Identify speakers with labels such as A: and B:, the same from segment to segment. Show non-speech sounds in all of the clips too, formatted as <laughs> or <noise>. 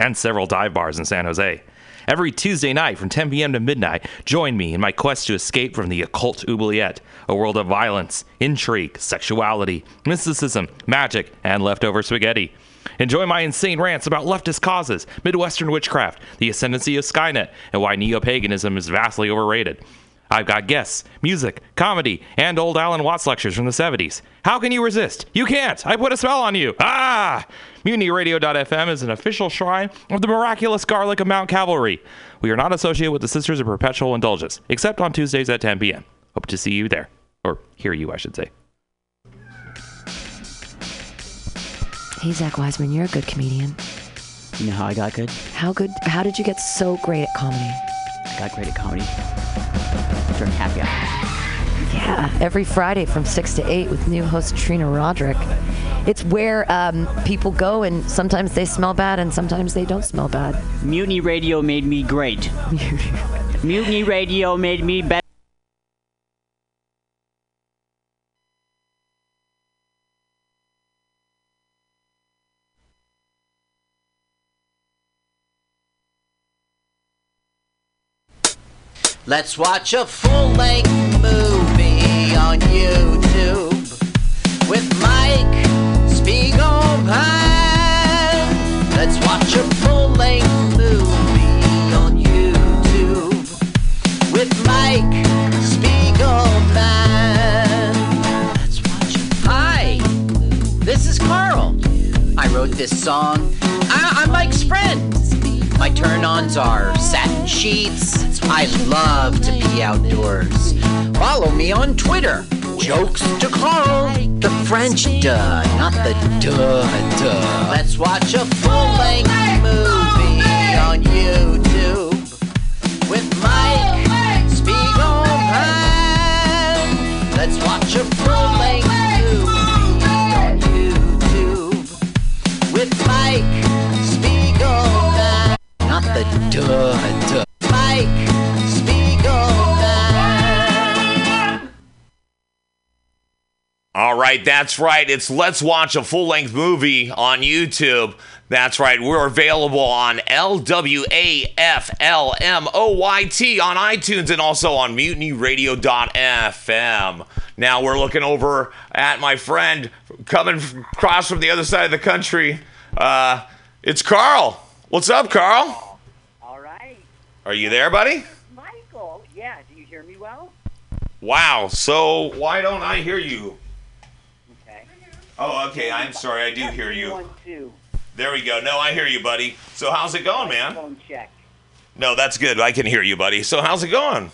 A: and several dive bars in San Jose. Every Tuesday night from 10 p.m. to midnight, join me in my quest to escape from the occult oubliette, a world of violence, intrigue, sexuality, mysticism, magic, and leftover spaghetti. Enjoy my insane rants about leftist causes, Midwestern witchcraft, the ascendancy of Skynet, and why neo paganism is vastly overrated. I've got guests, music, comedy, and old Alan Watts lectures from the 70s. How can you resist? You can't! I put a spell on you! Ah! MutinyRadio.fm is an official shrine of the miraculous garlic of Mount Calvary. We are not associated with the Sisters of Perpetual Indulgence, except on Tuesdays at 10 p.m. Hope to see you there. Or hear you, I should say.
B: Hey, Zach Wiseman, you're a good comedian.
C: You know how I got good?
B: How good? How did you get so great at comedy?
C: I got great at comedy during happy hour.
B: Yeah, every Friday from six to eight with new host Trina Roderick. It's where um, people go, and sometimes they smell bad, and sometimes they don't smell bad.
C: Mutiny Radio made me great. Mutiny Radio made me better.
D: Let's watch a full length movie on YouTube with Mike Spiegelman. Let's watch a full length movie on YouTube with Mike Spiegelman. Let's watch a Hi, this is Carl. I wrote this song. I- I'm Mike's friend. My turn ons are satin sheets. I love to be outdoors. Follow me on Twitter. Jokes to Carl. The French duh, not the duh duh. Let's watch a full length movie on YouTube with Mike Spiegelman. Let's watch a full length movie on YouTube with Mike Spiegelman. Not the duh, duh. Mike Spiegelman.
E: All right, that's right. It's Let's Watch a Full Length Movie on YouTube. That's right. We're available on L W A F L M O Y T on iTunes and also on mutinyradio.fm. Now we're looking over at my friend coming f- across from the other side of the country. Uh, it's Carl. What's up, Carl?
F: All right.
E: Are you there, buddy?
F: Michael, yeah, do you hear me well?
E: Wow. So why don't I hear you?
F: Okay.
E: Oh, okay. I'm sorry. I do hear you.
F: One, two,
E: There we go. No, I hear you, buddy. So how's it going, man?
F: phone check.
E: No, that's good. I can hear you, buddy. So how's it going?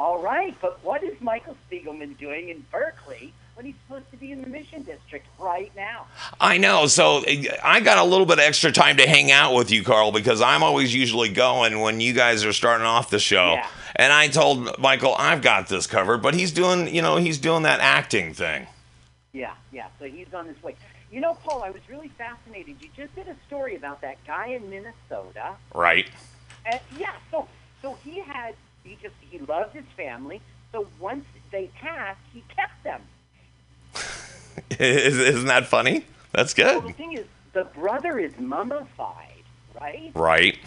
F: All right, but what is Michael Spiegelman doing in Berkeley when he's supposed to be in the Mission District right now?
E: I know. So eh, I got a little bit of extra time to hang out with you, Carl, because I'm always usually going when you guys are starting off the show.
F: Yeah.
E: And I told Michael I've got this covered, but he's doing, you know, he's doing that acting thing.
F: Yeah, yeah, so he's on his way. You know, Paul, I was really fascinated. You just did a story about that guy in Minnesota.
E: Right. <laughs>
F: And yeah, so so he had he just he loved his family. So once they passed, he kept them.
E: Is- Isn't that funny? That's
F: Well, the
E: good.
F: thing is, the brother is mummified, right?
E: Right.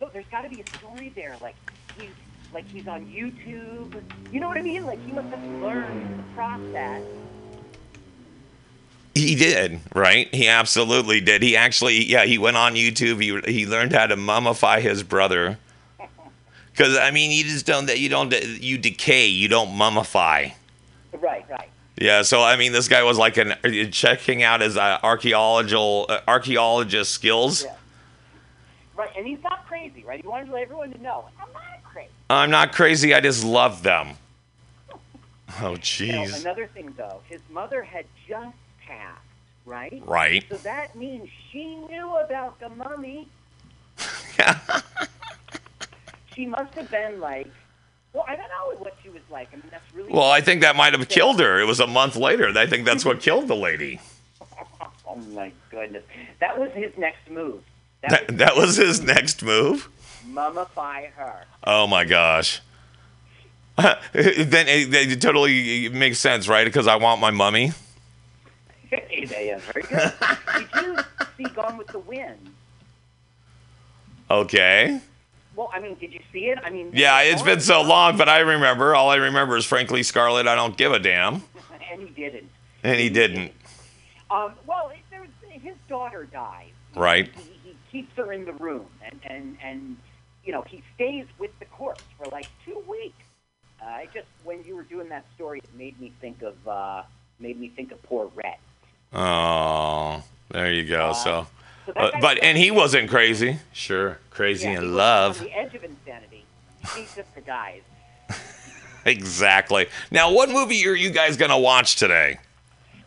F: So there's got to be a story there, like he's like he's on YouTube. You know what I mean? Like he must have learned the process.
E: He did, right? He absolutely did. He actually, yeah, he went on YouTube. He he learned how to mummify his brother. Because I mean, you just don't you don't you decay, you don't mummify.
F: Right, right.
E: Yeah, so I mean, this guy was like an checking out his uh, archaeological uh, archaeologist skills.
F: Yeah. Right, and he's not crazy, right? He wanted everyone to know. I'm not crazy.
E: I'm not crazy. I just love them. Oh,
F: You know,
E: jeez.
F: another thing, though, his mother had just passed, right?
E: Right. <laughs>
F: So that means she knew about the mummy. she must have been like, well, I don't know what she was like. I mean, that's really
E: Well, I think that might have killed her. It was a month later. I think that's what killed the lady. <laughs>
F: Oh my goodness, that was his next move. That
E: That,
F: was
E: that was his next move.
F: mummify her.
E: Oh my gosh. <laughs> then it, it totally makes sense, right? Because I want my mummy. <laughs>
F: Hey, they are very good. Did you see Gone with the Wind?
E: Okay.
F: Well, I mean, did you see it? I mean,
E: Yeah, it's been so long, but I remember. All I remember is frankly, Scarlet, I don't give a damn.
F: and he didn't.
E: And he didn't.
F: Um, well, it, there, his daughter dies.
E: Right.
F: He, he keeps her in the room, and, and and you know he stays with the corpse for like two weeks. Uh, I just when you were doing that story, it made me think of uh, made me think of poor Rhett.
E: Oh, there you go. So,
F: So that
E: uh,
F: guy
E: but
F: was
E: and he wasn't crazy. Sure, crazy
F: yeah, he
E: in
F: was
E: love.
F: on the edge of insanity. He's just the guys.
E: Exactly. Now, what movie are you guys gonna watch today?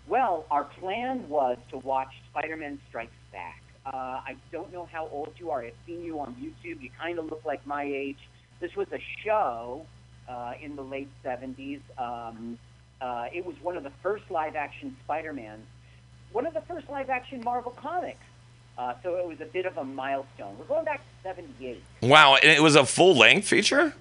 F: Well, our plan was to watch Spider-Man Strikes Back. Uh, I don't know how old you are. I've seen you on YouTube. You kind of look like my age. This was a show uh, in the late 70s. Um, uh, it was one of the first live-action Spider-Mans, one of the first live-action Marvel comics. Uh, so it was a bit of a milestone. We're going back to 78.
E: Wow, and it was a full length feature.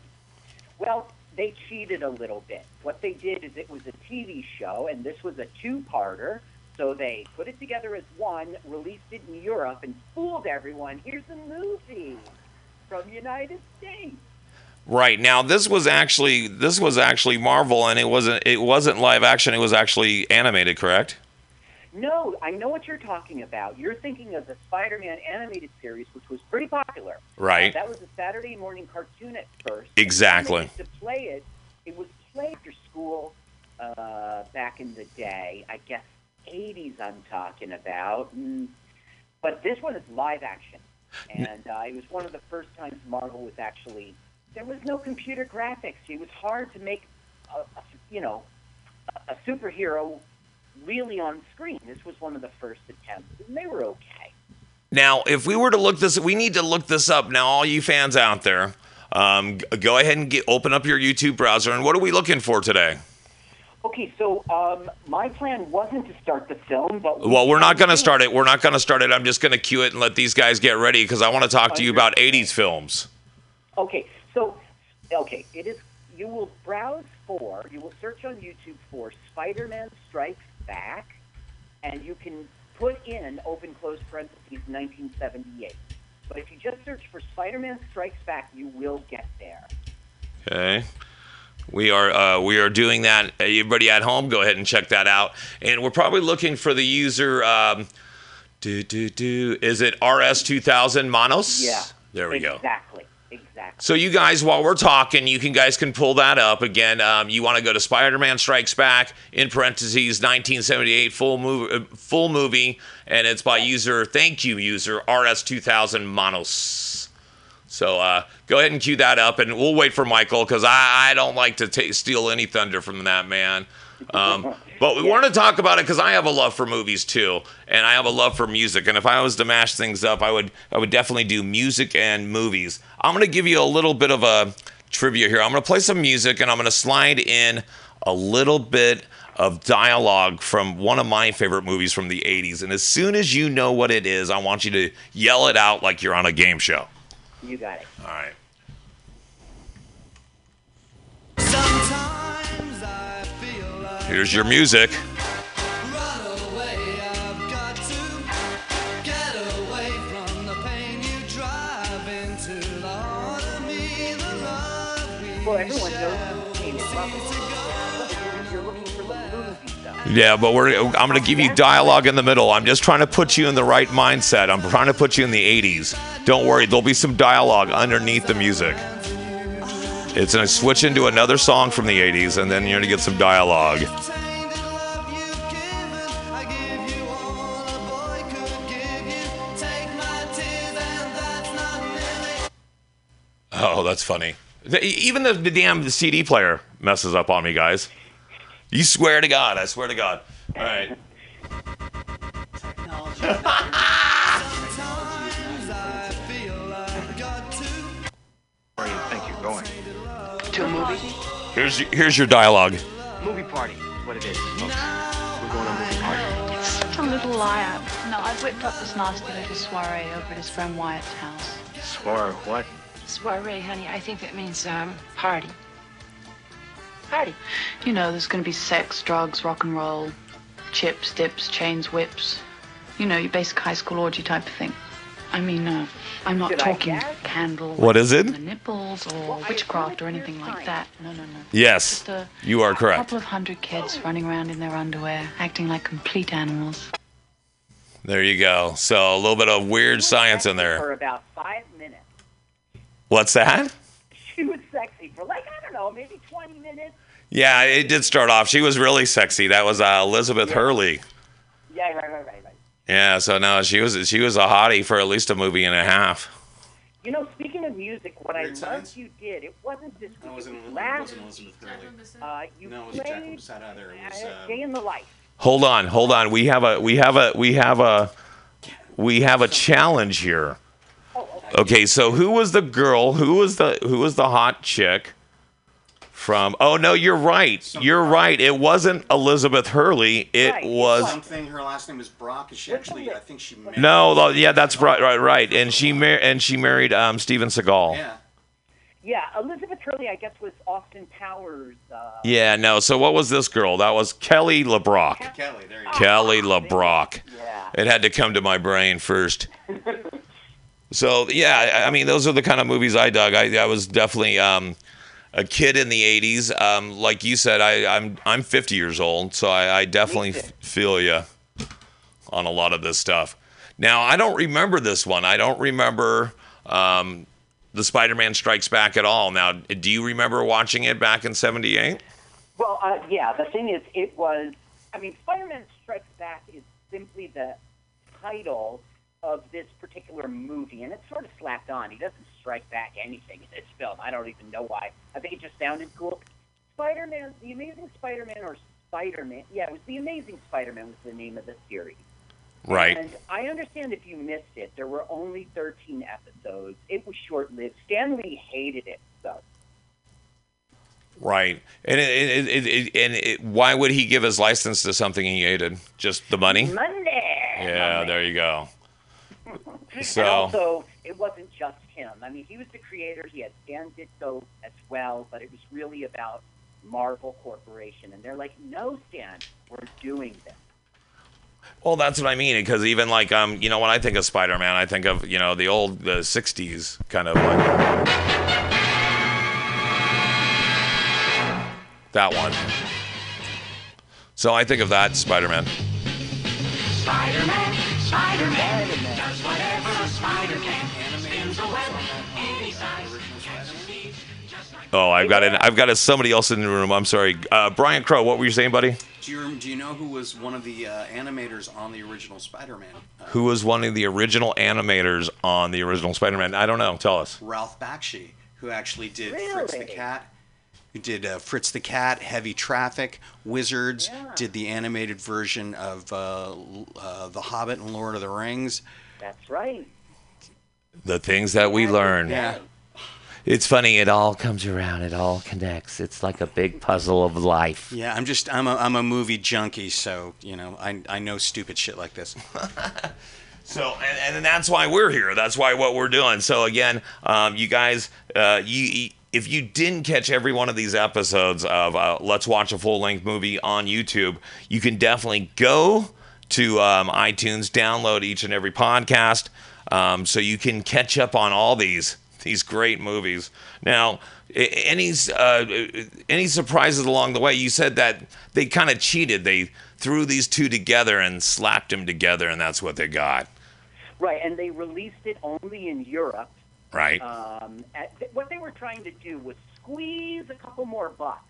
F: Well, they cheated a little bit. What they did is it was a TV show, and this was a two-parter. So they put it together as one, released it in Europe, and fooled everyone. Here's a movie from the United States.
E: Right now, this was actually this was actually Marvel, and it wasn't it wasn't live action. It was actually animated, correct?
F: No, I know what you're talking about. You're thinking of the Spider-Man animated series, which was pretty popular.
E: Right.
F: that was a Saturday morning cartoon at first.
E: Exactly.
F: And then they used to play it, it was played after school uh, back in the day. I guess 80s I'm talking about. Mm. But this one is live action, and uh, it was one of the first times Marvel was actually. There was no computer graphics. It was hard to make, a, a, you know, a, a superhero really on screen. This was one of the first attempts, and they were okay.
E: Now, if we were to look this, we need to look this up. Now, all you fans out there, um, g- go ahead and get, open up your YouTube browser. And what are we looking for today?
F: Okay, so um, my plan wasn't to start the film, but
E: Well, we're not going to start it. We're not going to start it. I'm just going to cue it and let these guys get ready because I want to talk to you about 80s films.
F: Okay, so okay, it is. You will browse for, you will search on YouTube for Spider-Man Strikes Back, and you can put in open close parentheses 1978. But if you just search for Spider-Man Strikes Back, you will get there.
E: Okay. We are uh, we are doing that. Everybody at home, go ahead and check that out. And we're probably looking for the user. Um, do do do. Is it RS2000 Monos?
F: Yeah.
E: There we go.
F: Exactly. Exactly.
E: So you guys, while we're talking, you can guys can pull that up again. Um, you want to go to Spider-Man Strikes Back in parentheses 1978 full movie, uh, full movie, and it's by user thank you user RS2000 Monos. So uh, go ahead and cue that up, and we'll wait for Michael because I, I don't like to ta steal any thunder from that man. Um, but we want to talk about it because I have a love for movies too, and I have a love for music. And if I was to mash things up, I would I would definitely do music and movies. I'm gonna give you a little bit of a trivia here. I'm gonna play some music, and I'm gonna slide in a little bit of dialogue from one of my favorite movies from the 80s. And as soon as you know what it is, I want you to yell it out like you're on a game show.
F: You got it.
E: All right.
G: Sometimes I feel like
E: Here's your music.
G: run away. I've got to get away from the pain you drive into. Lord, me the love we
F: Well, everyone knows the name. It's not- You're looking for the movie stuff.
E: Yeah, but we're I'm going to give you dialogue in the middle. I'm just trying to put you in the right mindset. I'm trying to put you in the 80s. Don't worry, there'll be some dialogue underneath the music. It's going to switch into another song from the 80s and then you're going to get some dialogue.
G: tainted love you've given. I give you all a boy could give you. Take my tears, and that's not nearly
E: Oh, that's funny. The- e, Even the, the damn CD player messes up on me, guys. You swear to God, I swear to God. All right.
H: Where do you think you're going?
I: To a movie?
E: Here's your, here's your dialogue.
I: Movie party is what it is. folks. We're going to a movie party.
J: Such a Oh, little liar. No, I've whipped up this nasty little soiree over at his friend Wyatt's house.
I: Swore what?
J: Soiree, honey, I think that means, um, party. Party. You know, there's gonna be sex, drugs, rock and roll, chips, dips, chains, whips. You know, your basic high school orgy type of thing. I mean, uh, I'm not
G: Did I
J: talking
G: guess?
J: candle.
E: What is it?
J: on The nipples or witchcraft or anything like that. No, no, no.
E: Yes,
J: Just a
E: you are correct.
J: couple of hundred kids running around in their underwear, acting like complete animals.
E: There you go. So a little bit of weird science in
F: for
E: there.
F: about five minutes. <laughs>
E: What's that?
F: She was sexy for like I don't know, maybe 20 minutes.
E: Yeah, it did start off. She was really sexy. That was uh, Elizabeth Hurley.
F: Yeah, right, right, right, right.
E: Yeah, so no, she was she was a hottie for at least a movie and a half.
F: You know, speaking of music, what I
H: Weird
F: loved
H: Science?
F: you did, it wasn't this week.
H: No, it wasn't,
F: it
H: it
F: was last
H: wasn't Elizabeth Hurley.
F: Uh, you
H: No, it was
F: played
H: Jack was out of there. It was,
F: uh,
H: uh,
F: Day in the Life.
E: Hold on, hold on. We have a we have a we have a we have a challenge here. Okay, so who was the girl? Who was the who was the hot chick from? Oh no, you're right. You're right. It wasn't Elizabeth Hurley. It was
H: something. Her last name was Brock. and She actually, I think she married.
E: no. lo- Yeah, that's right. Right. Right. And she mar- and she married um, Steven Seagal.
H: Yeah.
F: Yeah, Elizabeth Hurley, I guess, was Austin Powers. Uh,
E: Yeah, no. So what was this girl? That was Kelly LeBrock.
H: Kelly, there you
E: Kelly LeBrock.
F: yeah.
E: It had to come to my brain first. so yeah, I- I mean, those are the kind of movies I dug. I, I was definitely um, a kid in the '80s. Um, like you said, I, I'm I'm 50 years old, so I, I definitely f- feel you on a lot of this stuff. Now, I don't remember this one. I don't remember um, the Spider-Man Strikes Back at all. Now, do you remember watching it back in '78?
F: Well, uh, yeah, the thing is, it was. I mean, Spider Man Strikes Back is simply the title of this particular movie, and it's sort of slapped on. He doesn't strike back anything in this film. I don't even know why. I think it just sounded cool. Spider Man, The Amazing Spider Man, or Spider Man. Yeah, it was The Amazing Spider Man was the name of the series.
E: Right.
F: And I understand if you missed it, there were only 13 episodes. It was short lived. Stanley hated it, so.
E: Right. And it, it, it, it, and it, why would he give his license to something he hated? Just the money?
F: Monday!
E: Yeah, there you go.
F: And
E: So,
F: also, it wasn't just him. I mean, he was the creator. He had Dan Ditko as well, but it was really about Marvel Corporation. And they're like, no, Stan, we're doing this.
E: well, that's what I mean. Because even like, um, you know, when I think of Spider Man, I think of, you know, the old, the 60s kind of like. That one. So I think of that Spider Man.
G: Spider-Man, Spider-Man, does whatever a spider can. Spins a web, any size, catches thieves, just like
E: Oh, I've got it. I've got a, somebody else in the room. I'm sorry. Uh, Brian Crow, what were you saying, buddy?
H: go. Do you do you know who was one of the uh, animators on the original Spider-Man? Uh,
E: Who was one of the original animators on the original Spider Man? I don't know. Tell us.
H: Ralph Bakshi, who actually did Fritz the Cat, who did uh, Fritz the Cat, Heavy Traffic, Wizards, did the animated version of uh, L- uh, The Hobbit and Lord of the Rings.
F: That's right.
E: The things that we learn.
H: Yeah.
E: It's funny. It all comes.
K: around, it all connects. It's like a big puzzle of life.
H: Yeah, I'm just I'm a I'm a movie junkie, so you know I I know stupid shit like this.
E: So, and, and then that's why we're here. That's why what we're doing. So again, um, you guys, uh, you if you didn't catch every one of these episodes of uh, Let's Watch a Full Length Movie on YouTube, you can definitely go to um, iTunes, download each and every podcast, um, so you can catch up on all these these great movies. Now, a- any uh, any surprises along the way? You said that they kind of cheated. They threw these two together and slapped them together, and that's what they got.
F: Right. And they released it only in Europe.
E: Right.
F: Um, at, th- what they were trying to do was squeeze a couple more bucks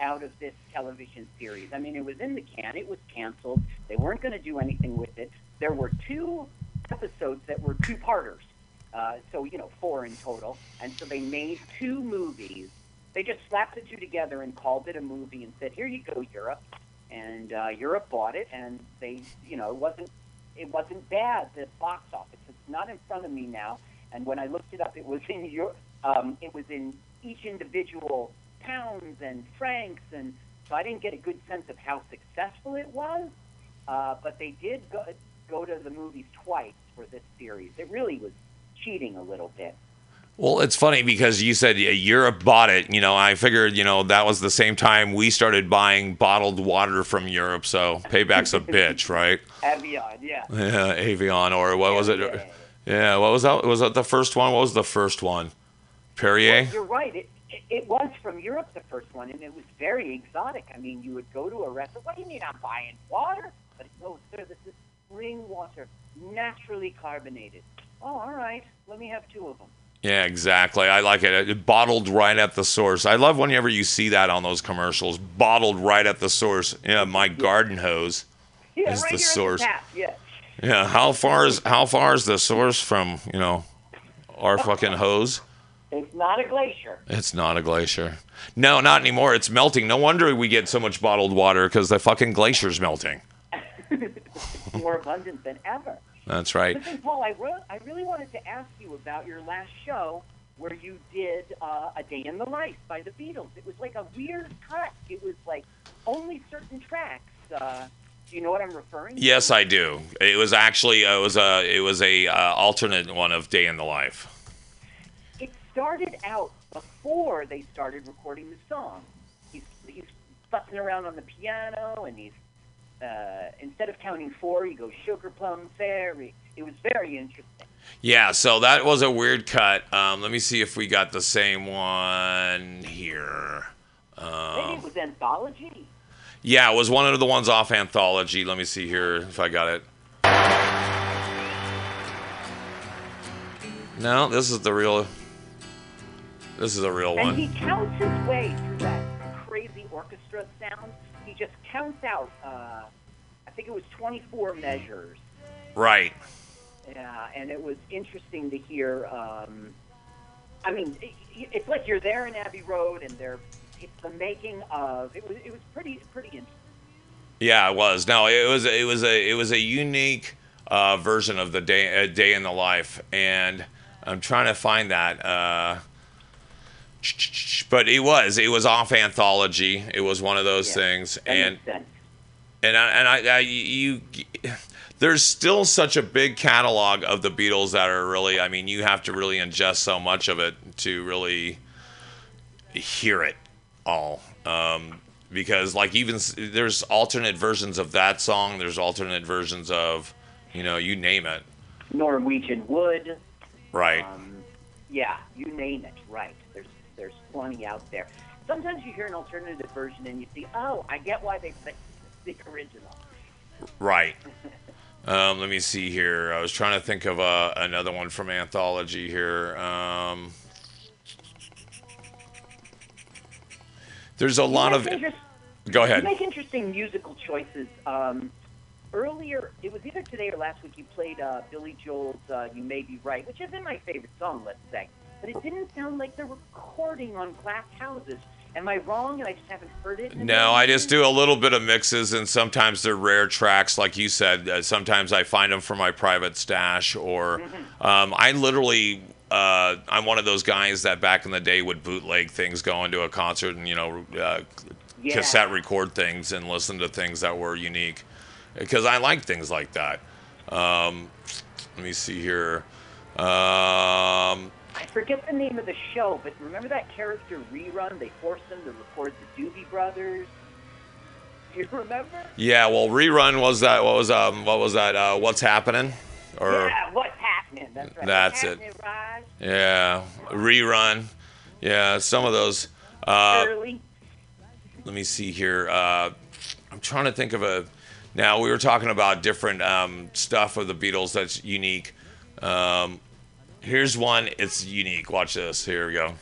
F: out of this television series. I mean, it was in the can, it was canceled. They weren't going to do anything with it. There were two episodes that were two parters, uh, so, you know, four in total. And so they made two movies. They just slapped the two together and called it a movie and said, here you go, Europe. And uh, Europe bought it, and they, you know, it wasn't it wasn't bad. The box office. It's not in front of me now. And when I looked it up, it was in your. Um, it was in each individual pounds and francs, and so I didn't get a good sense of how successful it was. Uh, but they did go, go to the movies twice for this series. It really was cheating a little bit.
E: Well, it's funny because you said yeah, Europe bought it. You know, I figured you know that was the same time we started buying bottled water from Europe. <laughs> So payback's a bitch, right?
F: Avion, yeah.
E: Yeah, Avion or what was it? Yeah, what was that? Was that the first one? What was the first one? Perrier? <laughs>
F: Well, you're right. It, it- it was from Europe, the first one, and it was very exotic. I mean, you would go to a restaurant. What do you mean I'm buying water? But no, sir, this is spring water, naturally carbonated. Oh, all right. Let me have two of them. <laughs>
E: Yeah, exactly. I like it. It bottled right at the source. I love whenever you see that on those commercials. Bottled right at the source. Yeah, my garden hose
F: Yeah,
E: is
F: right
E: the
F: here
E: source.
F: at the tap. Yeah.
E: yeah, how far is how far is the source from you know <laughs> our fucking hose?
F: It's not a glacier.
E: It's not a glacier. No, not anymore. It's melting. No wonder we get so much bottled water because the fucking glacier's melting.
F: It's more abundant than ever.
E: That's right.
F: Listen, Paul, I, re- I really wanted to ask you about your last show where you did uh, A Day in the Life by the Beatles. It was like a weird cut. It was like only certain tracks. Uh, do you know what I'm referring to?
E: Yes, I do. It was actually uh, it was a it was a uh, alternate one of Day in the Life.
F: It started out before they started recording the song. He's, he's fussing around on the piano, and he's uh, instead of counting four, he goes sugar plum fairy. It was very interesting.
E: Yeah, so that was a weird cut. Um, let me see if we got the same one here.
F: Maybe
E: Um,
F: it was anthology.
E: yeah, it was one of the ones off anthology. Let me see here if I got it. No, this is the real. This is a real
F: And he
E: one.
F: counts his way through that crazy orchestra sound. He just counts out, uh, I think it was 24 measures.
E: Right.
F: Yeah, and it was interesting to hear. Um, I mean, it, it's like you're there in Abbey Road, and they're it's the making of. It was it was pretty pretty interesting.
E: Yeah, it was. No, it was it was a it was a unique uh, version of the day a day in the life, and I'm trying to find that. Uh, but it was it was off anthology. It was one of those things, and and I, and I, I you. There's still such a big catalog of the Beatles that are really. I mean, you have to really ingest so much of it to really hear it all. Um, because like even s- there's alternate versions of that song. There's alternate versions of, you know, you name it.
F: Norwegian Wood.
E: Right.
F: Yeah, you name it. Right. There's there's plenty out there. Sometimes you hear an alternative version, and you see, oh, I get why they picked the original.
E: Right. Um, let me see here. I was trying to think of uh, another one from anthology here. Um, there's a lot
F: You
E: of.
F: make interest-
E: Go
F: You
E: ahead.
F: make interesting musical choices. Um, earlier, it was either today or last week, you played uh, Billy Joel's uh, "You May Be Right," which isn't my favorite song, let's say, but it didn't sound like the recording on Glass Houses. Am I wrong? And I just haven't heard it. in
E: No,
F: a
E: I
F: minute?
E: just do a little bit of mixes, and sometimes they're rare tracks, like you said. Uh, sometimes I find them for my private stash, or um, I literally, uh, I'm one of those guys that back in the day would bootleg things, go into a concert, and you know, uh,
L: Yeah.
E: cassette record things and listen to things that were unique, because I like things like that. Um, let me see here. Um,
F: I forget the name of the show, but remember that character rerun? They forced them to record the Doobie Brothers. Do you remember?
E: yeah, well, rerun was that? What was um, what was that? Uh, what's happening? Or
F: yeah, what's happening? That's right.
E: That's
F: What's
E: it.
F: happening, Raj?
E: Yeah, rerun. Yeah, some of those. Uh,
F: Early.
E: let me see here. Uh, I'm trying to think of a. Now we were talking about different um, stuff of the Beatles that's unique. Um, here's one. It's unique. Watch this. Here we go.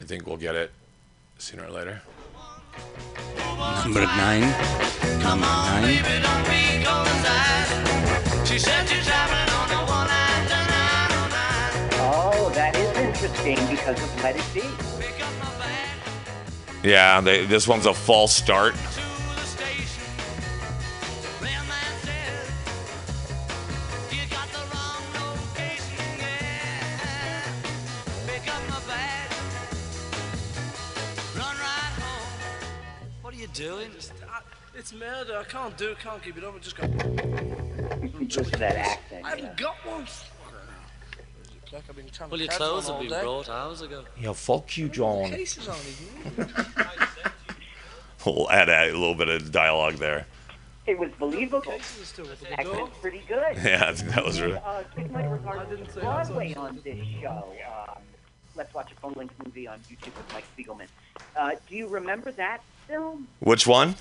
E: I think we'll get it sooner or later.
H: Number nine. Number nine.
F: Oh, that is interesting because of Let It Be.
E: Yeah, they, this one's a false start.
M: What are you doing? Just, I, it's murder. I can't do it. Can't keep it up. I just got.
F: Just that accent.
M: I haven't got one. Like I've been trying
N: Well,
M: to
N: your
M: catch one
N: clothes have
M: all
N: been
M: day.
N: brought hours ago.
E: Yeah, fuck you, John.
M: Cases on his
E: We'll add a little bit of dialogue there. <laughs>
F: It was believable. Actually, it's pretty good.
E: <laughs> Yeah, that was really-
F: Uh, give my regards to Broadway on this show. Um, Let's watch a phone link movie on YouTube with Mike Spiegelman. Uh, do you remember that film?
E: Which one?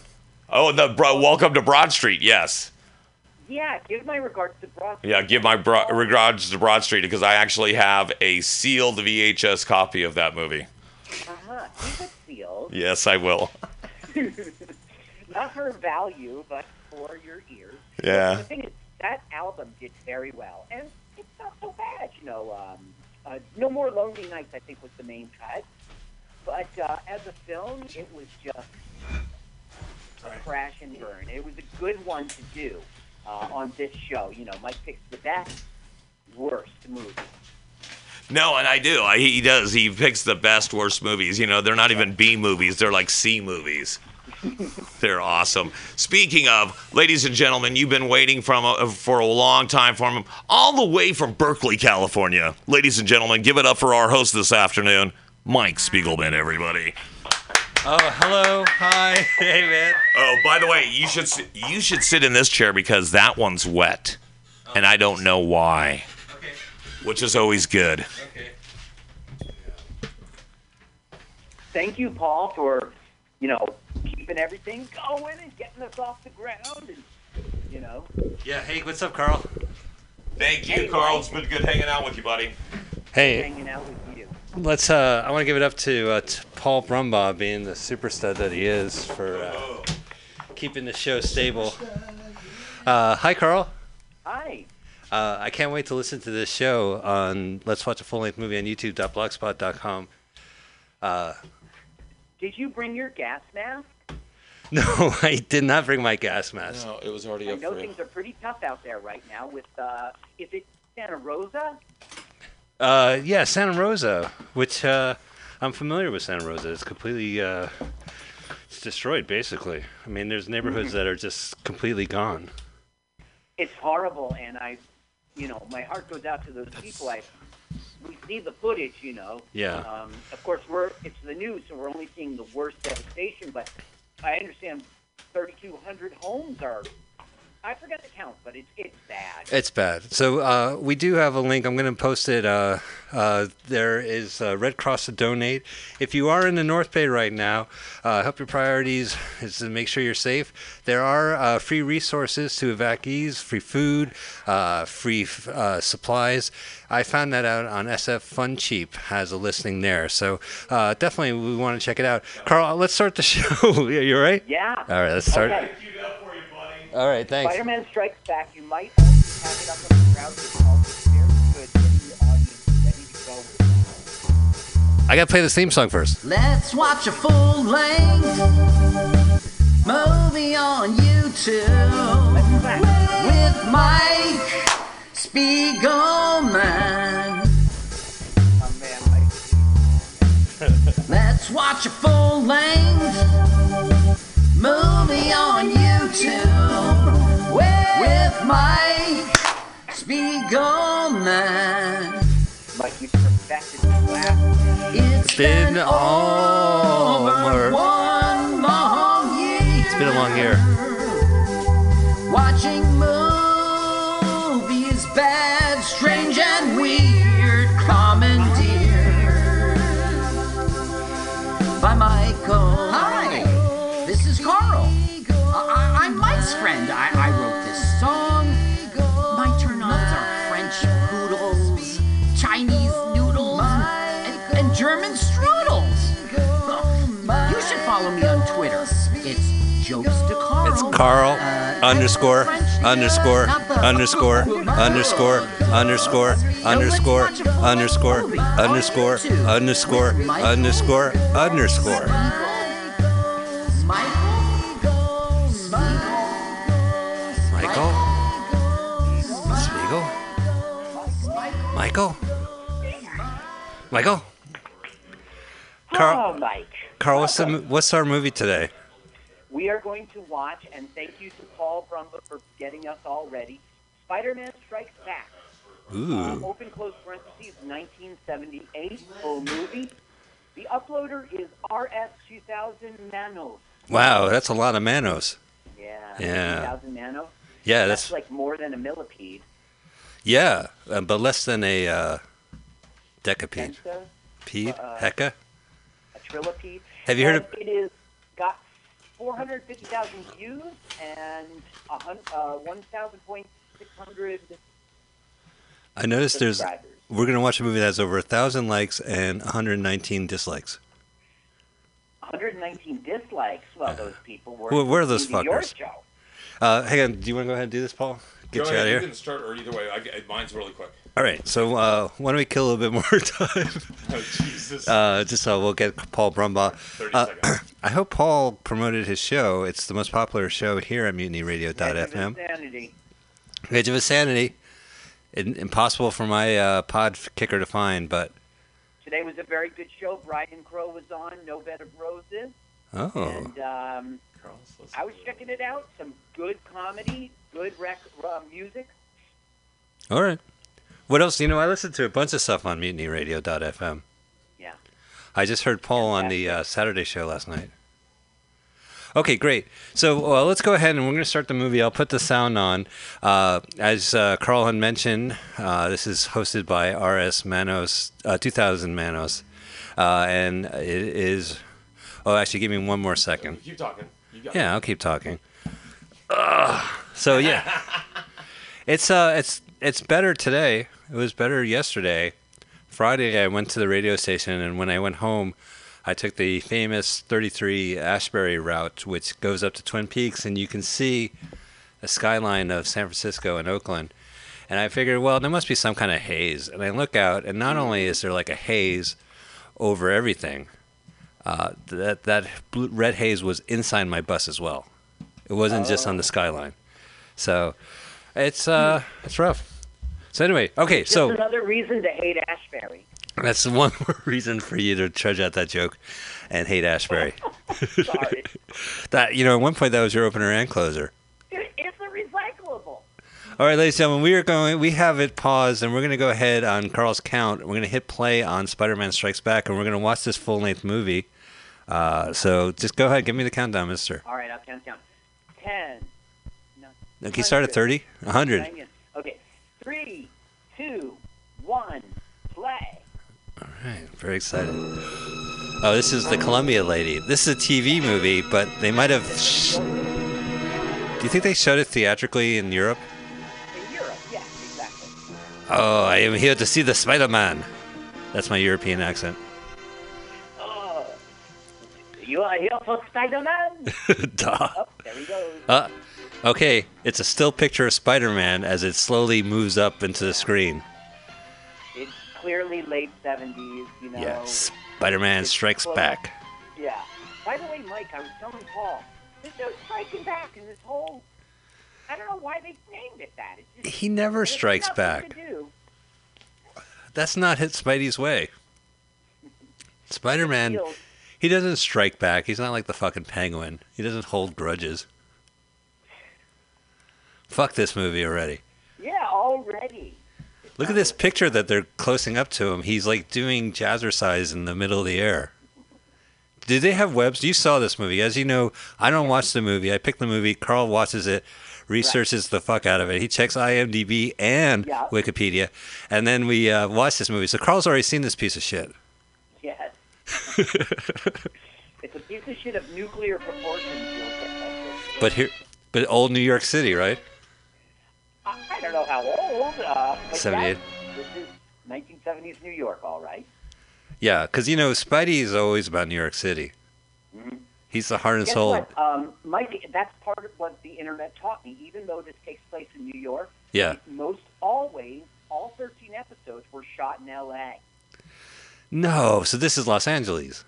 E: Oh, the bro- Welcome to Broad Street. Yes.
F: Yeah, give my regards to Broadway.
E: Yeah, give my bro- regards to Broad Street because I actually have a sealed VHS copy of that movie.
F: Uh-huh. Keep it sealed.
E: Yes, I will.
F: Not for value, but for your ears.
E: Yeah.
F: The thing is, that album did very well, and it's not so bad. You know, um, uh, No More Lonely Nights, I think, was the main cut. But uh, as a film, it was just a crash and burn. It was a good one to do uh, on this show. You know, Mike picks the best, worst movie.
E: No, and I do. I, he does. He picks the best, worst movies. You know, they're not even B movies. They're like C movies. they're awesome. Speaking of, ladies and gentlemen, you've been waiting from uh, for a long time for him, all the way from Berkeley, California. Ladies and gentlemen, give it up for our host this afternoon, Mike Spiegelman. Everybody.
L: Oh, hello. Hi. <laughs> Hey, man.
E: Oh, by the way, you should s- you should sit in this chair because that one's wet, and I don't know why, which is always good.
F: Thank you, Paul, for you know keeping everything going and getting us off the ground, and you know.
L: Yeah. Hey, what's up, Carl?
E: Thank you, Carl. It's been good hanging out with you, buddy.
L: Hey,
F: hanging out with you.
L: let's. Uh, I want to give it up to, uh, t Paul Brumbaugh, being the super stud that he is, for uh, keeping the show stable. Uh, hi, Carl.
F: Hi.
L: Uh, I can't wait to listen to this show on Let's Watch a Full Length Movie on YouTube.blogspot.com. Uh,
F: Did you bring your gas mask?
L: <laughs> no, I did not bring my gas mask.
E: No, it was already
F: I know things are pretty tough out there right now. With uh, is it Santa Rosa?
L: Uh, yeah, Santa Rosa, which uh, I'm familiar with Santa Rosa. It's completely uh, it's destroyed, basically. I mean, there's neighborhoods that are just completely gone.
F: It's horrible, and I, you know, my heart goes out to those people. I we see the footage, you know.
L: Yeah.
F: Um, of course, we're it's the news, so we're only seeing the worst devastation. But I understand 3,200 homes are. I forgot the count, but it's it's bad.
L: It's bad. So uh, we do have a link. I'm going to post it. Uh, uh, there is uh, Red Cross to donate. If you are in the North Bay right now, uh, help your priorities is to make sure you're safe. There are uh, free resources to evacuees, free food, uh, free f- uh, supplies. I found that out on SF Fun Cheap has a listing there. So uh, definitely we want to check it out. Carl, let's start the <laughs> show. Yeah, you all right?
F: Yeah.
L: All right, let's start.
F: Okay.
L: All right, thanks.
F: Spider-Man Strikes Back. You might already have it up on the ground. It's all very good in the audience, ready to go.
L: I got to play this theme song first.
D: Let's watch a full length movie on YouTube with Mike Spiegelman. Let's watch a full length movie on YouTube with Mike Spiegelman.
F: Mike, you perfected the laugh.
D: It's
L: been over.
D: one long year.
L: It's been a long year.
D: Watching movies, bad, strange, and weird commandeer by Michael. Hi, this is Carl. Uh, I, I, am Mike's friend. I, I wrote this song. My turn-ons are French poodles, Chinese noodles, and, and German strudels. You should follow me on Twitter. It's jokes to Carl. Uh,
L: It's Carl underscore underscore underscore underscore underscore underscore underscore underscore underscore underscore underscore. Michael? Spiegel? Michael? Michael? Carl,
F: Oh, Mike.
L: Carl, what's the, mo- what's our movie today?
F: We are going to watch, and thank you to Paul Brumba for getting us all ready. Spider-Man Strikes Back. Uh,
L: Ooh.
F: open close parentheses 1978 full movie. The uploader is RS2000 Manos.
L: Wow, that's a lot of manos.
F: Yeah.
L: Yeah.
F: 2,000 nano.
L: Yeah,
F: That's
L: that's
F: like more than a millipede.
L: yeah, uh, but less than a uh, decapede,
F: Penta,
L: pede,
F: Uh,
L: heca.
F: a trilipede.
L: Have you heard
F: And It is got 450,000 views and a hun- uh, 1,600
L: I noticed there's.
F: subscribers.
L: We're gonna watch a movie that has over a thousand likes and 119 dislikes.
F: 119 dislikes. Well, those people were.
L: Where- where are those
F: into Your
L: fuckers?
F: show.
L: Uh, hang on, do you want to go ahead and do this, Paul? Get
N: Go
L: you out
N: ahead,
L: of here.
N: You can start, or either way, I, get- mine's really
E: <laughs>
N: quick.
L: All right, so uh, why don't we kill a little bit more <laughs> time?
N: Oh, Jesus.
L: Uh, just so we'll get Paul Brumbaugh.
N: 30
L: Uh, I hope Paul promoted his show. It's the most popular show here at MutinyRadio.fm.
F: Insanity.
L: Edge of Insanity. In- impossible for my uh, pod kicker to find, but
F: Today was a very good show. Brian Crow was on. No Bed of Roses.
L: oh,
F: And um, I was checking it out. Some good comedy, good rec- uh, music.
L: all right. What else? You know, I listened to a bunch of stuff on MutinyRadio.fm.
F: Yeah.
L: I just heard Paul on the uh, Saturday show last night. Okay, great. So uh, let's go ahead and we're going to start the movie. I'll put the sound on. Uh, as uh, Carl had mentioned, uh, this is hosted by RS Manos, uh, 2000 Manos. Uh, and it is. Oh, actually, give me one more second.
N: uh, <clears throat> Keep talking. You got
L: Yeah, I'll keep talking. Ugh. So yeah, it's uh, it's it's better today. It was better yesterday. Friday, I went to the radio station, and when I went home, I took the famous 33 Ashbury route, which goes up to Twin Peaks, and you can see a skyline of San Francisco and Oakland. And I figured, well, there must be some kind of haze. And I look out, and not only is there like a haze over everything, uh, that that blue, red haze was inside my bus as well. It wasn't just on the skyline. So it's uh, it's rough. So anyway, okay,
F: Just
L: so
F: another reason to hate
L: <laughs>
F: Ashbury.
L: that's one more reason for you to trudge out that joke and hate Ashbury.
F: Sorry.
L: that you know, at one point that was your opener and closer.
F: It- It's a recyclable.
L: All right, ladies and gentlemen, we are going. We have it paused, and we're going to go ahead on Carl's count. We're going to hit play on Spider-Man Strikes Back, and we're going to watch this full-length movie. Uh, so just go ahead, give me the countdown, Mister.
F: All right, I'll count down. Ten. No,
L: Okay, start at 30, 100.
F: Hang in. Okay. Three, two, one, play.
L: All right, very excited. Oh, this is the Columbia lady. This is a TV movie, but they might have. Sh- Do you think they showed it theatrically in Europe?
F: In Europe, yes, exactly.
L: Oh, I am here to see the Spider-Man. That's my European accent. <laughs>
F: Oh. You are here for
L: <laughs>
F: Spider-Man?
L: Duh.
F: Oh, there he goes.
L: Uh, okay, it's a still picture of Spider-Man as it slowly moves up into the screen.
F: It's clearly late 70s, you know.
L: Yeah, Spider-Man strikes
F: close.
L: back.
F: Yeah. By the way, Mike, I was telling Paul, there's no striking back in this whole. I don't know why they named it that. It's just,
L: He never
F: it's
L: strikes
F: nothing
L: back.
F: To do.
L: That's not hit Spidey's way. Spider-Man, he doesn't strike back. He's not like the fucking penguin. He doesn't hold grudges. Fuck this movie already.
F: Yeah, already.
L: Look at this picture that they're closing up to him. He's like doing jazzercise in the middle of the air. Did they have webs? You saw this movie. As you know, I don't watch the movie. I pick the movie. Carl watches it, researches the fuck out of it. He checks IMDb and
F: Yeah.
L: Wikipedia. And then we uh, watch this movie. So Carl's already seen this piece of shit.
F: Yes.
L: <laughs>
F: It's a piece of shit of nuclear proportions. You'll get that shit.
L: but here, but old New York City, right?
F: I, I don't know how old. Uh, but
L: 78.
F: yes, This is 1970s New York, all right.
L: Yeah, because, you know, Spidey is always about New York City.
F: Mhm.
L: He's the heart and
F: Guess
L: soul.
F: what? Um, Mike, that's part of what the internet taught me. Even though this takes place in New York,
L: Yeah.
F: most always, all 13 episodes were shot in L.A.
L: No, so this is Los Angeles.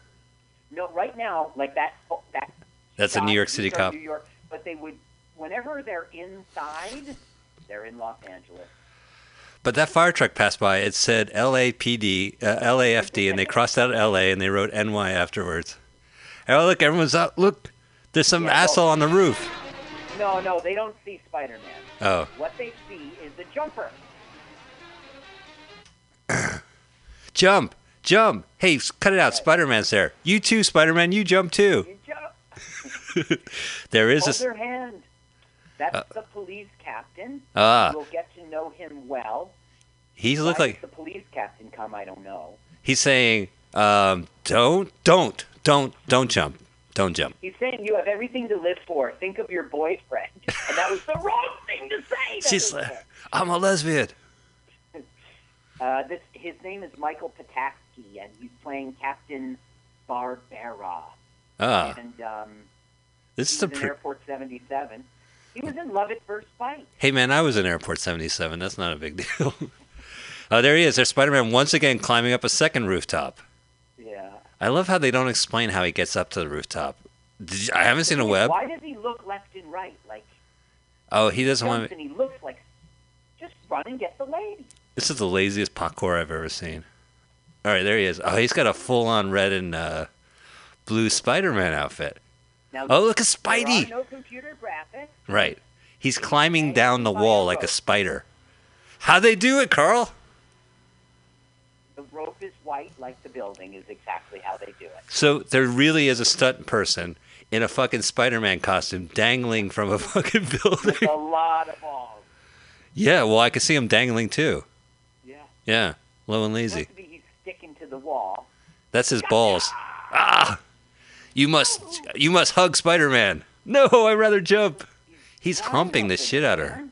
F: No, right now, like that. oh, that
L: That's a
F: shot,
L: New York
F: these
L: City
F: are
L: cop.
F: New York, but they would, whenever they're inside, they're in Los Angeles.
L: But that fire truck passed by. It said LAPD, uh, LAFD, and they crossed out LA and they wrote NY afterwards. And oh, look, everyone's up. Look, there's some asshole on the roof.
F: No, no, they don't see Spider-Man.
L: Oh.
F: What they see is the jumper.
L: Jump, jump. Hey, s- cut it out. Spider Man's there. You too, Spider Man. You jump too.
F: You jump.
L: there is
F: Hold
L: a.
F: their hand. That's
L: Uh,
F: the police captain.
L: Ah.
F: You'll get to know him well.
L: He's look
F: Why
L: like
F: did the police captain come. I don't know.
L: he's saying, um, "Don't, don't, don't, don't jump, don't jump."
F: He's saying you have everything to live for. Think of your boyfriend,
L: <laughs>
F: and that was the wrong thing to say. to
L: She's
F: him.
L: like, "I'm a lesbian."
F: Uh, this, his name is Michael Pataski, and he's playing Captain Barbera.
L: Ah.
F: And um,
L: This
F: he
L: is a
F: was in
L: pre-
F: Airport 77. He was in Love at First Sight.
L: Hey man, I was in Airport 77. That's not a big <laughs> deal. Oh, there he is. There's Spider-Man once again climbing up a second rooftop.
F: Yeah.
L: I love how they don't explain how he gets up to the rooftop. Did you- I haven't seen a web.
F: Why does he look left and right? Like
L: Oh, he doesn't want.
F: jumps and he looks like just run and get the lady.
L: This is the laziest parkour I've ever seen. All right, there he is. Oh, he's got a full-on red and uh, blue Spider-Man outfit.
F: Now,
L: Oh, look at
F: There are
L: Spidey.
F: no computer graphics.
L: Right. He's climbing down the wall like a spider. How they do it, Carl?
F: The rope is white, like the building is exactly how they do it.
L: So there really is a stunt person in a fucking Spider-Man costume dangling from a <laughs> fucking building.
F: With a lot of
L: <laughs>
F: balls.
L: Yeah, well, I could see him dangling too.
F: Yeah.
L: Yeah, low and lazy.
F: Maybe he's sticking to the wall.
L: That's his balls. Ah, you must, you must hug Spider-Man. No, I'd rather jump. He's humping the shit out of her.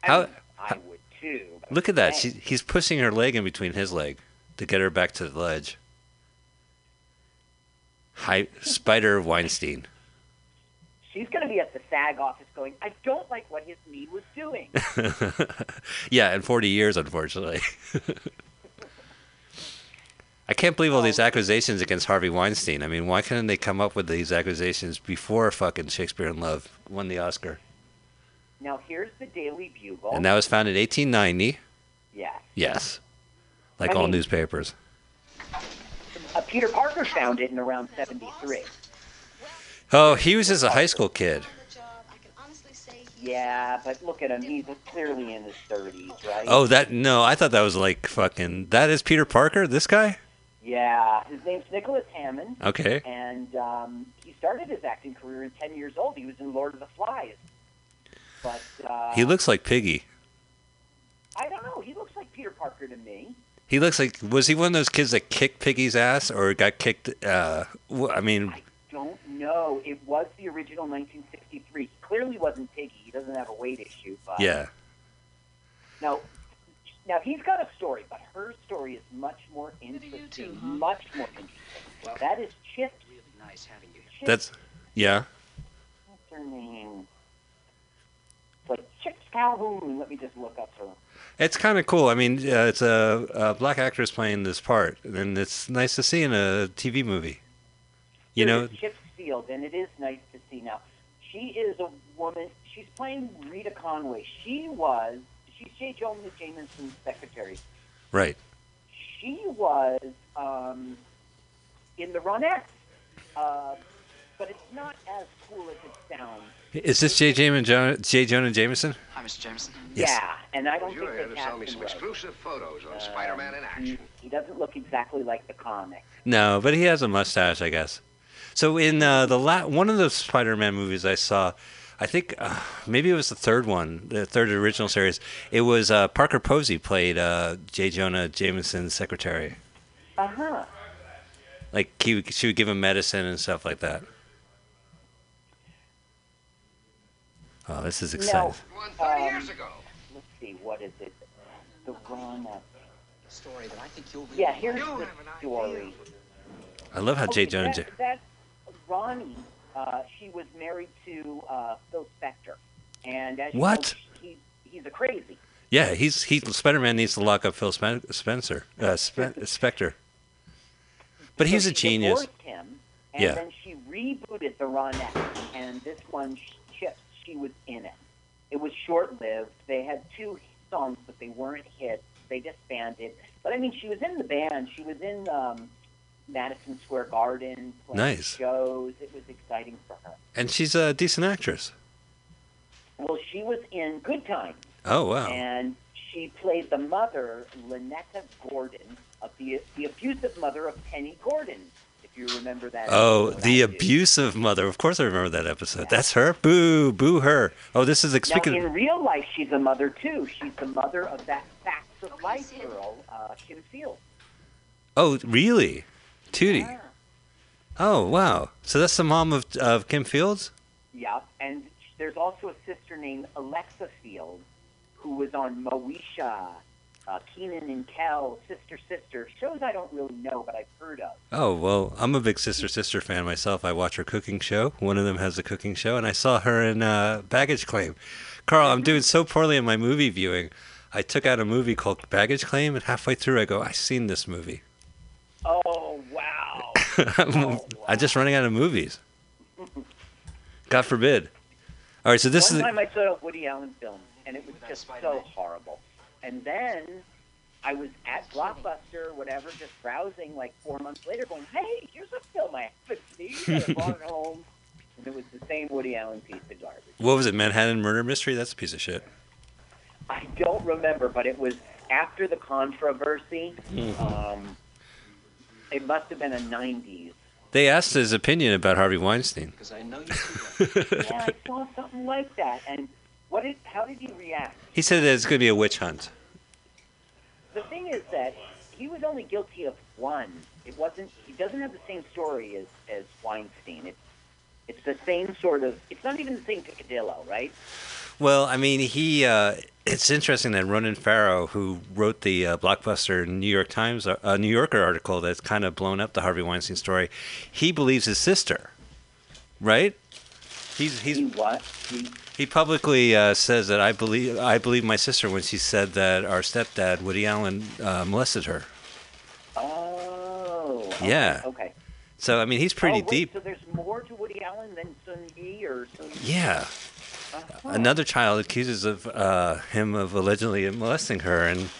L: How?
F: I would too.
L: Look at that. She, he's pushing her leg in between his leg to get her back to the ledge. Hi, Spider Weinstein.
F: She's going to be at the SAG office going, I don't like what his knee was
L: <laughs>
F: doing.
L: yeah, in 40 years, unfortunately. <laughs> I can't believe all these accusations against Harvey Weinstein. I mean, why couldn't they come up with these accusations before fucking Shakespeare in Love won the Oscar?
F: now, here's the Daily Bugle.
L: And that was founded in 1890.
F: Yes.
L: Yes. Like
F: I
L: all
F: mean-
L: newspapers.
F: Uh, Peter Parker found it in around 73.
L: Oh, he was just a high school kid.
F: Yeah, but look at him. He's clearly in his 30s, right?
L: Oh, that, no, I thought that was like fucking, that is Peter Parker, this guy?
F: Yeah, his name's Nicholas Hammond.
L: Okay.
F: And um, he started his acting career at 10 years old. He was in Lord of the Flies. But uh,
L: He looks like Piggy.
F: I don't know. He looks like Peter Parker to me.
L: He looks like, was he one of those kids that kicked Piggy's ass or got kicked, uh, wh- I mean,
F: Don't know. It was the original 1963. He clearly wasn't Piggy. He doesn't have a weight issue. But
L: yeah.
F: Now, now he's got a story, but her story is much more interesting. Much more interesting. that is Chip. Really nice having you. Chip,
L: That's yeah.
F: what's her name? It's like Chip Calhoun. Let me just look up her.
L: It's kind of cool. I mean, uh, it's a, a black actress playing this part, and it's nice to see in a TV movie. You know,
F: Chip Field, and it is nice to see now. She is a woman. She's playing Rita Conway. She was. She's J. Jonah Jameson's secretary.
L: right?
F: she was um, in the Ronettes. Uh, but it's not as cool as it sounds.
L: Is this J. Jamin Jo- J. Jonah Jameson?
F: Hi, Mr. Jameson.
L: Yes.
F: Yeah, and I don't
O: You're
F: think
O: here
F: they
O: to sell me
F: cast him
O: some
F: right.
O: exclusive photos on
F: Um,
O: Spider-Man in action.
F: He, he doesn't look exactly like the comic.
L: No, but he has a mustache, I guess. So in uh, the la- one of the Spider-Man movies I saw, I think uh, maybe it was the third one, the third original series. It was uh, Parker Posey played uh, J. Jonah Jameson's secretary.
F: Uh huh.
L: Like he, would- she would give him medicine and stuff like that. Oh, this is exciting.
F: No. Um, Let's see, what is it? The Ronettes. Story that I think you'll Yeah, here's the story.
L: I love how Jay Jonah.
F: That, that Ronnie, uh, she was married to uh, Phil Spector, and as you know,
L: What?
F: he, he's a crazy.
L: yeah, he's he. Spider Man needs to lock up Phil Spen- Spencer, uh, Spen- Spector. But he's a genius.
F: Divorced him, and
L: Yeah.
F: then she rebooted the Ronettes, and this one, Chips, she was in it. It was short lived. They had two songs, but they weren't hits. They disbanded. But I mean, she was in the band. She was in um, Madison Square Garden playing
L: Nice.
F: shows. It was exciting for her.
L: And she's a decent actress.
F: Well, she was in Good Times.
L: Oh wow.
F: And she played the mother, Lynetta Gordon, of the the abusive mother of Penny Gordon, if if you remember that.
L: Oh, the abusive mother. Of course, I remember that episode. That's her. Boo, boo her. Oh, this is
F: Now,
L: speaking.
F: in real life, she's a mother too. She's the mother of that Facts of Life girl, uh, Kim Fields.
L: Oh, really? Tootie. Oh, wow. So that's the mom of of Kim Fields.
F: Yep. And there's also a sister named Alexa Fields who was on Moesha, uh, Keenan and Kel, Sister Sister, shows I don't really know, but I've heard of.
L: Oh well, I'm a big Sister Sister fan myself. I watch her cooking show. One of them has a cooking show, and I saw her in uh, Baggage Claim. Carl, I'm doing so poorly in my movie viewing. I took out a movie called Baggage Claim, and halfway through, I go, "I've seen this movie." <laughs>
F: Oh, wow.
L: I'm, I'm just running out of movies. God forbid. All right, so this
F: One
L: is.
F: time I saw a Woody Allen film, and it was just so horrible. And then I was at Blockbuster, whatever, just browsing like four months later, going, hey, here's a film I haven't seen. And I brought it home, and it was the same Woody Allen piece of garbage.
L: What was it? Manhattan Murder Mystery? That's a piece of shit.
F: I don't remember, but it was after the controversy.
L: Mhm.
F: Um, it must have been a
L: <laughs>
F: 90s.
L: They asked his opinion about Harvey Weinstein.
F: yeah, I saw something like that. And what did, how did he react?
L: He said that it's going to be a witch hunt.
F: The thing is that he was only guilty of one. It wasn't. He doesn't have the same story as as Weinstein. It's it's the same sort of. It's not even the same Picadillo, right?
L: Well, I mean, he. Uh, it's interesting that Ronan Farrow, who wrote the uh, blockbuster New York Times, uh, New Yorker article that's kind of blown up the Harvey Weinstein story, he believes his sister, right? He's he's he
F: what? He,
L: publicly uh, says that I believe I believe my sister when she said that our stepdad Woody Allen uh, molested her.
F: Oh. okay,
L: Yeah.
F: Okay.
L: So I mean, he's pretty
F: Oh, wait,
L: deep.
F: So there's more to Woody Allen than Sun Yi or Sun.
L: Yeah.
F: Uh-huh.
L: Another child accuses of uh, him of allegedly molesting her, and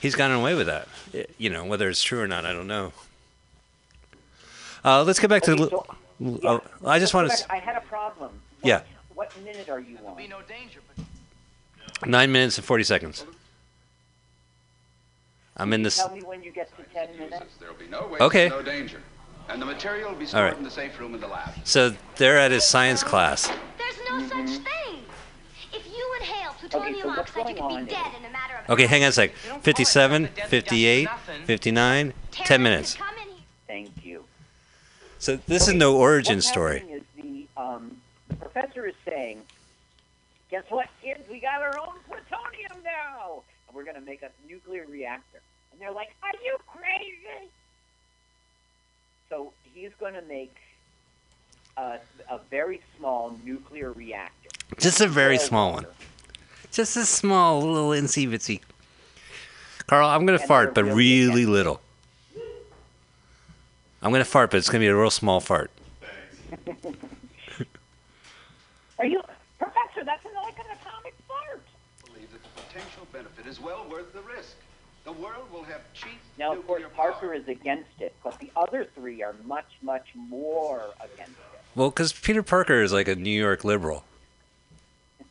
L: he's gotten away with that. I- You know, whether it's true or not, I don't know. Uh, let's get back to.
F: Okay,
L: the
F: so-
L: oh, I just want
F: Correct,
L: to.
F: I had a problem.
L: Yeah,
F: What minute are you on? no danger.
L: nine minutes and forty seconds. I'm in this.
F: Tell me when you get to ten minutes.
O: There will be no waste,
L: Okay.
O: no danger. And the material will be
L: All
O: stored
L: right.
O: in the safe room in the lab.
L: So they're at his science class.
P: There's no such
Q: Mm-hmm.
P: thing. If you inhale plutonium
F: Okay, so what's
P: oxide, you
F: going
P: could
F: on
P: be dead in a matter of
L: Okay, hang on a sec. 57, 58, 59, 10 minutes.
F: Thank you.
L: So this is no origin
F: What's
L: story.
F: happening Is the, um, the professor is saying, guess what, kids? We got our own plutonium now, and we're going to make a nuclear reactor. And they're like, are you crazy? So he's going to make a, a very small nuclear reactor.
L: Just a very small one. Just a small little insy bitsy. Carl, I'm gonna
F: And
L: fart,
F: they're
L: but really little. I'm gonna fart, but it's gonna be a real small fart.
F: Are you, professor? That's an, like an atomic fart.
O: Believe that the potential benefit is well worth the risk. The world will have cheap
F: Now, of course, Parker is against it, but the other three are much, much more against
L: Well, because Peter Parker is like a New York liberal.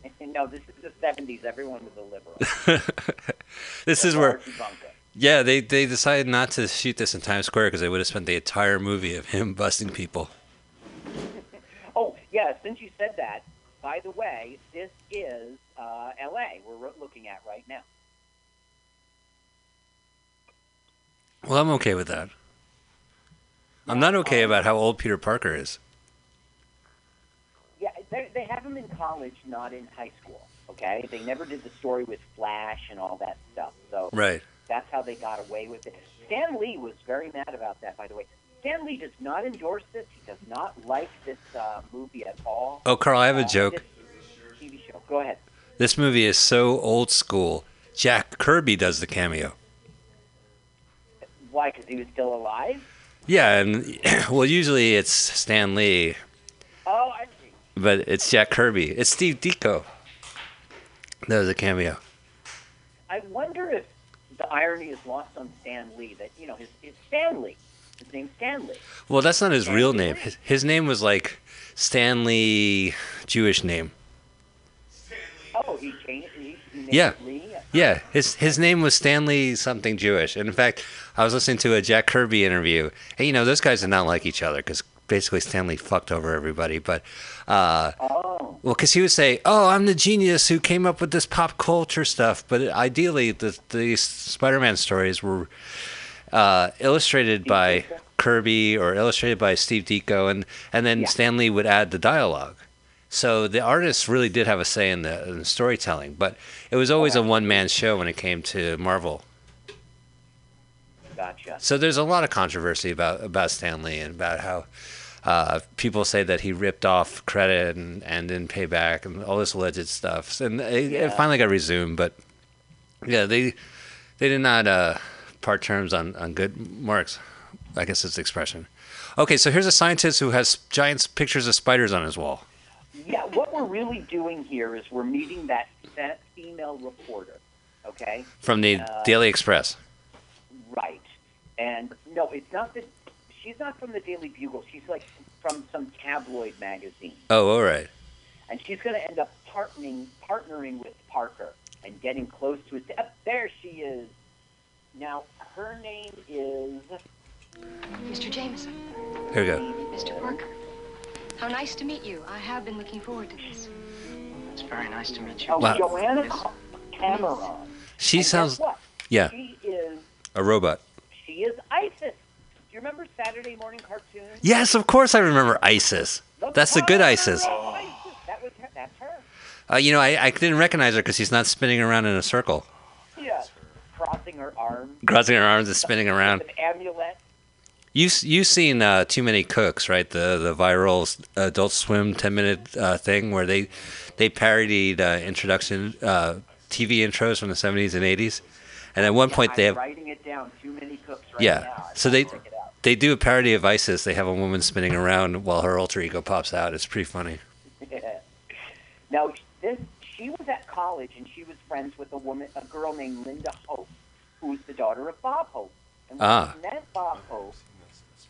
F: it. <laughs> no, this is the 70s. Everyone was a
L: <laughs>
F: liberal.
L: this is where,
F: Bunker.
L: yeah, they they decided not to shoot this in Times Square because they would have spent the entire movie of him <laughs> busting people.
F: Oh, yeah, since you said that, by the way, this is uh, L.A. we're ro- looking at right now.
L: Well, I'm okay with that. I'm not okay about how old Peter Parker is.
F: Yeah, they they have him in college, not in high school, okay? They never did the story with Flash and all that stuff, so
L: Right.
F: that's how they got away with it. Stan Lee was very mad about that, by the way. Stan Lee does not endorse this. He does not like this uh, movie at all.
L: Oh, Carl, I have a
F: Uh,
L: joke.
F: this TV show. Go ahead.
L: This movie is so old school. Jack Kirby does the cameo.
F: Why? Because he was still alive?
L: Yeah, and <clears throat> well, usually it's Stan Lee,
F: Oh, I see.
L: but it's Jack Kirby. It's Steve Ditko. That was a cameo.
F: I wonder if the irony is lost on Stan Lee that you know his it's Stan Lee. His name's Stan Lee.
L: Well, that's not his real name. His, his name was like Stanley Jewish name.
F: Oh, he changed. He, he named
L: Yeah.
F: it Lee.
L: Yeah, his his name was Stanley something Jewish. And in fact, I was listening to a Jack Kirby interview. And you know, those guys did not like each other because basically Stanley fucked over everybody. But uh, well, because he would say, "Oh, I'm the genius who came up with this pop culture stuff." But ideally, the the Spider-Man stories were uh, illustrated by Kirby or illustrated by Steve Ditko, and and then Stanley would add the dialogue. So the artists really did have a say in the, in the storytelling, but it was always a one-man show when it came to Marvel.
F: Gotcha.
L: So there's a lot of controversy about about Stanley and about how uh, people say that he ripped off credit and, and didn't pay back and all this alleged stuff. And it, it
Q: Yeah.
L: finally got resumed, but yeah, they they did not uh, part terms on on good marks. I guess it's the expression. Okay, so here's a scientist who has giant s- pictures of spiders on his wall.
F: Yeah, what we're really doing here is we're meeting that, that female reporter, okay?
L: From the
F: Uh,
L: Daily Express.
F: Right. And no, it's not that she's not from the Daily Bugle. She's like from some tabloid magazine.
L: Oh, all right.
F: And she's going to end up partnering, partnering with Parker and getting close to it. Up there she is. Now, her name is.
J: Mr. Jameson.
L: Here we go.
J: Mr. Parker. How nice to meet you. I have been looking forward to this.
I: It's very nice to meet you.
F: Oh,
L: Wow.
F: Joanna Cameron.
L: She
F: And guess
L: sounds
F: what?
L: yeah,
F: She is.
L: a robot.
F: She is ISIS. Do you remember Saturday morning cartoons?
L: Yes, of course I remember ISIS. That's the
F: <laughs>
L: good ISIS.
F: That was her, that's her.
L: Uh, you know, I, I didn't recognize her because she's not spinning around in a circle.
F: Yeah. Crossing her arms.
L: Crossing her arms and spinning around.
F: An amulet.
L: You you seen uh, Too Many Cooks, right? The the viral s- Adult Swim ten minute uh, thing where they they parodied uh, introduction uh, TV intros from the seventies and eighties, and at one point
F: I'm
L: they have
F: writing it down. Too many cooks right
L: yeah.
F: now. I've
L: So
F: got to
L: they
F: check it out.
L: they do a parody of ISIS. They have a woman spinning around while her alter ego pops out. It's pretty funny.
F: <laughs> now this she was at college and she was friends with a woman, a girl named Linda Hope, who was the daughter of Bob Hope. And when
L: Ah.
F: she met Bob Hope,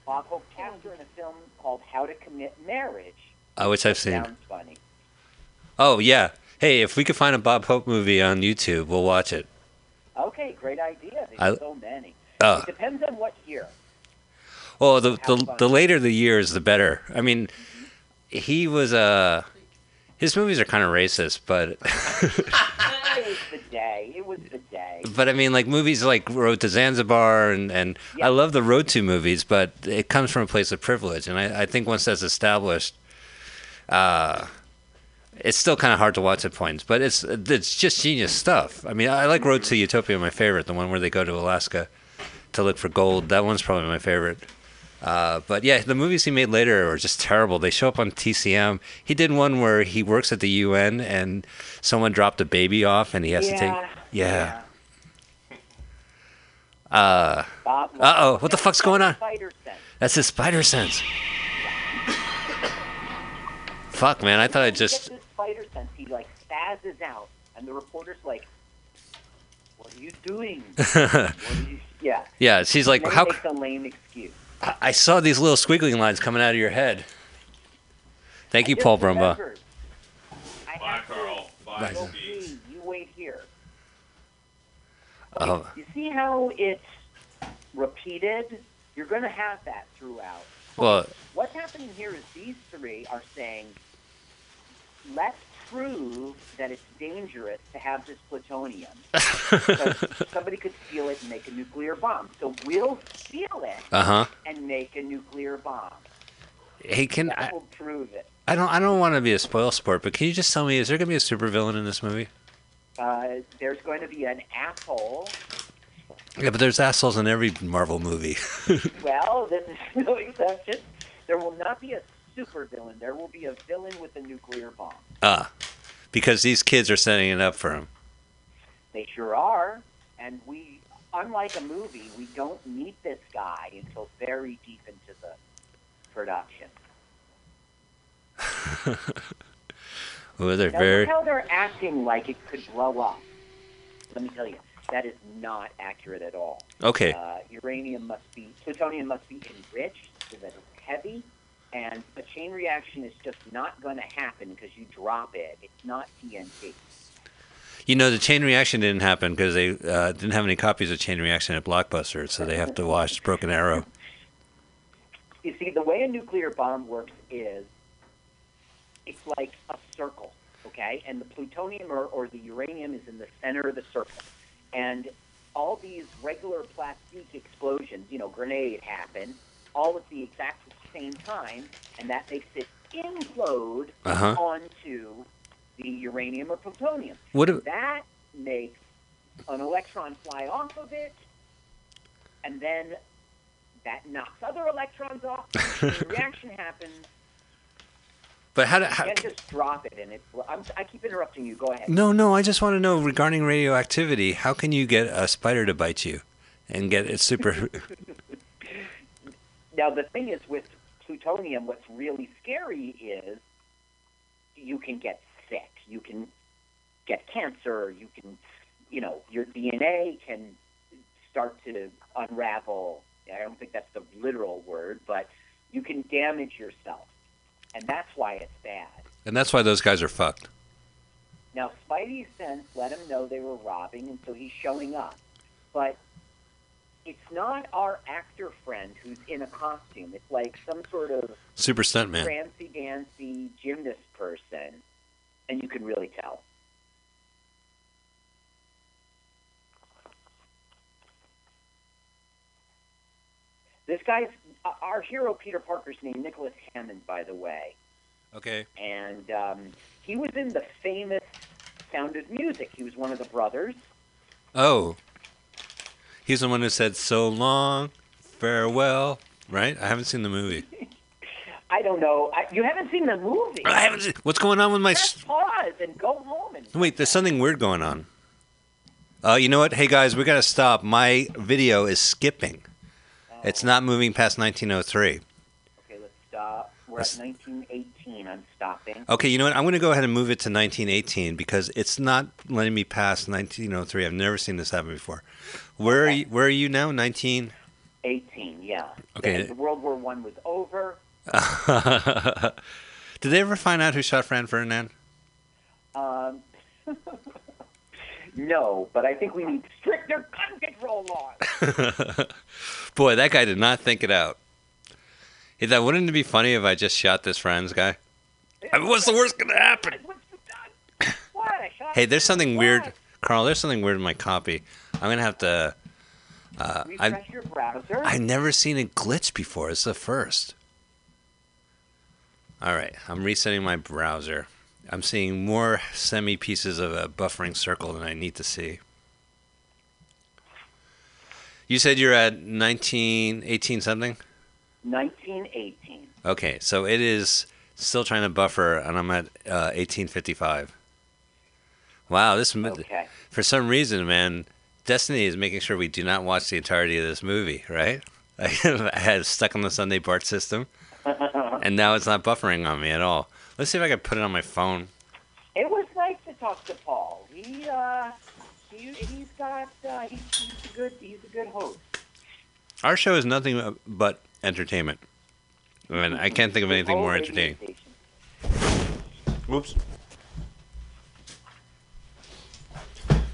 F: Bob Hope cast her in a film called How to Commit Marriage.
L: Uh, which I've seen.
F: Sounds funny.
L: Oh yeah. Hey, if we could find a Bob Hope movie on YouTube, we'll watch it.
F: Okay, great idea. There's
L: I-
F: so many.
L: Uh.
F: it depends on what year.
L: Well, the
F: Have
L: the,
F: fun.
L: the later the years, the better. I mean, he was Uh, his movies are kind of racist, but
F: it was the day. It was the day.
L: but I mean, like movies like Road to Zanzibar and and I love the Road to movies, but it comes from a place of privilege, and I, I think once that's established, uh, it's still kind of hard to watch at points. But it's it's just genius stuff. I mean, I like Road to Utopia, my favorite, the one where they go to Alaska to look for gold. That one's probably my favorite. Uh, but yeah, the movies he made later are just terrible. They show up on TCM. He did one where he works at the UN and someone dropped a baby off and he has to
F: Yeah.
L: take. Yeah. Uh
F: Bob
L: oh, what the fuck's going on?
F: Spider sense.
L: That's his spider sense. Fuck, man, I thought I just.
F: He gets this spider sense. He like spazzes out, and the reporter's like, "What are you
L: <laughs>
F: doing?" yeah.
L: Yeah, she's like,
F: And then
L: "How
F: He
L: c-
F: makes a lame excuse.
L: I I saw these little squiggling lines coming out of your head. Thank you,
F: Just
L: Paul Brumbaugh.
F: remembered. I Bye, Carl.
L: Bye,
F: You wait here.
L: Oh,
F: You see how it's repeated? You're going to have that throughout.
L: well,
F: What's happening here is these three are saying, let's prove that it's dangerous to have this plutonium. Because somebody could steal it and make a nuclear bomb. So we'll steal it
L: Uh-huh.
F: and make a nuclear bomb.
L: hey, can I?
F: That will prove it.
L: I don't. I don't want to be a spoil sport, but can you just tell me, is there gonna be a supervillain in this movie?
F: Uh, there's going to be an asshole.
L: Yeah, but there's assholes in every Marvel movie. <laughs>
F: Well, this is <laughs> no exception. There will not be a super villain. There will be a villain with a nuclear bomb.
L: Ah, because these kids are setting it up for him.
F: They sure are. And we, unlike a movie, we don't meet this guy until very deep into the production.
L: Oh, they're
F: Now,
L: very.
F: look how they're acting like it could blow up. Let me tell you, that is not accurate at all.
L: Okay.
F: Uh, uranium must be, plutonium must be enriched so that it's heavy, and a chain reaction is just not going to happen because you drop it. It's not TNT.
L: You know, the Chain Reaction didn't happen because they uh, didn't have any copies of Chain Reaction at Blockbuster, so they have to watch Broken Arrow.
F: You see, the way a nuclear bomb works is it's like a circle, okay? And the plutonium or, or the uranium is in the center of the circle. And all these regular plastic explosions, you know, grenade happen all at the exact same time, and that makes it implode
L: Uh-huh.
F: onto the uranium or plutonium.
L: What if-
F: that makes an electron fly off of it, and then that knocks other electrons off. and
L: <laughs>
F: the reaction happens.
L: But how do.
F: you
L: How,
F: can't just drop it, and it. I'm, I keep interrupting you. Go ahead.
L: no, no, I just want to know regarding radioactivity, how can you get a spider to bite you and get it super. <laughs>
F: Now the thing is with plutonium, what's really scary is you can get sick. You can get cancer. You can, you know, your DNA can start to unravel. I don't think that's the literal word, but you can damage yourself, and that's why it's bad.
L: and that's why those guys are fucked.
F: Now, Spidey Sense let him know they were robbing, and so he's showing up. But it's not our actor friend who's in a costume. It's like some sort of
L: Super stuntman.
F: fancy dancy gymnast person, and you can really tell. This guy's uh, our hero, Peter Parker's name, Nicholas Hammond, by the way
L: Okay.
F: and um, he was in the famous Sound of Music. He was one of the brothers.
L: Oh. He's the one who said, so long, farewell, right? I haven't seen the movie.
F: I don't know. I, you haven't seen the movie.
L: I haven't seen. What's going on with my. s-
F: Press pause and go home and
L: Wait, there's something weird going on. Uh, you know what? Hey guys, we gotta stop. My video is skipping. It's not moving past 1903.
F: okay, let's stop. We're at 1918. I'm stopping.
L: Okay, you know what? I'm gonna go ahead and move it to 1918 because it's not letting me pass 1903. I've never seen this happen before. Where are you, where are you now? 19.
F: 18. Yeah.
L: Okay.
F: The, World War One was over.
L: <laughs> Did they ever find out who shot Fran Ferdinand?
F: Um, no, but I think we need stricter gun control laws.
L: Boy, that guy did not think it out. Hey, That wouldn't it be funny if I just shot this Franz guy? I mean, what's the worst gonna happen?
F: What? I shot
L: Hey, there's something weird, Carl. There's something weird in my copy. I'm gonna have to. Uh, I
F: Refresh your browser.
L: I've never seen a glitch before. It's the first. All right, I'm resetting my browser. I'm seeing more semi pieces of a buffering circle than I need to see. You said you're at 19, 18 something.
F: 1918.
L: Okay, so it is still trying to buffer, and I'm at uh, 1855. Wow, this mo- for some reason, man, Destiny is making sure we do not watch the entirety of this movie, right? <laughs> I had it stuck on the Sunday Bart system, and now it's not buffering on me at all. Let's see if I can put it on my phone.
F: It was nice to talk to Paul. He uh, he he's got uh, he's, he's a good he's a good host.
L: Our show is nothing uh, but entertainment, and I can't think of anything more entertaining. Oops.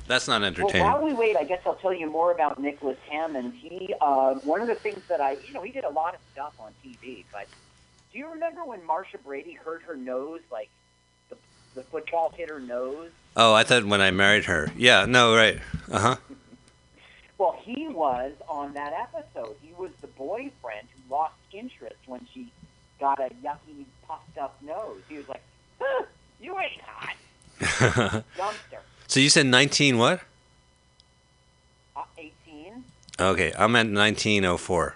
L: That's not entertaining.
F: Well, while we wait, I guess I'll tell you more about Nicholas Hammond. He uh, one of the things that I you know he did a lot of stuff on TV, but do you remember when Marsha Brady hurt her nose like the the football hit her nose?
L: Oh, I thought when I married her. Yeah, no, right. Uh huh.
F: Well, he was on that episode. He was the boyfriend who lost interest when she got a yucky, puffed up nose. He was like, huh, "You ain't hot, dumpster."
L: so you said 19 what?
F: Uh, Eighteen,
L: Okay, I'm at 1904.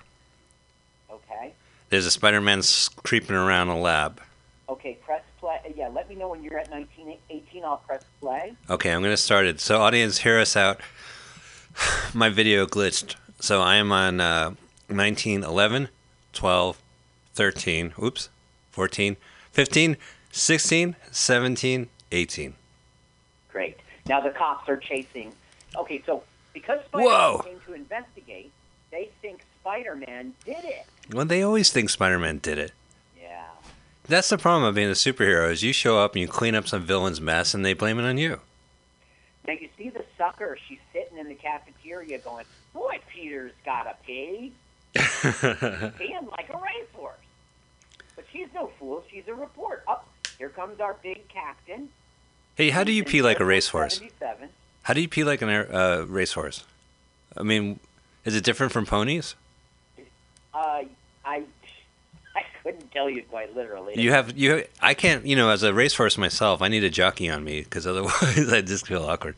F: okay,
L: There's a Spider Man creeping around a lab.
F: okay. Press play. Yeah, let me know when you're at nineteen eighteen. I'll press play.
L: Okay, I'm going to start it. So, audience, hear us out. <sighs> My video glitched. So, I am on uh, 19, 11, 12, 13, oops, 14, 15, 16, 17, 18.
F: Great. Now the cops are chasing. Okay, so because
L: Whoa.
F: Spider-Man came to investigate, they think Spider-Man did it.
L: Well, they always think Spider Man did it.
F: Yeah.
L: That's the problem of being a superhero is you show up and you clean up some villain's mess and they blame it on you.
F: They her. She's sitting in the cafeteria going, Boy, Peter's got to
L: <laughs>
F: pee. Being like a racehorse. But she's no fool. She's a report. Up, here comes our big captain.
L: Hey, how do you pee like a racehorse?
F: 77.
L: How do you pee like a uh, racehorse? I mean, is it different from ponies?
F: Uh, I, <laughs> I couldn't tell you quite literally.
L: You have you. I can't. You know, as a racehorse myself, I need a jockey on me because otherwise <laughs> I just feel awkward.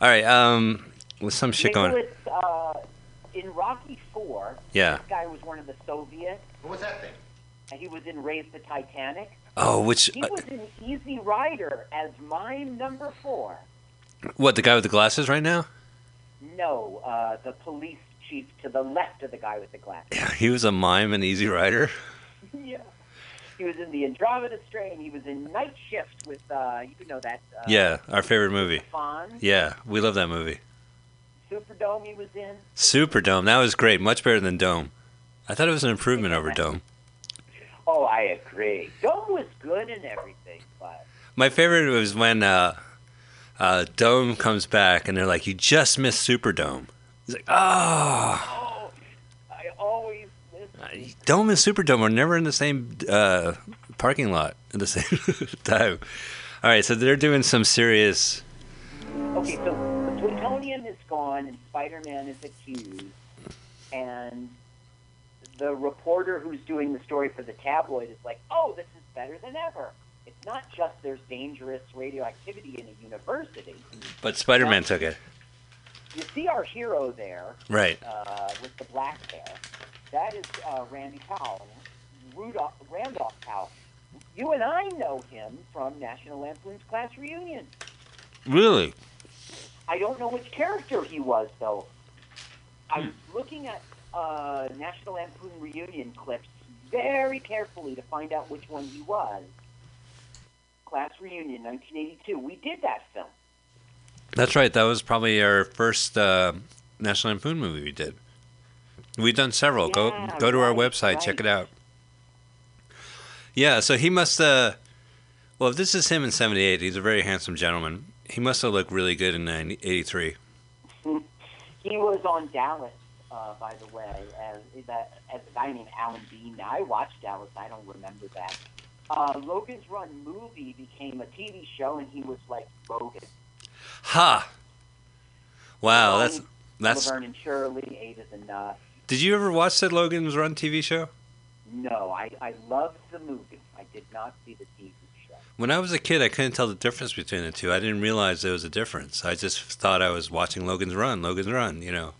L: All right. Um, with some shit going.
F: Nicholas, uh, in Rocky Four,
L: Yeah.
F: this guy was one of the Soviets. What was that thing? And he was in Raise the Titanic.
L: Oh, which
F: He
L: uh,
F: was in Easy Rider as mime number four.
L: what the guy with the glasses right now? <laughs>
F: No, uh, the police chief to the left of the guy with the glasses.
L: He was a mime and Easy Rider.
F: Uh-huh. yeah. He was in the Andromeda Strain. He was in Night Shift with, uh, you know that. Uh,
L: yeah, our favorite movie.
F: Fun.
L: Yeah, we love that movie.
F: Superdome he was in.
L: Superdome. That was great. Much better than Dome. I thought it was an improvement over Dome.
F: Oh, I agree. Dome was good and everything, but
L: My favorite was when uh, uh, Dome comes back and they're like, "You just missed Superdome." He's like, "Ah,
F: I always miss.
L: Dome and Superdome are never in the same uh, parking lot at the <laughs> same time." All right, so they're doing some serious.
F: Okay, so the plutonium is gone and Spider-Man is accused, and the reporter who's doing the story for the tabloid is like, "Oh, this is better than ever. It's not just there's dangerous radioactivity in a university.
L: But Spider-Man took it.
F: You see our hero there,
L: Right.
F: Uh, with the black hair, that is uh, Randy Powell, Rudolph Randolph Powell. You and I know him from National Lampoon's Class Reunion.
L: Really?
F: I don't know which character he was though. I was
L: Hmm.
F: looking at uh, National Lampoon reunion clips very carefully to find out which one he was. Class reunion, 1982. We did that film.
L: That's right. That was probably our first uh, National Lampoon movie we did. We've done several. go
F: Yeah,
L: go to our
F: right,
L: website, check
F: right.
L: it out. Yeah, so he must. Uh, well, if this is him in '78, he's a very handsome gentleman. He must have looked really good in 90 '83.
F: He was on Dallas, uh, by the way, as that as a guy named Alan Bean. Now, I watched Dallas. I don't remember that. Uh, Logan's Run movie became a TV show, and he was like Logan.
L: Ha! Wow, Oh, that's that's.
F: Laverne and Shirley, Eight is Enough.
L: Did you ever watch the Logan's Run TV show?
F: No, I, I loved the movie. I did not see the TV show.
L: When I was a kid, I couldn't tell the difference between the two. I didn't realize there was a difference. I just thought I was watching Logan's Run. Logan's Run, you know.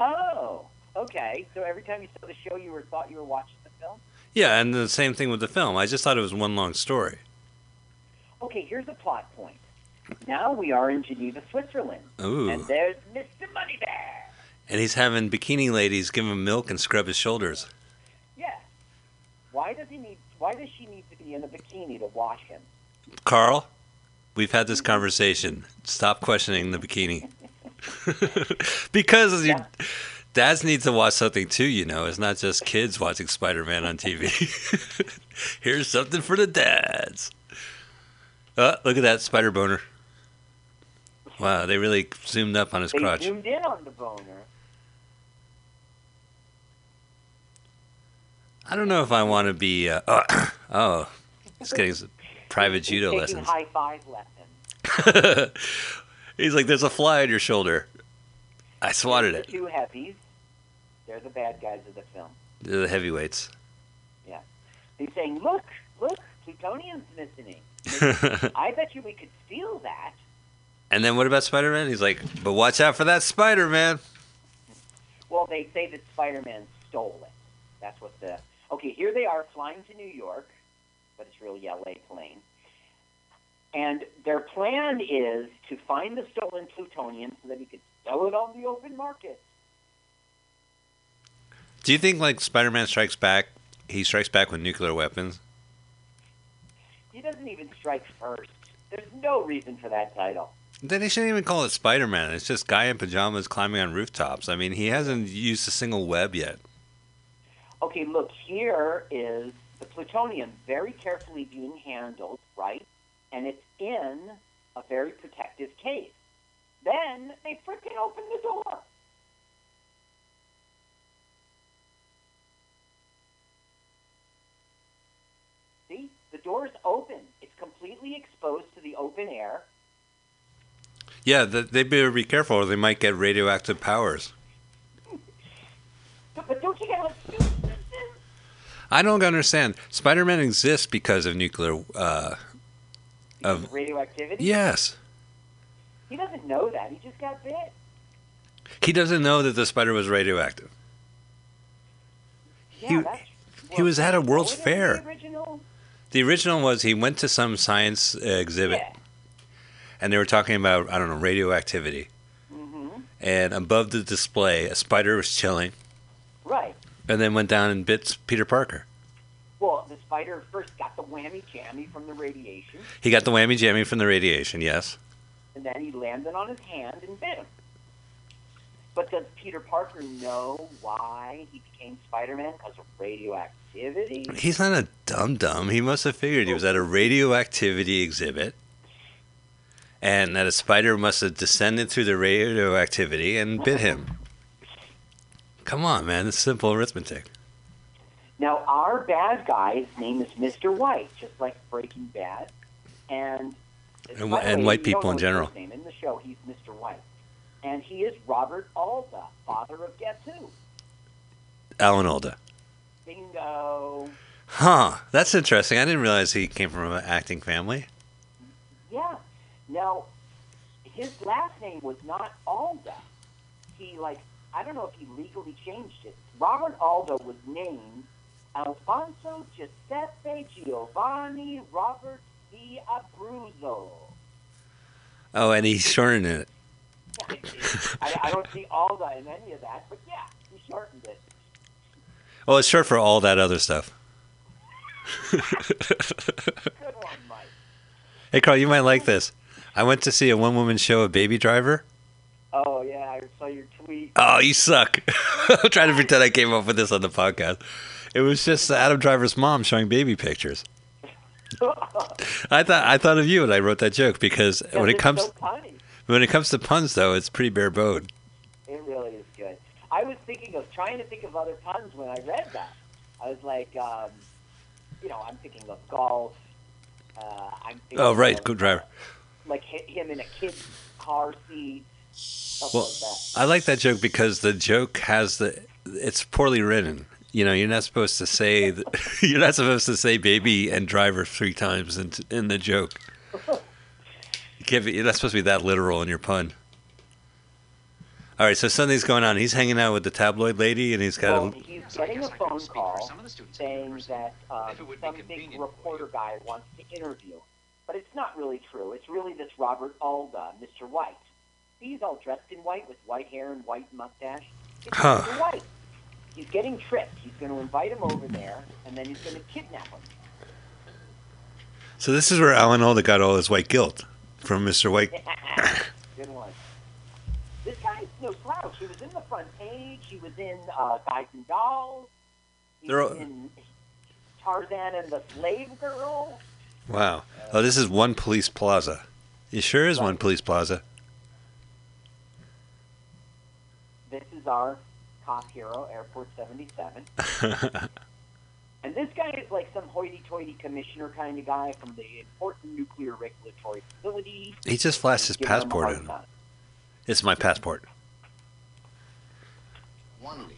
F: Oh, okay. So every time you saw the show, you were thought you were watching the film.
L: Yeah, and the same thing with the film. I just thought it was one long story.
F: Okay, here's a plot point. Now we are in Geneva, Switzerland,
L: Ooh.
F: and there's Mr. Moneybag.
L: And he's having bikini ladies give him milk and scrub his shoulders.
F: Yeah. Why does he need? Why does she need to be in a bikini to wash him?
L: Carl, we've had this conversation. Stop questioning the bikini. <laughs> because you, dads need to watch something too, you know. It's not just kids watching Spider Man on TV. <laughs> Here's something for the dads. Uh, look at that spider boner. Wow, they really zoomed up on his
F: they
L: crotch.
F: zoomed in on the boner.
L: I don't know if I want to be. Uh, <coughs> oh, oh, just getting some private judo
F: Taking
L: lessons.
F: high five lessons.
L: <laughs> He's like, "There's a fly on your shoulder." I swatted
F: The
L: it.
F: two heavies. They're the bad guys of the film.
L: They're the heavyweights.
F: Yeah. He's saying, look, look, plutonium's missing. I bet you we could steal that.
L: and then what about Spider-Man? He's like, "But watch out for that Spider-Man."
F: Well, they say that Spider-Man stole it. That's what the... Okay, here they are flying to New York, but it's really L.A. plane. And their plan is to find the stolen plutonium so that we could sell it on the open market.
L: Do you think like Spider-Man strikes back? He strikes back with nuclear weapons.
F: He doesn't even strike first. There's no reason for that title.
L: Then they shouldn't even call it Spider-Man. It's just guy in pajamas climbing on rooftops. I mean, he hasn't used a single web yet.
F: Okay, look, here is the plutonium very carefully being handled, right? And it's in a very protective case. Then they freaking opened the door. See, the door's open. It's completely exposed to the open air.
L: Yeah, th- they better be careful or they might get radioactive powers.
F: But don't you get how stupid this is?
L: I don't understand. Spider Man exists because of nuclear. Uh, of
F: Radioactivity?
L: Yes.
F: He doesn't know that. He just got bit.
L: He doesn't know that the spider was radioactive.
F: Yeah,
L: He-
F: that's oh,
L: he was at a World's
F: the
L: Fair.
F: original.
L: The original was he went to some science uh, exhibit and they were talking about, I don't know, radioactivity.
F: Mm-hmm.
L: And above the display, a spider was chilling
F: Right.
L: and then went down and bit Peter Parker.
F: Well, the spider first got the whammy jammy from the radiation,
L: He got the whammy jammy from the radiation, yes.
F: and then he landed on his hand and bit him. But does Peter Parker know why he became Spider-Man? Because of radioactivity?
L: He's not a dum dum. He must have figured he was at a radioactivity exhibit and that a spider must have descended through the radioactivity and bit him. Come on, man. It's simple arithmetic.
F: Now, our bad guy's name is Mr. White, just like Breaking Bad. And,
L: And-
F: by the
L: and
F: way,
L: white
F: you don't
L: people
F: know
L: in
F: his
L: general.
F: first Name. In the show, he's Mr. White. And he is Robert Alda, father of Guess Who?
L: Alan Alda.
F: Bingo.
L: Huh. That's interesting. I didn't realize he came from an acting family.
F: Yeah. Now, his last name was not Alda. He, like, I don't know if he legally changed it. Robert Alda was named Alfonso Giuseppe Giovanni Robert D. Abruzzo.
L: Oh, and he shortened it.
F: I, I don't see Alda in any of that, but yeah, he shortened it.
L: Oh, it's short for all that other stuff.
F: Good one, Mike.
L: hey, Carl, you might like this. I went to see a one woman show of Baby Driver.
F: Oh, yeah, I saw your tweet.
L: Oh, you suck. <laughs> I'm trying to pretend I came up with this on the podcast. It was just Adam Driver's mom showing baby pictures. I thought I thought of you and I wrote that joke because when it
F: it's
L: comes
F: so funny.
L: when it comes to puns though, it's pretty bare bone.
F: It really is good. I was thinking of trying to think of other puns when I read that. I was like, um, you know, I'm thinking of golf. Uh, I'm thinking
L: Oh right,
F: of,
L: good driver.
F: Like hi- him in a kid's car seat. Stuff
L: Well,
F: like that.
L: I like that joke because the joke has the it's poorly written. You know, you're not supposed to say th- <laughs> you're not supposed to say baby and driver three times in, in the joke.
F: <laughs>
L: You can't be, you're not supposed to be that literal in your pun. All right, so something's going on. He's hanging out with the tabloid lady, and he's got
F: Well,
L: a,
F: he's getting a phone call saying that um, some big reporter guy wants to interview. him. But it's not really true. It's really this Robert Alda, Mr. White. He's all dressed in white with white hair and white mustache. It's
L: Huh.
F: Mr. White. He's getting tricked. He's going to invite him over there, and then he's going to kidnap him.
L: so this is where Alan Alda got all his white guilt from Mr. <coughs> White.
F: Good one. This guy's no slouch. He was in the front page. He was in uh, Guys and Dolls. He
L: They're
F: was
L: all-
F: in Tarzan and the Slave Girl.
L: Wow. Oh, this is one police plaza. It sure is one police plaza.
F: This is our cop hero, Airport
L: <laughs>
F: 77. And this guy is like some hoity-toity commissioner kind of guy from the important nuclear regulatory facility.
L: He just flashed his
F: Give him a
L: passport
F: hard
L: at him.
F: time.
L: It's my passport.
Q: One lead,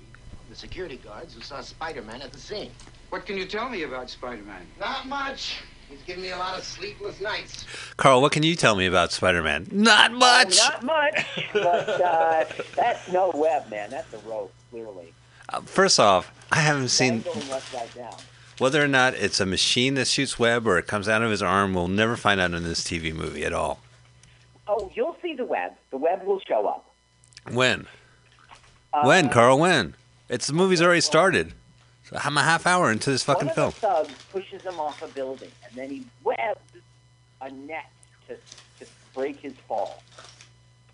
Q: the security guards who saw Spider-Man at the scene.
O: What can you tell me about Spider-Man?
Q: Not much. He's given me a lot of sleepless nights.
L: Carl, what can you tell me about Spider-Man? Not much.
F: Not much, but uh, that's no web, man. That's a rope, clearly.
L: Uh, First off, I haven't seen
F: Dangling upside down.
L: whether or not it's a machine that shoots web or it comes out of his arm. We'll never find out in this TV movie at all.
F: Oh, you'll see the web. The web will show up.
L: When?
F: Uh,
L: when, Carl? When? It's the movie's already started. So I'm a half hour into this fucking
F: One
L: film.
F: of the thugs pushes him off a building, and then he webs a net to, to break his fall.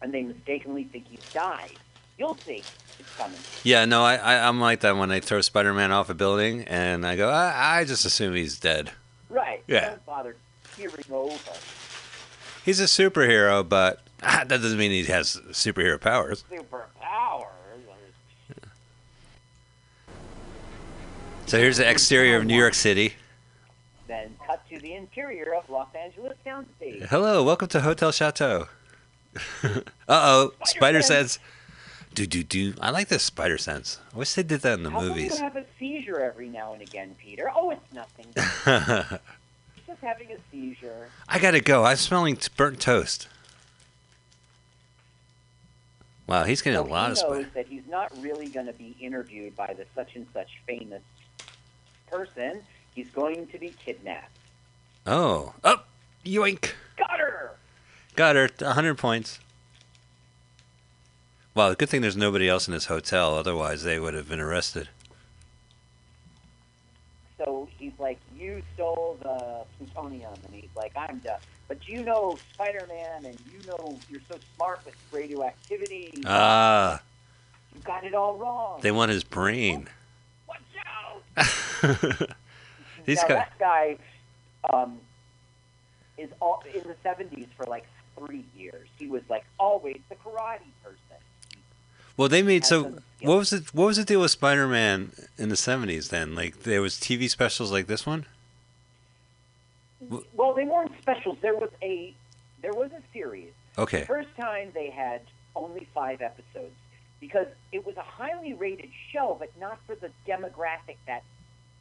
F: And they mistakenly think he's died. You'll see. It's coming.
L: Yeah, no, I, I I'm like that when they throw Spider-Man off a building and I go, I, I just assume he's dead.
F: Right.
L: Yeah.
F: Don't bother peering over.
L: He's a superhero, but <laughs> Ah, that doesn't mean he has superhero powers.
F: Superpowers.
L: So here's the exterior of New York City.
F: Then cut to the interior of Los Angeles County.
L: Hello, welcome to Hotel Chateau. <laughs> uh oh, spider sense. Do do do. I like this spider sense. I wish they did that in the
F: How come you
L: movies.
F: have a seizure every now and again, Peter? Oh, it's
L: <laughs>
F: nothing.
L: I
F: He's just having a seizure.
L: gotta go. I'm smelling t- burnt toast. Wow, he's getting a lot
F: he
L: of spider.
F: knows that he's not really going to be interviewed by the such and such famous person. He's going to be kidnapped.
L: Oh, up, yoink.
F: Got her.
L: Got her. 100 points. Well, good thing there's nobody else in his hotel. Otherwise, they would have been arrested.
F: So he's like, "You stole the plutonium," and he's like, "I'm done." But you know Spider-Man, and you know you're so smart with radioactivity.
L: Ah,
F: you got it all wrong.
L: they want his brain. Watch out! These
F: now
L: guys.
F: Oh, that guy um, is all in the '70s for like three years. He was like always the karate person.
L: Well, they made so. What was it? What was the deal with Spider-Man in the '70s? Then, like, there was TV specials like this one.
F: Well, they weren't specials. There was a there was a series.
L: Okay.
F: The first time they had only five episodes because it was a highly rated show, but not for the demographic that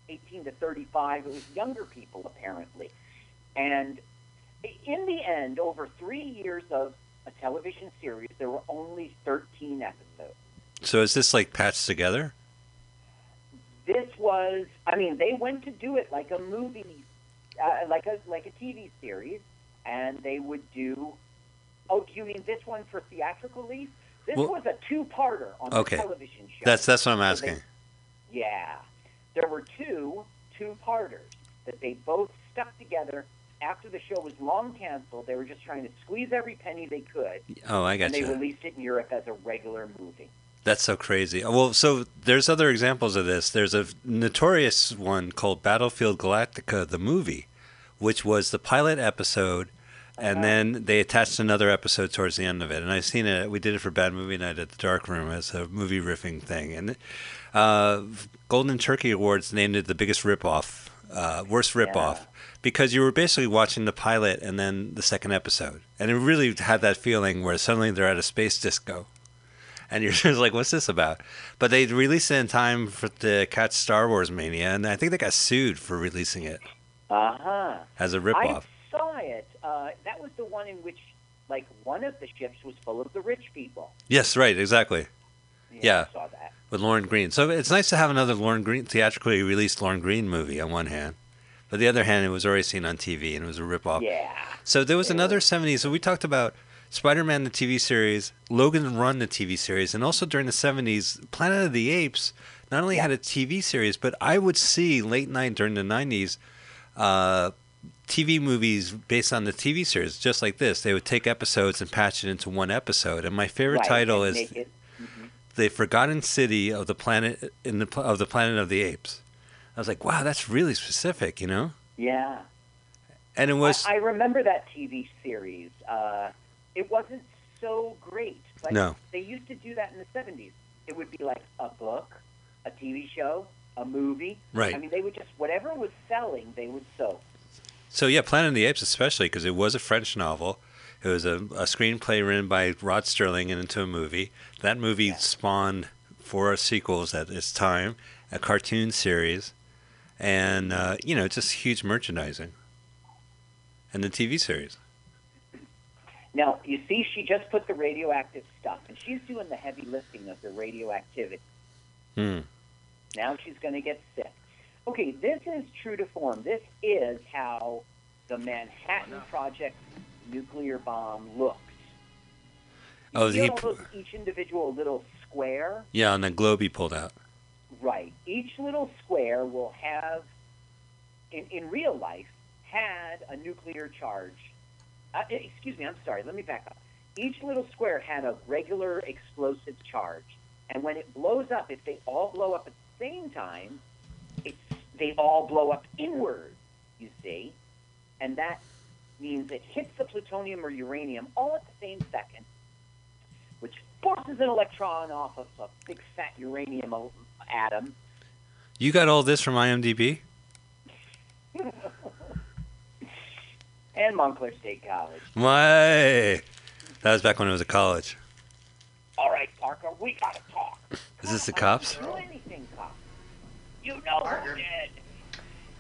F: 18 to 35. It was younger people apparently, and in the end, over three years of a television series, there were only 13 episodes.
L: So is this like patched together?
F: This was, I mean, they went to do it like a movie, uh, like a like a TV series, and they would do. Oh, do you mean this one for theatrical release? This
L: Well-
F: was a two-parter on
L: Okay.
F: the television show.
L: That's that's what I'm
F: So they-
L: asking.
F: yeah, there were two two-parters that they both stuck together. After the show was long canceled, they were just trying to squeeze every penny they could.
L: Oh, I
F: And they
L: gotcha.
F: released it in Europe as a regular movie.
L: That's so crazy. Oh, Well, so there's other examples of this. There's a notorious one called Battlefield Galactica, the movie, which was the pilot episode, and then they attached another episode towards the end of it. And I've seen it. We did it for Bad Movie Night at the Dark Room as a movie riffing thing. And uh, Golden Turkey Awards named it the biggest ripoff, uh, worst ripoff, because you were basically watching the pilot and then the second episode, and it really had that feeling where suddenly they're at a space disco and you're <laughs> just like, "What's this about?" But they released it in time for to catch Star Wars mania, and I think they got sued for releasing it
F: Uh huh.
L: as a ripoff.
F: I saw it. Uh, that was the one in which, like, one of the ships was full of the rich people.
L: Yes, right, exactly. Yeah,
F: I saw that.
L: with Lauren Green. So it's nice to have another Lauren Green theatrically released Lauren Green movie on one hand, but the other hand, it was already seen on TV and it was a ripoff.
F: Yeah.
L: So there was another '70s. So we talked about. Spider-Man the TV series, Logan Run the TV series, and also during the 70s, Planet of the Apes not only had a TV series, but I would see late night during the 90s uh, TV movies based on the TV series, just like this. They would take episodes and patch it into one episode. And my favorite
F: Right,
L: title
F: and
L: is
F: make it-
L: "The Forgotten City of the Planet in the Pla- of the Planet of the Apes." I was like, "Wow, that's really specific," you know.
F: Yeah.
L: And it was
F: I, I remember that TV series. Uh, it wasn't so great. Like,
L: No.
F: They used to do that in the 70s. It would be like a book, a TV show, a movie.
L: Right.
F: I mean, they would just, whatever was selling, they would sell.
L: So yeah, Planet of the Apes especially because it was a French novel. It was a, a screenplay written by Rod Sterling and into a movie. That movie spawned four sequels at its time, a cartoon series, and uh, you know just huge merchandising, and the TV series.
F: Now, you see, she just put the radioactive stuff, and she's doing the heavy lifting of the radioactivity.
L: Hmm.
F: Now she's going to get sick. Okay, this is true to form. This is how the Manhattan Project nuclear bomb looks. You
L: Oh,
F: see
L: he
F: all those, each individual little square?
L: yeah, and the globe he pulled out.
F: Right. Each little square will have, in, in real life, had a nuclear charge. Uh, e- excuse me, I'm sorry. Let me back up. Each little square had a regular explosive charge. And when it blows up, if they all blow up at the same time, it's, they all blow up inward, you see. And that means it hits the plutonium or uranium all at the same second, which forces an electron off of a big fat uranium o- atom.
L: You got all this from IMDb?
F: and Montclair State College.
L: My. That was back when it was a college.
F: All right, Parker, we gotta talk.
L: Is this the cops?
F: Do anything, cop. You know
Q: Parker.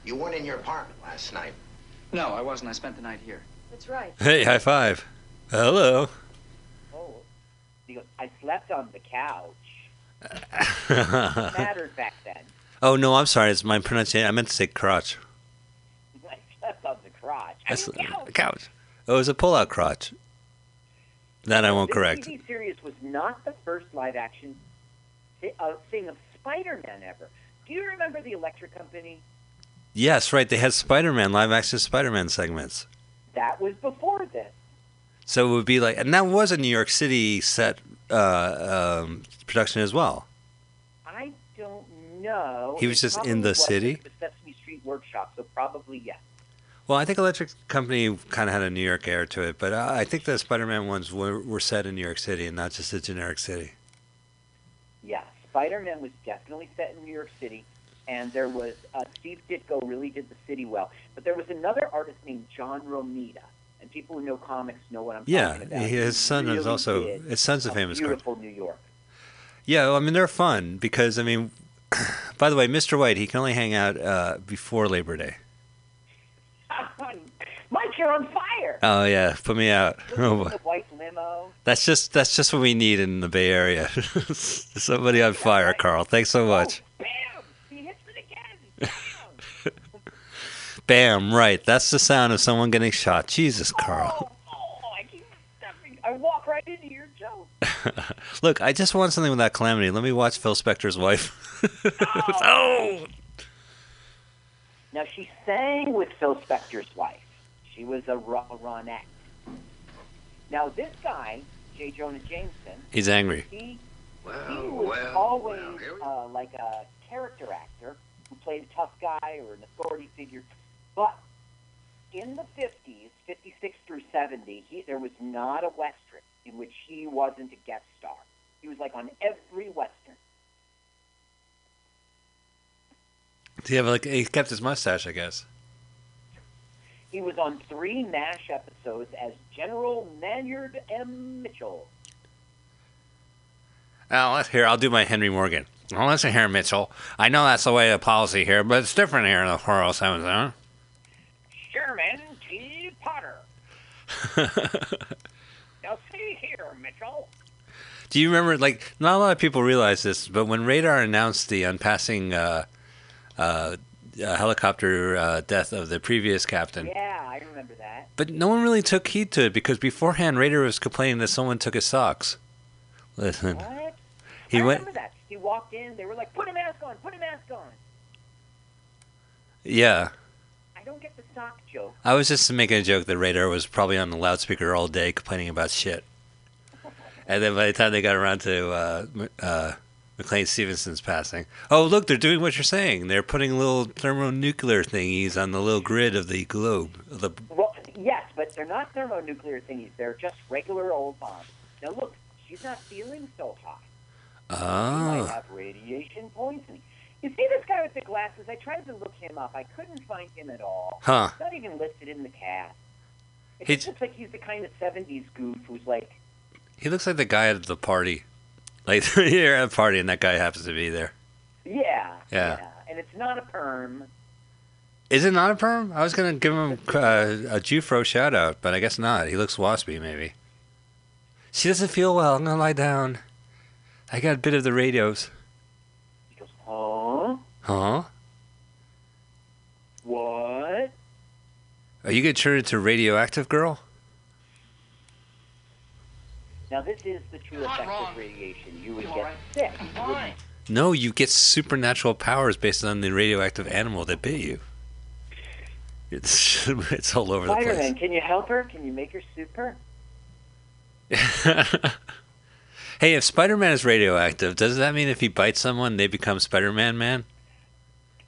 Q: You weren't in your apartment last night.
I: No, I wasn't. I spent the night here.
P: That's right.
L: Hey, high five. Hello.
F: Oh, he goes, I slept on the
L: <laughs>
F: couch. mattered
L: oh,
F: back then. <laughs>
L: no, I'm sorry. It's my pronunciation. I meant to say crotch.
F: I slept on the crotch. I
L: That's couch. Oh, it was a pull-out crotch. That I won't
F: This
L: correct.
F: TV series was not the first live action thi- uh, thing of Spider Man ever. Do you remember the Electric Company?
L: Yes, right. They had Spider-Man live action Spider-Man segments.
F: That was before this.
L: So it would be like, and that was a New York City set uh, um, production as well.
F: I don't know.
L: He was
F: It
L: just
F: probably
L: in the
F: wasn't
L: city?
F: The Sesame Street Workshop, so probably yes.
L: Well, I think Electric Company kind of had a New York air to it, but I I think the Spider-Man ones were, were set in New York City and not just a generic city.
F: Yeah, Spider Man was definitely set in New York City, and there was uh, Steve Ditko really did the city well. But there was another artist named John Romita, and people who know comics know what I'm
L: Yeah,
F: talking about.
L: he- his son
F: really
L: is also
F: did
L: his son's a famous. cartoon.
F: beautiful New York. <laughs>
L: Yeah, well, I mean they're fun because I mean, <clears throat> by the way, Mr. White he can only hang out uh, before Labor Day.
F: Mike, you're on fire.
L: Oh yeah, put me out. <laughs> Oh, boy.
F: The white limo.
L: that's just that's just what we need in the Bay Area. <laughs> Somebody on fire, Carl. Thanks so much. <laughs> Bam! Right, that's the sound of someone getting shot. Jesus, Carl. <laughs>
F: Oh, I keep stepping. I walk right into your joke.
L: Look, I just want something without calamity. Let me watch Phil Spector's wife. <laughs> oh.
F: Now she sang with Phil Spector's wife. She was a, Ro- a Ronette. Now this guy, J. Jonah Jameson,
L: He's angry.
F: He, he was always uh, like a character actor who played a tough guy or an authority figure. But in the 50s, 56 through 70, he, there was not a Western in which he wasn't a guest star. He was like on every Western.
L: Yeah, but like he kept his mustache, I guess.
F: He was on three MASH episodes as General Manyard M. Mitchell.
L: Now, let's hear. I'll do my Henry Morgan. Well, listen here, Mitchell. I know that's the way of policy here, but it's different here in the 407 zone.
F: Sherman T.
L: <laughs>
F: Potter. Now see here, Mitchell.
L: do you remember? Like, not a lot of people realize this, but when radar announced the unpassing uh, uh, uh, helicopter uh, death of the previous captain,
F: Yeah, I remember that.
L: but no one really took heed to it because beforehand, radar was complaining that someone took his socks. <laughs> Listen,
F: What?
L: he
F: I
L: went.
F: remember that. He walked in. They were like, "Put a mask on. Put a mask on."
L: Yeah,
F: I don't get the sock joke.
L: I was just making a joke that radar was probably on the loudspeaker all day complaining about shit. And then by the time they got around to uh, M- uh, McLean Stevenson's passing, oh, look, they're doing what you're saying. They're putting little thermonuclear thingies on the little grid of the globe. Of the,
F: Well, yes, but they're not thermonuclear thingies. They're just regular old bombs. Now look, she's not feeling so hot. She might
L: oh.
F: have radiation poisoning. You see this guy with the glasses? I tried to look him up. I couldn't find him at all.
L: Huh.
F: Not even listed in the cast. It
L: He
F: just
L: j-
F: looks like he's the kind of '70s goof who's like,
L: He looks like the guy at the party. Like, <laughs> you're at a party and that guy happens to be there.
F: "Yeah,
L: Yeah.
F: and it's not a perm.
L: Is it not a perm? I was going to give him uh, a Jufro shout out, but I guess not. He looks waspy, maybe. She doesn't feel well. I'm going to lie down. I got a bit of the radios.
F: Huh?
L: Huh?
F: What?
L: Are you going to turn into Radioactive Girl?
F: Now this is the true effect of radiation. You would get sick. You wouldn't-
L: No, you get supernatural powers based on the radioactive animal that bit you. It's, <laughs> it's all over the
F: Spider-Man,
L: place.
F: can you help her? Can you make her super?
L: hey, if Spider Man is radioactive, does that mean if he bites someone, they become Spider Man Man?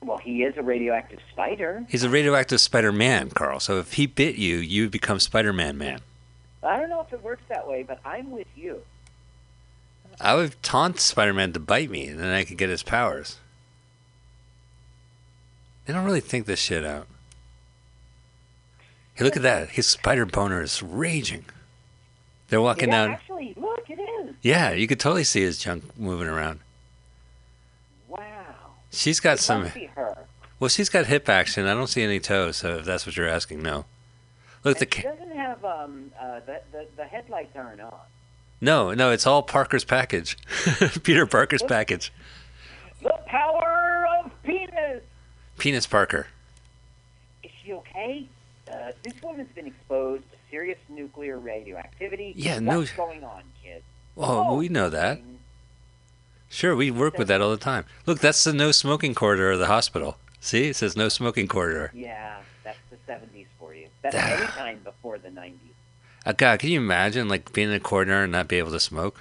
F: Well, he is a radioactive spider.
L: He's a radioactive Spider-Man, Carl. So if he bit you, you become Spider-Man man.
F: I don't know if it works that way, but I'm with you.
L: I would taunt Spider-Man to bite me, and then I could get his powers. They don't really think this shit out. Hey, look at that. His spider boner is raging. They're walking
F: yeah,
L: down.
F: Actually, look, it is.
L: Yeah, you could totally see his junk moving around.
F: Wow.
L: She's got some.
F: Must be her.
L: Well, she's got hip action. I don't see any toes, so if that's what you're asking, no. Look at the.
F: And
L: Ca-
F: she doesn't have um uh, the, the the headlights aren't on.
L: no, no, it's all Parker's package. <laughs> Peter Parker's package.
F: The power of penis.
L: Penis Parker.
F: Is she okay? Uh, this woman's been exposed to serious nuclear radioactivity.
L: Yeah,
F: What's
L: no-
F: going on, kid?
L: Oh, we know that. Sure, we work with that all the time. Look, that's the no smoking corridor of the hospital. See, it says no smoking corridor.
F: Yeah, that's the 70s for you. That's any time before the 90s.
L: Uh, God, can you imagine like being in a corridor and not be able to smoke?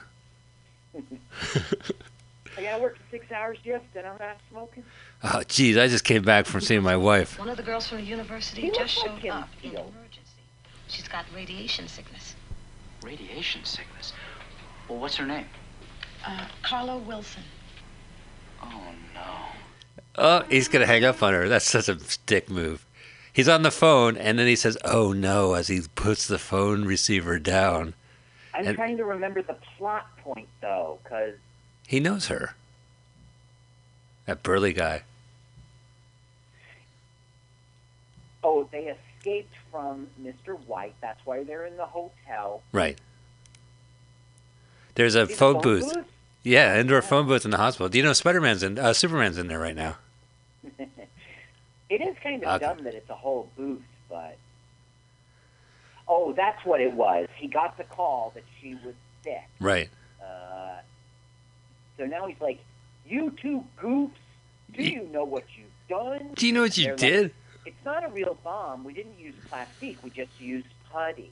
F: I gotta work a six hours shift and I'm not smoking.
L: Oh, geez, I just came back from seeing my wife.
J: One of the girls from the university
P: He
J: just
P: looks
J: showed
P: like him,
J: up in an emergency. She's got radiation sickness.
Q: Radiation sickness. Well, what's her name?
J: Uh, Carla Wilson.
Q: Oh, no.
L: Oh, he's gonna hang up on her. That's such a dick move. He's on the phone, and then he says, "Oh no!" as he puts the phone receiver down.
F: I'm
L: And-
F: trying to remember the plot point, though, because
L: He knows her. That burly guy.
F: Oh, they escaped from Mr. White. That's why they're in the hotel.
L: Right. There's a
F: See the
L: phone
F: phone
L: booth.
F: booth?
L: Yeah, indoor phone booth in the hospital. Do you know Spider-Man's in? Uh, Superman's in there right now.
F: it is kind of
L: Okay.
F: dumb that it's a whole booth, but oh, that's what it was. He got the call that she was sick.
L: Right.
F: Uh, so now he's like, "You two goofs, do you know what you've done?
L: Do you know what you
F: They're like,
L: did?
F: it's not a real bomb. We didn't use plastique. We just used putty.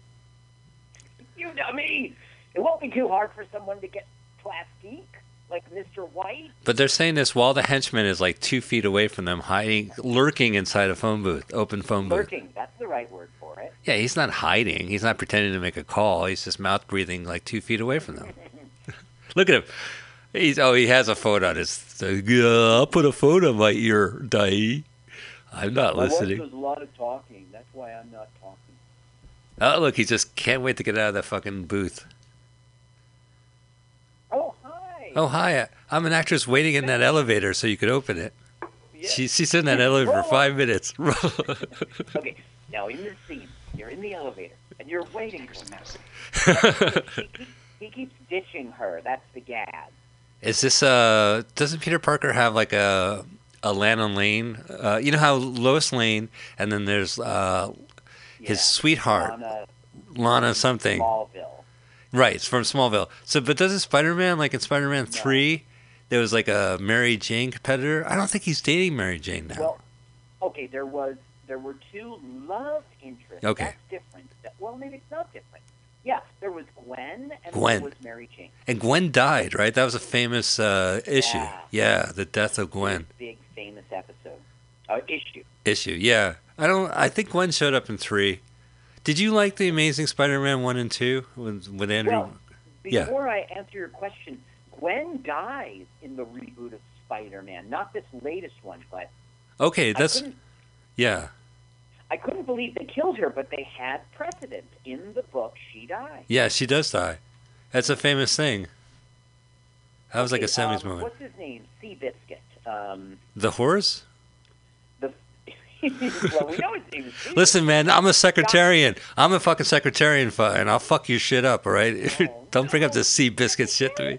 F: You dummy! It won't be too hard for someone to get plastique like Mr. White."
L: But they're saying this while the henchman is like two feet away from them, hiding, lurking inside a phone booth, open phone booth.
F: Lurking, that's the right word for it.
L: Yeah, he's not hiding. He's not pretending to make a call. He's just mouth breathing like two feet away from
F: <laughs>
L: them. Look at him. He's oh, he has a phone on his. yeah, I'll put a phone on my ear, Dai. I'm not listening.
F: a lot of talking. That's why I'm not talking.
L: Oh, look, he just can't wait to get out of that fucking booth.
F: Oh, hi.
L: Oh, hi. I- I'm an actress waiting in that elevator so you could open it. She, she's in that elevator
F: <laughs>
L: for five minutes. <laughs>
F: Okay, now in the scene, you're in the elevator and you're waiting for him.
L: mess.
F: he, keeps, he keeps ditching her. That's the gag.
L: Is this uh doesn't Peter Parker have like a a Lana Lane? Uh, you know how Lois Lane and then there's uh his sweetheart
F: Lana-
L: Lana something.
F: Smallville.
L: Right, it's from Smallville. So but doesn't Spider Man like in Spider Man three there was like a Mary Jane competitor? I don't think he's dating Mary Jane now.
F: Well, okay, there was there were two love interests.
L: Okay.
F: That's different. That- Well, maybe it's not different. Yeah, there was Gwen and
L: Gwen.
F: there was Mary Jane.
L: and Gwen died, right? That was a famous uh issue. Yeah, the death of Gwen
F: Big famous episode. Uh, issue.
L: issue. Yeah. I don't I think Gwen showed up in three. Did you like the Amazing Spider Man one and two with with Andrew
F: Well,
L: Yeah.
F: Before I answer your question, Gwen dies in the reboot of Spider-Man, not this latest one, but
L: Okay,
F: I
L: that's
F: couldn't-
L: yeah.
F: I couldn't believe they killed her, but they had precedent in the book. She died.
L: Yeah, she does die. That's a famous thing. That was like a
F: Okay, um,
L: seventies moment.
F: What's his name? Seabiscuit. Um,
L: The horse?
F: the <laughs> well, we know his name is Seabiscuit.
L: Listen, man, I'm a secretarian. I'm a fucking secretarian, fu- and I'll fuck your shit up. All right, <laughs> don't bring up this sea biscuit shit to
F: <laughs>
L: me.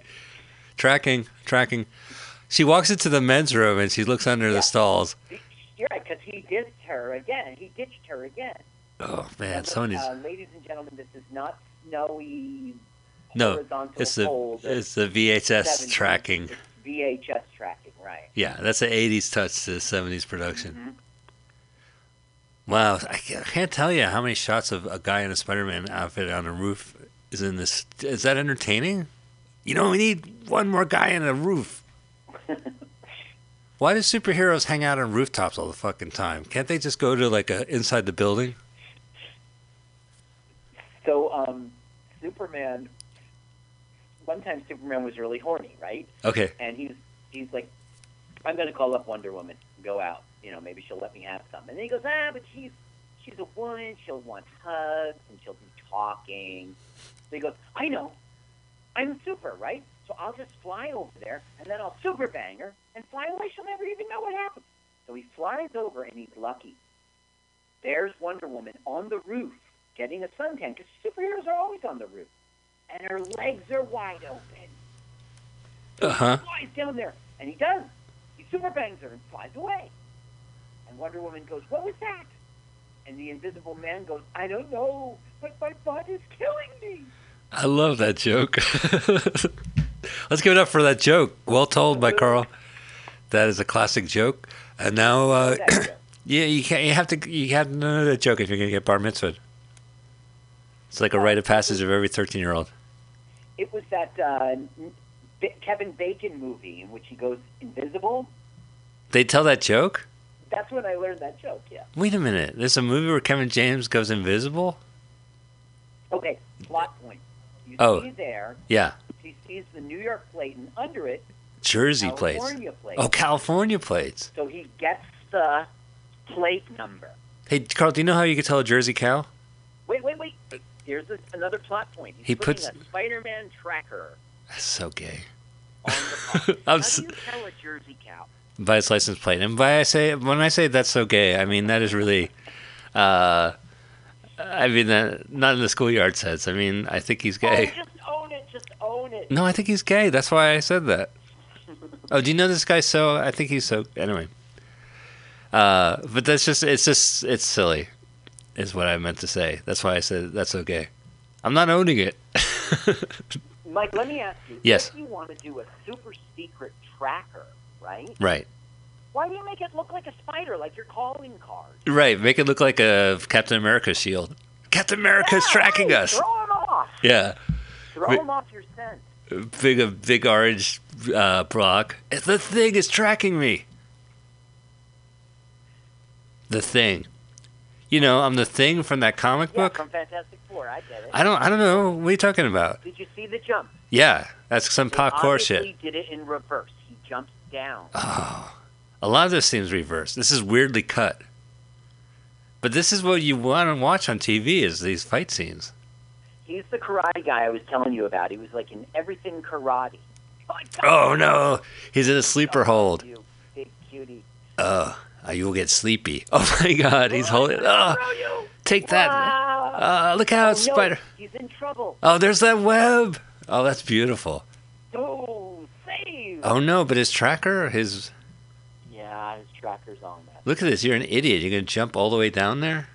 L: Tracking, tracking. She walks into the men's room and she looks under the stalls.
F: You're right, because he ditched her again. He ditched her again.
L: Oh man, somebody's
F: Uh, ladies and gentlemen, this is not snowy
L: no.
F: horizontal
L: It's the
F: fold of
L: it's the VHS
F: 70s.
L: tracking.
F: VHS tracking, right?
L: Yeah, that's an '80s touch to '70s production.
F: Mm-hmm.
L: Wow, I ca- I can't tell you how many shots of a guy in a Spider-Man outfit on a roof is in this. Is
F: <laughs>
L: that entertaining? You know, we need one more guy on a roof. Why do superheroes hang out on rooftops all the fucking time? Can't they just go to like a inside the building?
F: So, um, Superman. One time, Superman was really horny, right?
L: Okay.
F: And he's he's like, I'm gonna call up Wonder Woman, go out, you know, maybe she'll let me have some. And then he goes, ah, but she's she's a woman, she'll want hugs and she'll be talking. So he goes, I know, I'm super, right? So I'll just fly over there, and then I'll super bang her and fly away. She'll never even know what happened. So he flies over, and he's lucky. There's Wonder Woman on the roof getting a suntan because superheroes are always on the roof, and her legs are wide open.
L: Uh huh.
F: Flies down there, and he does. He super bangs her and flies away. And Wonder Woman goes, "What was that?" And the Invisible Man goes, "I don't know, but my butt is killing
L: <coughs>
F: me."
L: I love that joke. <laughs> Let's give it up for that joke. Well told by Carl. That is a classic joke. And now, uh, yeah, you can You have to. You have to know that joke if you're going to get bar mitzvah. It's like a rite of passage of every thirteen-year-old.
F: It was that uh, B- Kevin Bacon movie in which he goes invisible.
L: They tell that joke.
F: That's when I learned that joke. Yeah.
L: Wait a minute. There's a movie where Kevin James goes invisible.
F: Okay. Plot point. You
L: Oh.
F: see there.
L: Yeah.
F: She sees the New York plate, and under it,
L: Jersey plates.
F: California plate.
L: Oh, California plates.
F: So he gets the plate number.
L: Hey, Carl, do you know how you could tell a Jersey cow?
F: Wait, wait, wait. Here's a, another plot point. He's
L: He
F: putting
L: puts-
F: a Spider-Man tracker.
L: That's so gay. <laughs>
F: How
L: I'm
F: do
L: s-
F: you tell a Jersey cow?
L: by its license plate. And by I say when I say that's so gay, I mean that is really, uh, I mean that not in the schoolyard sense. I mean I think he's gay.
F: Oh, just own it. Just own it.
L: No, I think he's gay. That's why I said that. Oh, do you know this guy? So I think he's so. Anyway, uh, but that's just it's just it's silly, is what I meant to say. That's why I said that's so gay. I'm not owning it. <laughs>
F: Mike, let me ask you.
L: Yes.
F: If you want to do a super secret tracker, right?
L: right.
F: Why do you make it look like a spider, like your calling card?
L: Right. Make it look like a Captain America shield. Captain America's tracking us.
F: Throw him off.
L: Yeah.
F: Throw
L: Wait.
F: him off your scent.
L: big a big orange uh, block. The thing is tracking me. The thing. You know, I'm the thing from that comic
F: Yeah,
L: book.
F: from Fantastic Four. I get it.
L: I don't. I don't know. What are you talking about?
F: Did you see the jump?
L: Yeah, that's some parkour
F: Obviously
L: shit.
F: did it in reverse. He jumps down.
L: Uh. A lot of this seems reversed. This is weirdly cut. But this is what you want to watch on TV is these fight scenes.
F: He's the karate guy I was telling you about. He was like in everything karate.
L: Oh no, he's in a sleeper hold.
F: You big cutie.
L: Oh, you will get sleepy. <laughs> Oh my God, he's holding. Oh, take that! Uh, look out,
F: No,
L: spider.
F: he's in trouble.
L: Oh, there's that web. Oh, that's beautiful.
F: Oh, save.
L: Oh no, but his tracker, his
F: Yeah, his tracker's on that.
L: look at this. You're an idiot. You're gonna jump all the way down there.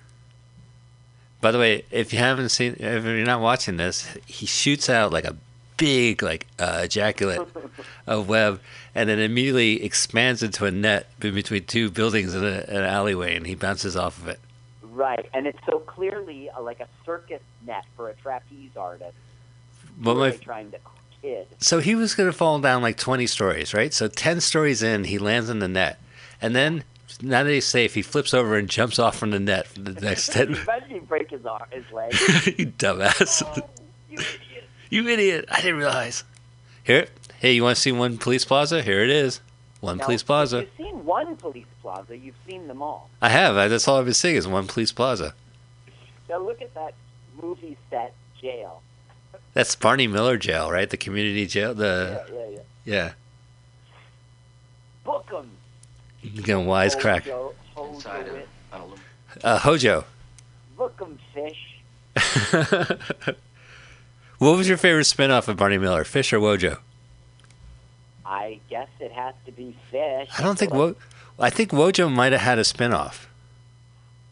L: By the way, if you haven't seen, if you're not watching this, he shoots out like a big like uh, ejaculate of web, and then immediately expands into a net in between two buildings in a, an alleyway, and he bounces off of it.
F: Right, and it's so clearly uh like a circus net for a trapeze artist.
L: But
F: Who
L: my
F: are they trying to kid.
L: So he was going to fall down like 20 stories, right? So 10 stories in, he lands in the net. And then, now that he's safe, he flips over and jumps off from the net for the next 10.
F: Imagine he break his arm, his leg.
L: <laughs> you dumbass. you, idiot. I didn't realize. Here, hey, you want to see one police plaza? Here it is. One
F: Now,
L: <laughs> police
F: if
L: plaza.
F: You've seen one police plaza. You've seen them all.
L: I have. I, that's all I've been seeing is one police plaza.
F: Now look at that movie set jail.
L: That's Barney Miller jail, right? The community jail.
F: Yeah,
L: The
F: yeah, yeah.
L: Yeah.
F: Book 'em.
L: You can wisecrack.
F: Hojo, Hojo it.
L: Uh, Hojo.
F: Book 'em, fish.
L: what was your favorite spin off of Barney Miller, Fish or Wojo?
F: I guess it has to be fish.
L: I don't think Wo- I think Wojo might have had a spin off.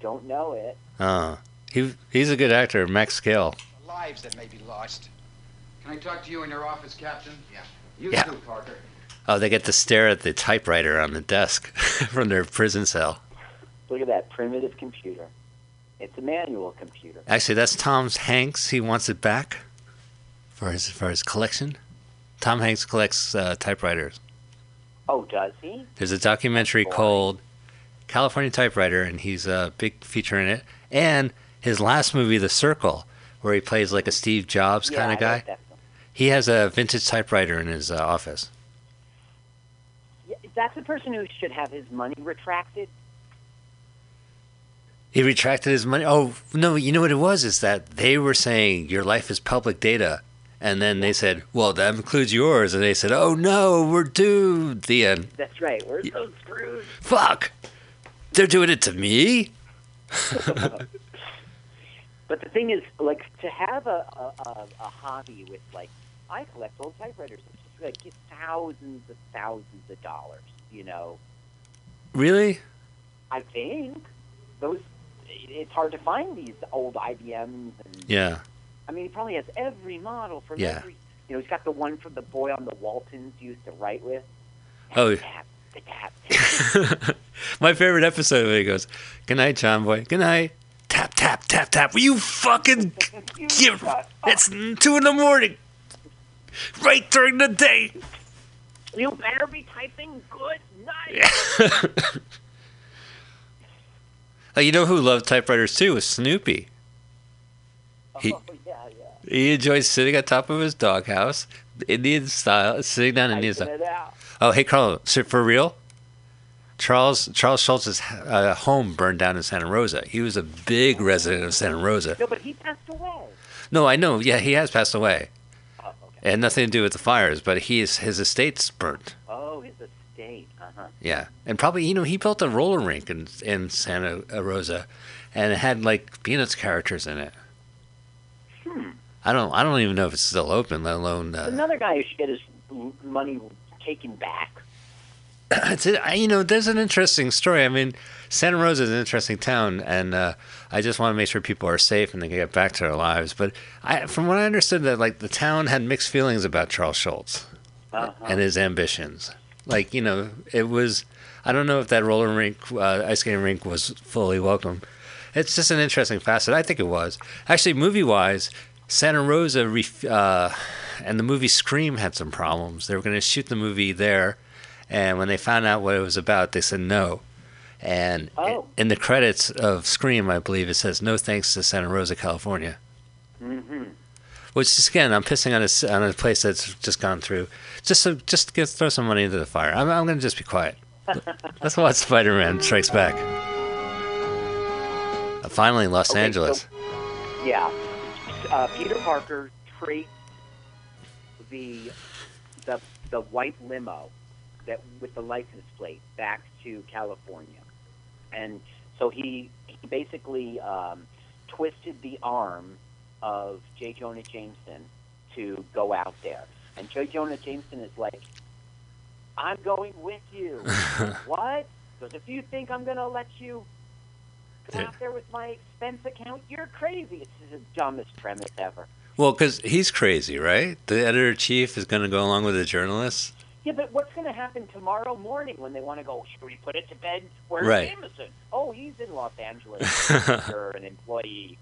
F: Don't know it.
L: Uh, he he's a good actor, Max Scale.
O: Lives that may be lost. Can I talk to you in your office, Captain? Yeah. You
L: Yeah.
O: too, Parker.
L: Oh, they get to stare at the typewriter on the desk <laughs> from their prison cell.
F: Look at that primitive computer. It's a manual computer.
L: Actually, that's Tom Hanks. He wants it back for his for his collection. Tom Hanks collects uh, typewriters.
F: Oh, does he?
L: There's a documentary called California Typewriter, and he's a big feature in it. And his last movie, The Circle, where he plays like a Steve Jobs
F: Yeah,
L: kind
F: I
L: of
F: like
L: guy.
F: that
L: He has a vintage typewriter in his uh, office.
F: Yeah, That's the person who should have his money retracted.
L: He retracted his money. Oh no, you know what it was? Is that they were saying your life is public data, and then they said, "Well, that includes yours," and they said, "Oh no, we're doomed." The end.
F: That's right. We're so screwed.
L: Fuck. They're doing it to me.
F: But the thing is, like, to have a, a, a, a hobby with, like, I collect old typewriters. It's just, like, it's thousands and thousands of dollars, you know?
L: really?
F: I think those, it's hard to find these old IBMs. And,
L: Yeah.
F: I mean, he probably has every model from
L: Yeah.
F: every, you know, he's got the one from the boy on the Waltons used to write with.
L: Oh.
F: The tap.
L: My favorite episode when he goes, "Good night, John Boy. Good night." Tap tap tap tap. Will you fucking give? It's two in the morning. Right during the day.
F: You better be typing good night.
L: Uh, you know who loved typewriters too? Was Snoopy. He,
F: Oh,
L: he enjoys sitting on top of his doghouse, Indian style, sitting down Indian
F: Typing
L: style.
F: it out.
L: Oh, hey Carl, sit for real. Charles Charles Schultz's uh, home burned down in Santa Rosa. He was a big resident of Santa Rosa.
F: No, but he passed away.
L: No, I know. Yeah, he has passed away. It had nothing to do with the fires, but he is, his estate's burnt.
F: Oh, his estate. Uh huh.
L: Yeah, and probably you know he built a roller rink in in Santa Rosa, and it had like Peanuts characters in it.
F: Hmm.
L: I don't I don't even know if it's still open, let alone. Uh,
F: Another guy who should get his money taken back.
L: <laughs> it's a, I- you know, there's an interesting story. I mean, Santa Rosa is an interesting town, and uh, I just want to make sure people are safe and they can get back to their lives. But I, from what I understood, that like the town had mixed feelings about Charles Schultz and his ambitions. Like you know, it was. I don't know if that roller rink, uh, ice skating rink, was fully welcome. It's just an interesting facet. I think it was actually movie wise. Santa Rosa ref- uh, and the movie Scream had some problems. They were going to shoot the movie there, and when they found out what it was about, they said no. And
F: Oh.
L: in the credits of Scream, I believe it says no thanks to Santa Rosa, California.
F: Mm-hmm.
L: Which just again, I'm pissing on a s- on a place that's just gone through. Just so, just get, throw some money into the fire. I'm I'm gonna just
F: <laughs>
L: be quiet. Let's watch Spider Man Strikes Back. Uh, Finally, Los
F: Okay, so-
L: Angeles.
F: Yeah. Uh, Peter Parker traced the the the white limo that with the license plate back to California, and so he he basically um, twisted the arm of J. Jonah Jameson to go out there, and J. Jonah Jameson is like, "I'm going with you." what? Because if you think I'm gonna let you go
L: Yeah.
F: out there with my expense account, you're crazy. It's the dumbest premise ever.
L: Well, because he's crazy, right? The editor in chief is going to go along with the journalists.
F: Yeah, but what's going to happen tomorrow morning when they want to go? Should we put it to bed? Where's
L: Right.
F: Jameson? Oh, he's in Los
L: <laughs>
F: Angeles. You're an employee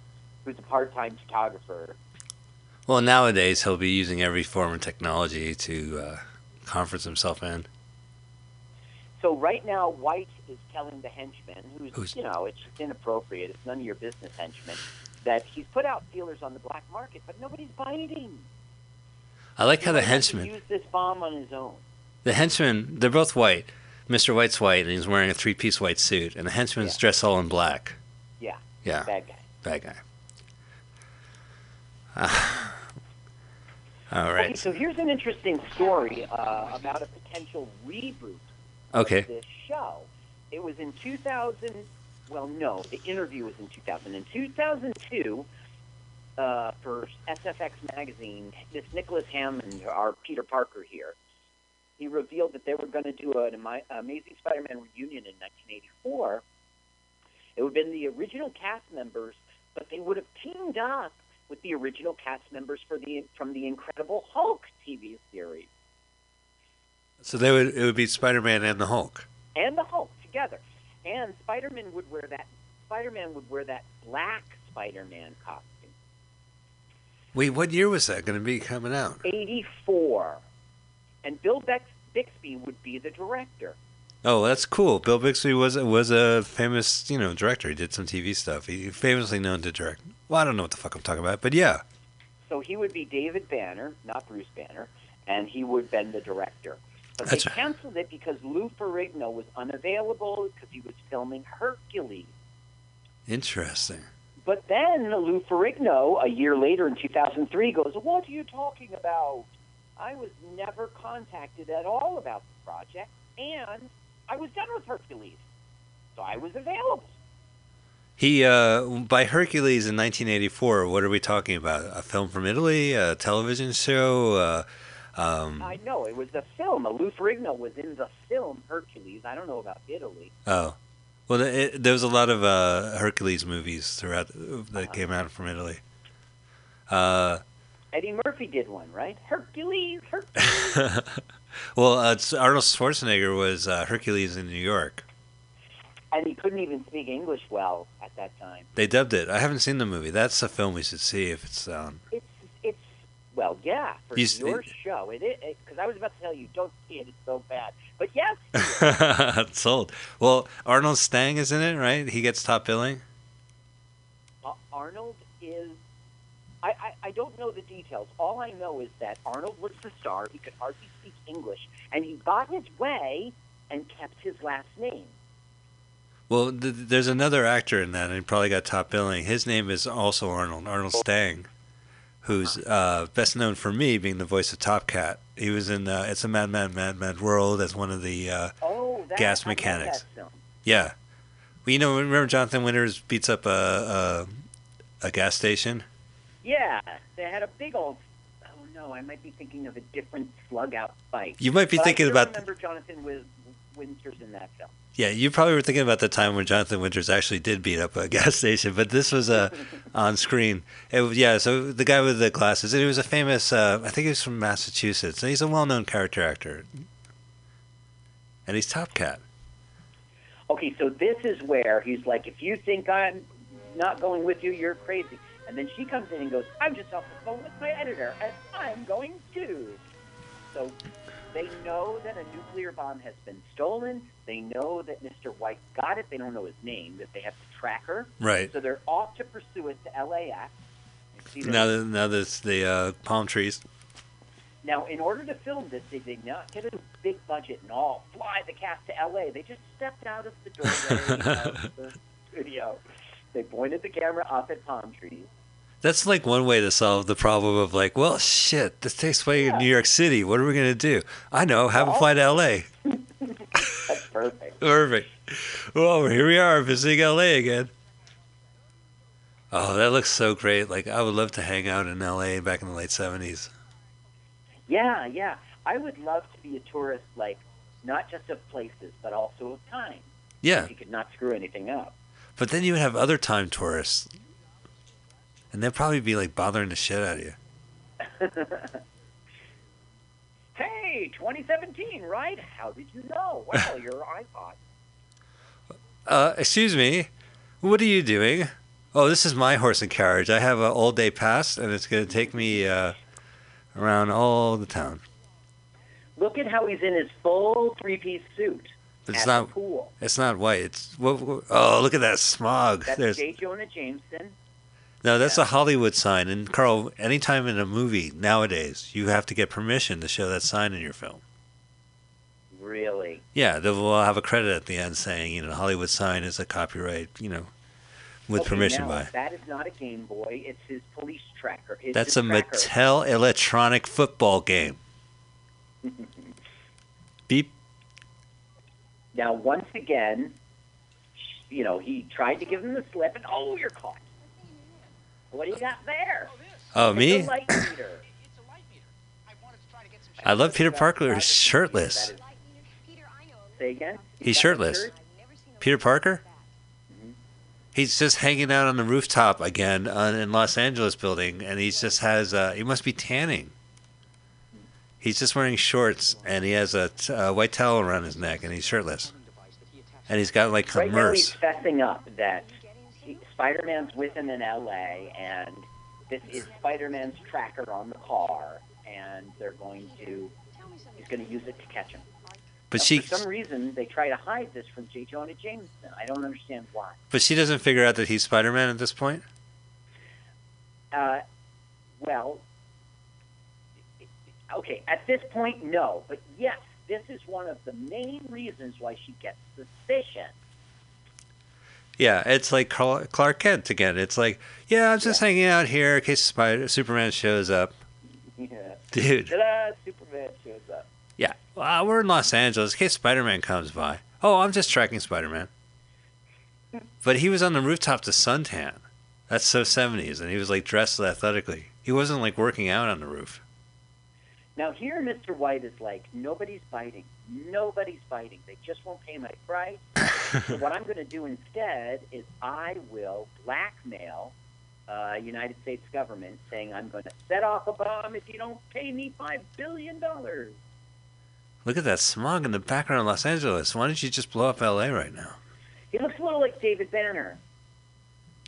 F: who's a part-time photographer.
L: Well, nowadays he'll be using every form of technology to uh, conference himself in.
F: So right now, White is telling the henchman, who's,
L: Who's-
F: you know, it's just inappropriate. It's none of your business, henchman. That he's put out feelers on the black market, but nobody's biting.
L: I like how the
F: He
L: henchman,
F: used this bomb on his own.
L: the henchman, they're both white. Mr. White's white, and he's wearing a three-piece white suit, and the henchman's dressed all in black.
F: Yeah.
L: Yeah.
F: Bad guy.
L: Bad guy. Ah. <sighs> all
F: Okay, <laughs>
L: right.
F: so here's an interesting story uh, about a potential reboot
L: Okay.
F: of this show. It was in 2000. Well, no, the interview was in 2000. In 2002, uh, for SFX magazine, this Nicholas Hammond, our Peter Parker here, he revealed that they were going to do an Ama- Amazing Spider-Man reunion in 1984. It would have been the original cast members, but they would have teamed up with the original cast members for the from the Incredible Hulk TV series.
L: So they would it would be Spider-Man and the Hulk.
F: and the Hulk together. And Spider-Man would wear that. Spider-Man would wear that black Spider-Man costume.
L: Wait, what year was that going to be coming out?
F: Eighty-four. And Bill Beck, Bixby would be the director.
L: Oh, that's cool. Bill Bixby was was a famous, you know, director. He did some TV stuff. He famously known to direct. Well, I don't know what the fuck I'm talking about, but yeah.
F: So he would be David Banner, not Bruce Banner, and he would have been the director. But
L: That's
F: they
L: right.
F: canceled it because Lou Ferrigno was unavailable because he was filming Hercules.
L: Interesting.
F: But then Lou Ferrigno, a year later in 2003, goes, What are you talking about? I was never contacted at all about the project, and I was done with Hercules. So I was available.
L: He uh, by Hercules in 1984. What are we talking about? A film from Italy? A television show? Uh, um,
F: I know, it was the film. Lou Ferrigno was in the film Hercules. I don't know about Italy.
L: oh, well, th- it, there was a lot of uh, Hercules movies throughout that came out from Italy. Uh,
F: Eddie Murphy did one, right? Hercules, Hercules.
L: well, uh, it's- Arnold Schwarzenegger was uh, Hercules in New York.
F: and he couldn't even speak English well at that time.
L: They dubbed it. I haven't seen the movie. That's a film we should see if it's um, on.
F: It's it's well, yeah, for
L: You s-
F: your show, it is because I was about to tell you, don't see it; it's so bad. But yes,
L: <laughs> it's sold. Well, Arnold Stang is in it, right? He gets top billing.
F: uh, Arnold is. I, I I don't know the details. All I know is that Arnold was the star. He could hardly speak English, and he got his way and kept his last name.
L: Well, th- there's another actor in that, and he probably got top billing. His name is also Arnold Arnold Stang, who's uh, best known for me being the voice of Top Cat. He was in uh, It's a Mad Mad Mad Mad World as one of the uh,
F: Oh, that, I
L: gas
F: love that
L: mechanics.
F: film.
L: Yeah, well, you know, remember Jonathan Winters beats up a a, a gas station.
F: Yeah, they had a big old. Oh no, I might be thinking of a different slug out fight.
L: You might be
F: But
L: thinking
F: I do
L: about the-
F: Remember Jonathan Win- Winters in that film.
L: Yeah, you probably were thinking about the time when Jonathan Winters actually did beat up a <laughs> gas station, but this was uh, on screen. It was, yeah, so the guy with the glasses, and he was a famous, uh, I think he was from Massachusetts, and he's a well known character actor. And he's Top Cat.
F: Okay, so this is where he's like, if you think I'm not going with you, you're crazy. And then she comes in and goes, I'm just off the phone with my editor, and I'm going too. So they know that a nuclear bomb has been stolen. They know that Mr. White got it. They don't know his name, that they have to track her.
L: Right.
F: So they're off to pursue it to LAX. See,
L: Now, that, now that's the uh, palm trees.
F: Now, in order to film this, they did not get a big budget and all fly the cast to LA. They just stepped out of the doorway of
L: <laughs>
F: the studio. They pointed the camera up at palm trees.
L: That's like one way to solve the problem of, like, well, shit, this takes place in New York City. What are we going to do? I know, have a fly to LA.
F: That's perfect.
L: Perfect. Well, here we are visiting LA again. Oh, that looks so great. Like I would love to hang out in LA back in the late seventies.
F: Yeah, yeah. I would love to be a tourist, like, not just of places, but also of time.
L: Yeah.
F: If you could not screw anything up.
L: But then you would have other time tourists. And they'd probably be like bothering the shit out of you.
F: hey, 2017, right? How did you know? Well, your iPod.
L: Uh, excuse me. What are you doing? Oh, this is my horse and carriage. I have an all day pass and it's gonna take me uh, around all the town.
F: Look at how he's in his full three-piece suit
L: But
F: at
L: it's
F: the
L: not
F: pool.
L: it's not white. It's what, what- oh look at that smog.
F: That's
L: There's
F: J. Jonah Jameson.
L: No, that's a Hollywood sign. And Carl, anytime in a movie nowadays, you have to get permission to show that sign in your film.
F: Really?
L: Yeah, they will have a credit at the end saying, you know, Hollywood sign is a copyright, you know, with
F: Okay,
L: permission
F: now,
L: by.
F: That is not a Game Boy. It's his police tracker. It's
L: That's a
F: his tracker.
L: Mattel electronic football game. Beep.
F: Now, once again, you know, he tried to give him the slip, and oh, you're caught. What do you got there?
L: Oh,
F: It's
L: me?
F: a light meter.
L: I love <coughs> Peter Parker is shirtless.
F: Say again?
L: He's shirtless. Peter Parker? He's just hanging out on the rooftop again on, in Los Angeles building, and he just has, uh, he must be tanning. He's just wearing shorts, and he has a, t- a white towel around his neck, and he's shirtless. And he's got like
F: Right now, he's
L: Converse.
F: fessing up that he- Spider-Man's with him in L.A., and this is Spider-Man's tracker on the car, and they're going to is going to use it to catch him.
L: But
F: Now,
L: she-
F: for some reason, they try to hide this from J. Jonah Jameson. I don't understand why.
L: But she doesn't figure out that he's Spider Man at this point.
F: Uh, well, okay, at this point, no. But yes, this is one of the main reasons why she gets suspicion.
L: Yeah, it's like Carl- Clark Kent again. It's like, yeah, I'm just hanging out here in case Spider- Superman shows up. <laughs>
F: Yeah.
L: Dude.
F: Ta-da, Superman shows up.
L: Yeah, well, we're in Los Angeles in case Spider Man comes by. Oh, I'm just tracking Spider Man. But he was on the rooftop to suntan. That's so 70s, and he was like dressed athletically. He wasn't like working out on the roof.
F: Now here, Mr. White is like, nobody's biting. Nobody's biting. They just won't pay my price. so what I'm going to do instead is I will blackmail uh, United States government, saying I'm going to set off a bomb if you don't pay me five billion dollars.
L: Look at that smog in the background of Los Angeles. Why don't you just blow up LA right now?
F: He looks a little like David Banner.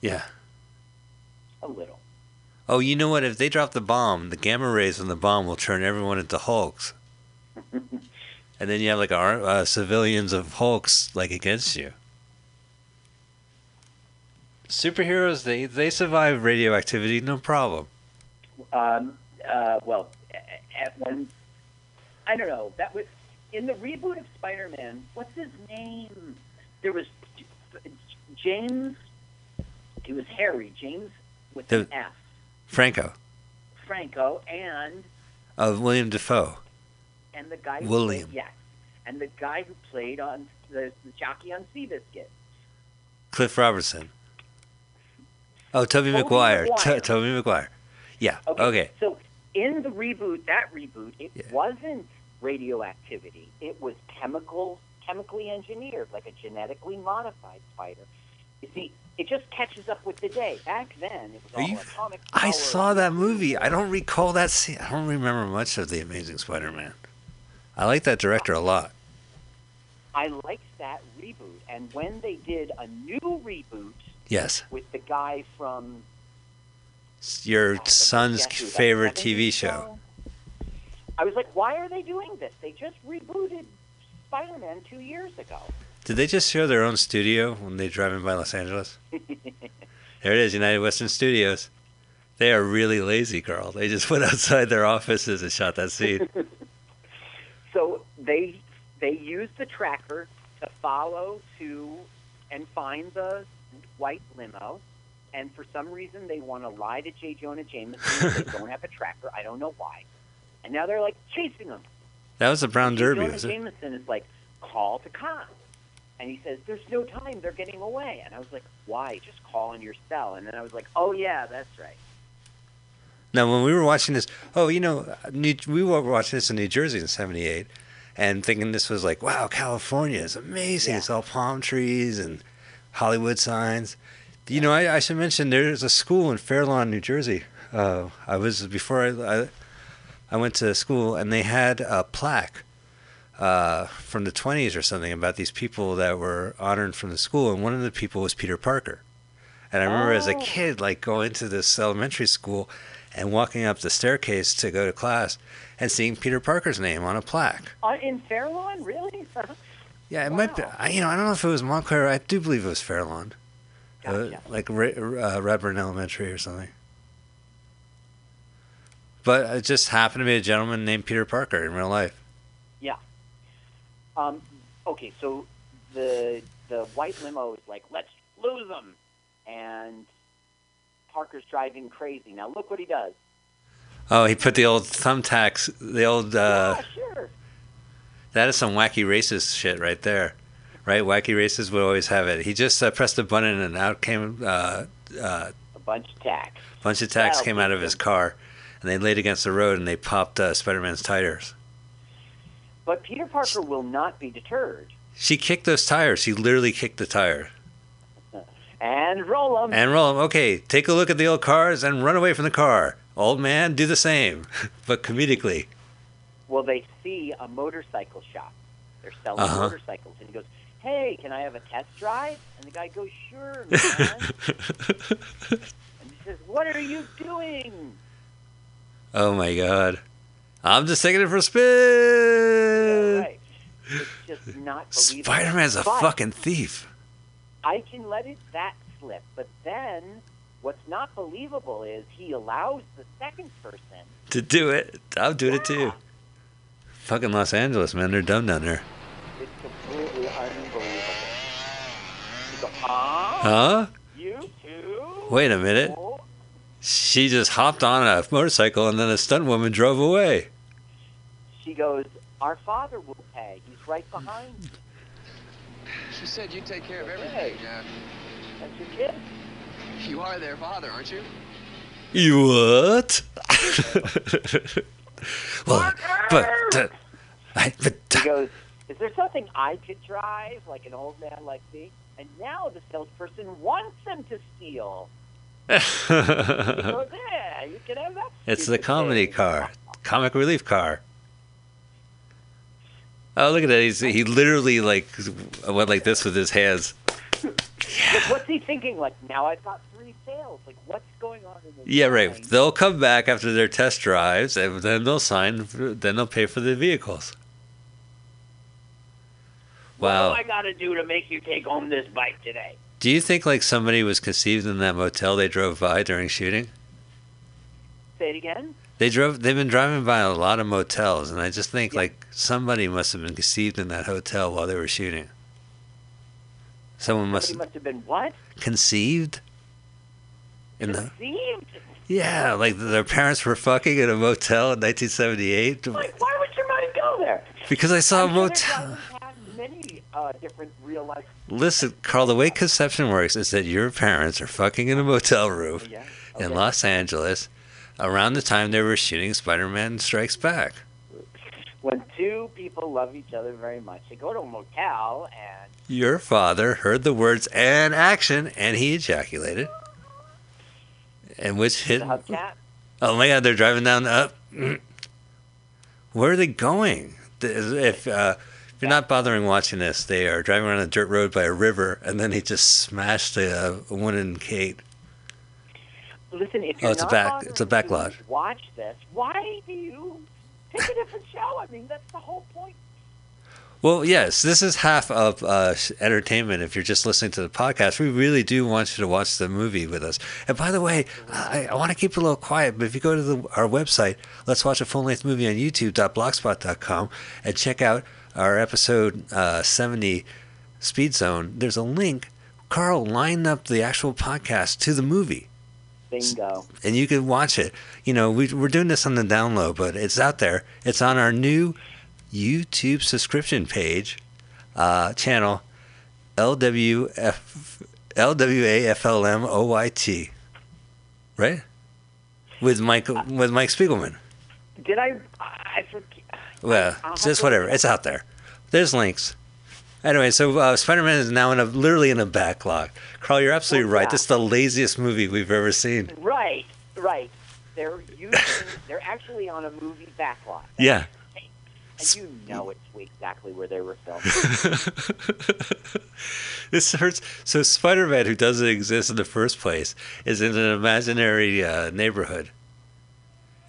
L: Yeah.
F: A little.
L: Oh, you know what? If they drop the bomb, the gamma rays from the bomb will turn everyone into <laughs> Hulks. and then you have like ar- uh, civilians of Hulks like against you. Superheroes, they, they survive radioactivity, no problem.
F: Um, uh, well, a- at one, I don't know. That was in the reboot of Spider-Man. What's his name? There was J- James. He was Harry James with an
L: The-
F: F.
L: Franco,
F: Franco and
L: uh, William Defoe.
F: and the guy. Who
L: William.
F: Played, yes, and the guy who played on the, the jockey on Seabiscuit.
L: Cliff Robertson. Oh, Toby
F: Tobey
L: Maguire.
F: Maguire.
L: To- Toby Maguire. Yeah. Okay.
F: So in the reboot, that reboot, it wasn't radioactivity. It was chemical, chemically engineered, like a genetically modified spider. You see, it just catches up with the day. Back then, it was
L: Are
F: all
L: you-
F: atomic.
L: I saw that movie. I don't recall that scene. I don't remember much of The Amazing Spider Man. I like that director a lot.
F: I liked that reboot, and when they did a new reboot
L: Yes.
F: with the guy from
L: Your son's
F: Guess Who, that
L: favorite
F: 70s
L: TV show.
F: I was like, why are they doing this? They just rebooted Spider-Man two years ago.
L: Did they just show their own studio when they drive in by Los Angeles? There it is, United Western Studios. They are really lazy, Carl. They just <laughs> went outside their offices and shot that scene.
F: so they they use the tracker to follow to and find the white limo, and for some reason they want to lie to J. Jonah Jameson. that they don't have a tracker. I don't know why. And now they're like chasing him.
L: That was the Brown Derby,
F: Jonah
L: was it?
F: Jameson is like, call the cops. And he says, there's no time. They're getting away. And I was like, why? Just call in your cell. And then I was like, oh, yeah, that's right.
L: Now, when we were watching this, oh, you know, New, we were watching this in New Jersey in '78, and thinking this was like, wow, California is amazing. It's all palm trees and Hollywood signs. You know, I, I should mention there's a school in Fair Lawn, New Jersey. Uh, I was before I, I I went to school, and they had a plaque uh, from the 20s or something about these people that were honored from the school, and one of the people was Peter Parker. And I remember as a kid, like going to this elementary school and walking up the staircase to go to class and seeing Peter Parker's name on a plaque.
F: Uh, in Fairlawn? Really? <laughs>
L: Yeah, it might be. I, you know, I don't know if it was Montclair. I do believe it was Fairlawn, uh, like Ra- uh, Redburn Elementary or something. But it just happened to be a gentleman named Peter Parker in real life.
F: Yeah. Um, okay, so the the white limo is like, let's lose them, and Parker's driving crazy. Now look what he does.
L: Oh, he put the old thumbtacks, the old. Uh,
F: sure.
L: That is some wacky racist shit right there, right? Wacky racists would always have it. He just uh, pressed a button and out came uh, uh,
F: a bunch of tacks.
L: Bunch of tacks
F: Wow.
L: came out of his car, and they laid against the road and they popped uh, Spider-Man's tires.
F: But Peter Parker will not be deterred
L: She kicked those tires. She literally kicked the tire.
F: and roll them.
L: And roll 'em. Okay, take a look at the old cars and run away from the car. Old man, do the same, <laughs> but comedically. <laughs>
F: well, they see a motorcycle shop. They're selling
L: Uh-huh.
F: motorcycles, and he goes, "Hey, can I have a test drive?" And the guy goes, "Sure, man."
L: <laughs>
F: and he says, "What are you doing?"
L: Oh my god. I'm just taking it for a spin.
F: Right. It's just not believable.
L: Spider Man's Uh. a
F: But
L: fucking thief.
F: I can let it that slip, but then what's not believable is he allows the second person.
L: To do it, I'm doing it too. Fucking Los Angeles, man. They're dumb down there.
F: It's completely unbelievable. He goes, huh?
L: Huh?
F: You too?
L: Uh, Wait a minute. She just hopped on a motorcycle and then a stunt woman drove away.
F: She goes, Our father will pay. He's right behind you.
Q: She said you take care of everything, Jack.
F: That's your kid.
Q: You are their father, aren't you?
L: You what? <laughs> well, but, uh, I, but uh,
F: He goes, Is there something I could drive, like an old man like me? And now the salesperson wants them to steal. He goes, Oh, Yeah, you can have that.
L: <laughs> it's the comedy car, comic relief car. Oh, look at that! He's, he literally like went like this with his hands.
F: Like, what's he thinking? Like, now I've got three sales. Like, what's going on in this?
L: Yeah, right. They'll come back after their test drives, and then they'll sign. For, then they'll pay for the vehicles. Wow.
F: What do I got to do to make you take home this bike today?
L: Do you think like somebody was conceived in that motel they drove by during shooting?
F: Say it again?
L: They drove. They've been driving by a lot of motels, and I just think like somebody must have been conceived in that hotel while they were shooting. Someone must
F: Somebody must have been what?
L: conceived. In the,
F: Conceived?
L: yeah, like their parents were fucking in a motel in 1978.
F: Like, why would your mind go there?
L: Because I saw a
F: I'm sure there's
L: motel.
F: not- had many uh, different real life.
L: Listen, Carl, the way conception works is that your parents are fucking in a motel room in Los Angeles around the time they were shooting Spider Man Strikes Back.
F: When two people love each other very much, they go to a motel and
L: Your father heard the words and action and he ejaculated. And which hit.
F: the hubcap.
L: Oh my god, they're driving down the up. <clears throat> Where are they going? The- If, uh, if you're not bothering watching this, they are driving around a dirt road by a river and then he just smashed a uh, wooden gate.
F: Listen, if
L: Oh,
F: you're
L: it's a
F: not
L: back-
F: bothering
L: it's a back
F: to
L: lot.
F: Watch this. Why do you pick a different show? I mean, that's the whole point.
L: Well, yes, this is half of uh, sh- entertainment. If you're just listening to the podcast, we really do want you to watch the movie with us. And by the way, I, I want to keep it a little quiet, but if you go to the, our website, let's watch a full length movie on youtube.blogspot.com and check out our episode uh, 70 Speed Zone, there's a link. Carl lined up the actual podcast to the movie
F: Bingo.
L: and you can watch it. You know, we, we're doing this on the download, but it's out there. It's on our new YouTube subscription page, uh, channel LWF, LWAFLMOYT, right? With Mike with Mike Spiegelman.
F: Did I? I forget.
L: Well,
F: I'll have
L: just
F: to-
L: whatever. It's out there. There's links. Anyway, so uh, Spider-Man is now in a literally in a backlog. Carl, you're absolutely
F: Oh,
L: right. This is the laziest movie we've ever seen.
F: Right, right. They're using. they're actually on a movie backlot.
L: Yeah.
F: And you know it's exactly where they were filmed.
L: <laughs> this hurts. So Spider-Man, who doesn't exist in the first place, is in an imaginary uh, neighborhood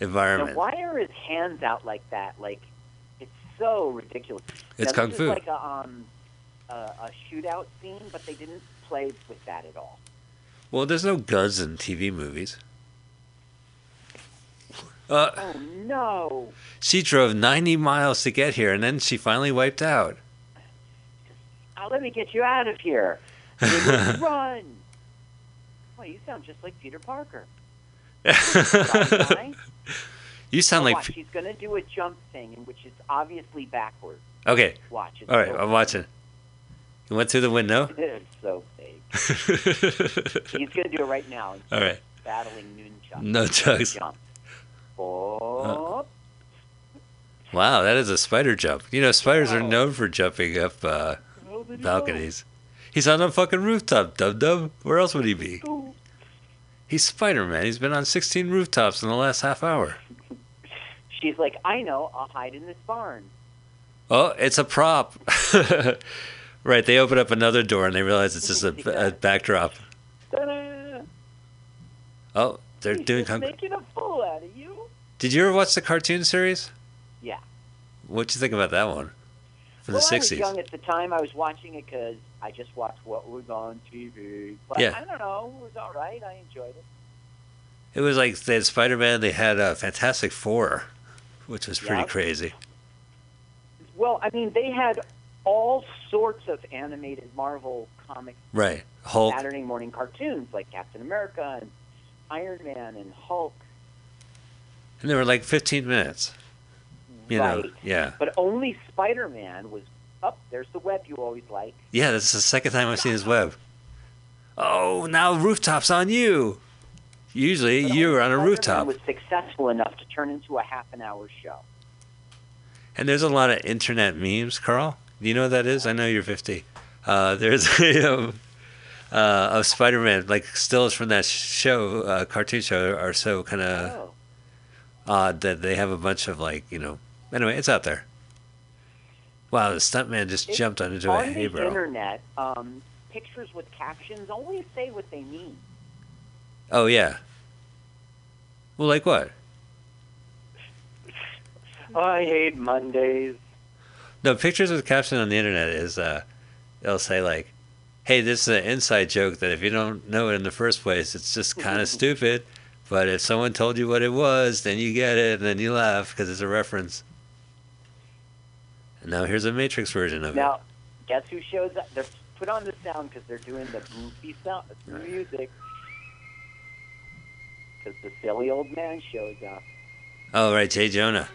F: now,
L: environment.
F: why are his hands out like that? Like, it's so ridiculous.
L: It's
F: now,
L: kung
F: this
L: fu.
F: Is like a, um, a, a shootout scene, but they didn't play with that at all.
L: Well, there's no guns in TV movies. Uh,
F: Oh no!
L: she drove 90 miles to get here, and then she finally wiped out. <laughs>
F: Uh, let me get you out of here. And they
L: <laughs>
F: just Run! Well, you sound just like Peter Parker.
L: <laughs> you sound
F: Now
L: like
F: watch, he's gonna do a jump thing, in which is obviously backwards.
L: okay.
F: Watch it.
L: All right, I'm
F: <laughs>
L: watching. You went through the window. <laughs>
F: It's so fake. He's gonna do it right now.
L: All right.
F: Battling nunchucks.
L: No Uh, chugs.
F: Jump. Oh,
L: Wow, that is a spider jump. You know, spiders are known for jumping up uh, balconies. He's on a fucking rooftop, dub dub. Where else would he be? He's Spider Man. He's been on 16 rooftops in the last half hour.
F: She's like, I know. I'll hide in this barn.
L: Oh, it's a prop. <laughs> right, they open up another door and they realize it's
F: <laughs>
L: just a, a backdrop.
F: Ta-da!
L: Oh, they're doing.
F: Just
L: Kung-
F: making a fool out of you.
L: Did you ever watch the cartoon series?
F: Yeah.
L: What'd you think about that one? From
F: well,
L: the
F: I was
L: 60s.
F: young at the time. I was watching it because I just watched what was on TV. But
L: Yeah.
F: I don't know. It was all right. I enjoyed it.
L: It was like they had Spider Man, they had uh, Fantastic Four, which was pretty
F: Yeah.
L: crazy.
F: Well, I mean, they had all sorts of animated Marvel comics.
L: Right. Hulk.
F: Saturday morning cartoons like Captain America and Iron Man and Hulk.
L: And they were like 15 minutes. You know,
F: Right.
L: yeah.
F: But only Spider Man was up. there's the web you always like.
L: Yeah, this is the second time I've seen his web. Oh, now rooftop's on you. Usually you're on a rooftop.
F: was successful enough to turn into a half an hour show.
L: And there's a lot of internet memes, Carl. Do you know what that is? I know you're 50. Uh, there's <laughs> a um, uh, of Spider-Man, like stills from that show, uh, cartoon show, are so kind of
F: Oh.
L: odd that they have a bunch of like, you know. Anyway, it's out there. Wow, the stuntman just
F: It's
L: jumped onto a
F: on
L: hay
F: the
L: barrel.
F: internet, um, pictures with captions only say what they mean.
L: Oh yeah. Well, like what?
F: I hate Mondays.
L: No, pictures with caption on the internet is uh, they'll say like, "Hey, this is an inside joke that if you don't know it in the first place, it's just kind
F: <laughs>
L: of stupid." But if someone told you what it was, then you get it, and then you laugh because it's a reference. And now here's a Matrix version of
F: Now, guess who shows up? They're put on the sound because they're doing the goofy sound the music. Because the silly old man shows up.
L: it. Oh, right, Jay Jonah.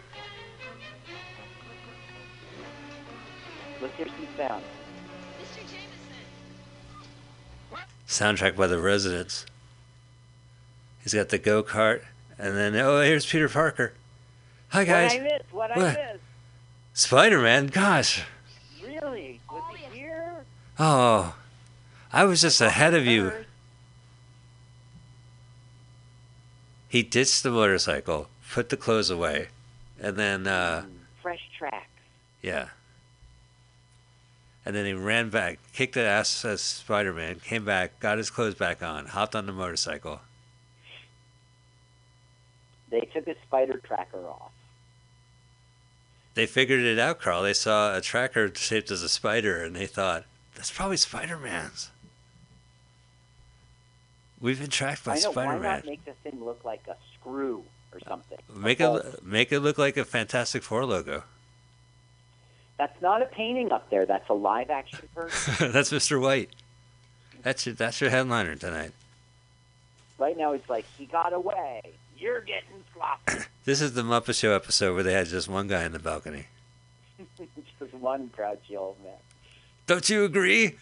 F: Let's hear some sound.
L: Soundtrack by the Residents. He's got the go kart, and then oh, here's Peter Parker. Hi guys.
F: What I missed? What,
L: What?
F: I
L: Spider Man. Gosh.
F: missed? Really? Was he here?
L: Oh, I was just ahead of you. He ditched the motorcycle, put the clothes away, and then, uh,
F: Fresh track.
L: yeah. And then he ran back, kicked the ass as Spider Man, came back, got his clothes back on, hopped on the motorcycle.
F: They took his spider tracker off.
L: They figured it out, Carl. They saw a tracker shaped as a spider, and they thought, that's probably Spider Man's. We've been tracked by
F: I know.
L: Spider Uh,
F: Why
L: Man.
F: not make this thing look like a screw or something?
L: Make it, make it look like a Fantastic Four logo. <laughs>
F: That's not a painting up there. That's a live action
L: <laughs>
F: person.
L: that's Mr. White. That's your that's your headliner tonight.
F: right now, it's like he got away. You're getting sloppy. <laughs>
L: This is the Muppet Show episode where they had just one guy in the balcony.
F: Just one grouchy old man.
L: Don't you agree?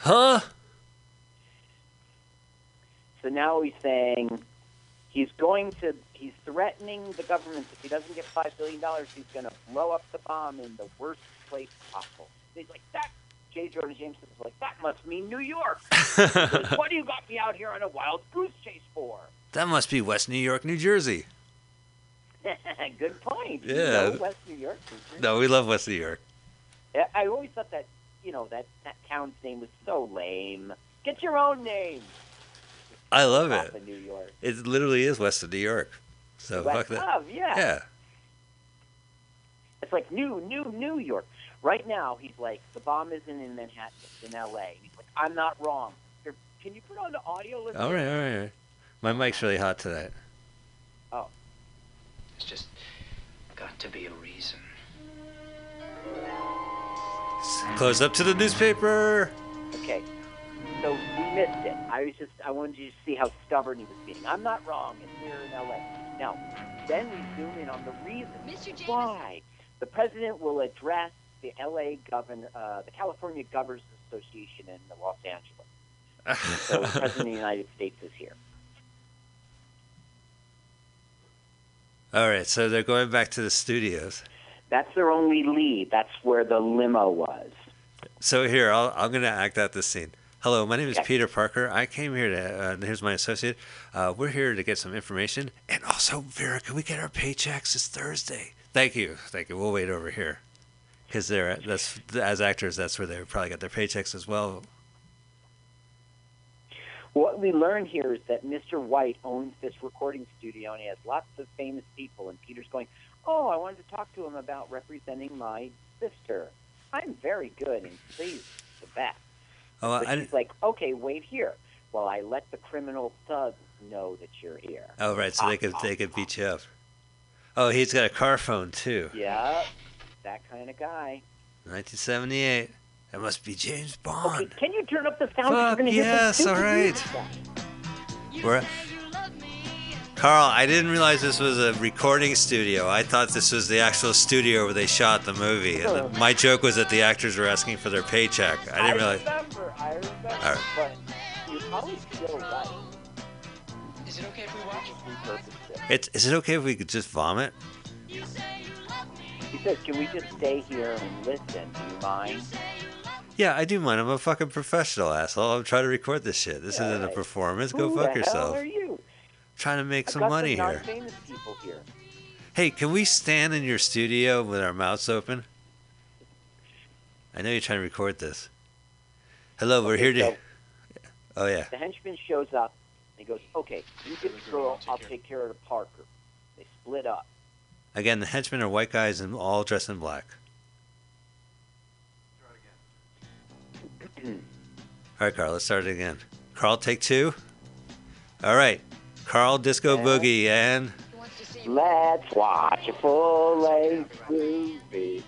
L: Huh?
F: So now he's saying he's going to, he's threatening the government if he doesn't get $5 billion, he's going to blow up the bomb in the worst place possible. He's like, that, J. Jordan Jameson's like, that must mean New
L: <laughs>
F: York. He goes, what do you got me out here on a wild goose chase for? <laughs>
L: That must be West New York, New Jersey.
F: Good point. You
L: Yeah.
F: know West New York. is-
L: No, we love West New York.
F: I- I always thought that, you know, that, that town's name was so lame. Get your own name.
L: I love
F: Off
L: it.
F: of New York.
L: It literally is West of New York. So
F: West
L: fuck that.
F: of, yeah.
L: Yeah.
F: It's like new, new, New York. Right now, he's like, the bomb isn't in Manhattan, it's in L.A. He's like, I'm not wrong. Here, Can you put on the audio? Listen?
L: All right, all right, all right. My mic's really hot tonight.
Q: It's just got to be a reason.
L: Close up to the newspaper.
F: Okay. So we missed it. I was just, I wanted you to see how stubborn he was being. I'm not wrong. It's here in L.A. Now, then we zoom in on the reason why the president will address the L.A. govern, uh, the California Governors Association in Los Angeles.
L: <laughs>
F: So the president of the United States is here.
L: All right, so they're going back to the studios.
F: That's their only lead. That's where the limo was.
L: So here, I'll, I'm going to act out this scene. Hello, my name is
F: Okay.
L: Peter Parker. I came here to. Uh, and here's my associate. Uh, we're here to get some information, and also, Vera, can we get our paychecks? It's Thursday. Thank you, thank you. We'll wait over here, because they're that's as actors, that's where they probably got their paychecks as well.
F: What we learn here is that Mr. White owns this recording studio and he has lots of famous people. And Peter's going, Oh, I wanted to talk to him about representing my sister. I'm very good and please the best.
L: Oh,
F: but
L: I,
F: she's like, okay, wait here. Well, I let the criminal thugs know that you're here.
L: oh, right. So they could they could beat you up. Oh, he's got a car phone too.
F: Yeah, that kind of guy.
L: 1978. That must be James Bond.
F: Okay, can you turn up the sound? You're
L: Fuck
F: gonna hear some
L: yes,
F: stupid
L: all right.
F: music.
L: We're- Carl, I didn't realize this was a recording studio. I thought this was the actual studio where they shot the movie. And the- my joke was that the actors were asking for their paycheck. I didn't realize.
F: remember, I remember,
L: All right.
F: but you're probably still right.
Q: Is it okay if we watch?
L: It's, is it okay if we could just vomit?
F: He says, can we just stay here and listen? Do you mind?
L: Yeah, I do mind. I'm a fucking professional asshole. I'm trying to record this shit. This isn't a performance. Go
F: Who
L: fuck
F: the
L: yourself.
F: Hell are you?
L: trying to make
F: I've
L: some
F: got
L: money
F: some
L: here.
F: Non-famous people here.
L: Hey, can we stand in your studio with our mouths open? I know you're trying to record this. Hello, we're here to. Oh yeah.
F: The henchman shows up and he goes, okay, you get the girl, I'll take care of the Parker. They split up.
L: Again, the henchmen are white guys and all dressed in black. All right, Carl, let's start it again. Carl, take two. All right. Carl, disco boogie, and
F: Let's watch a full length movie.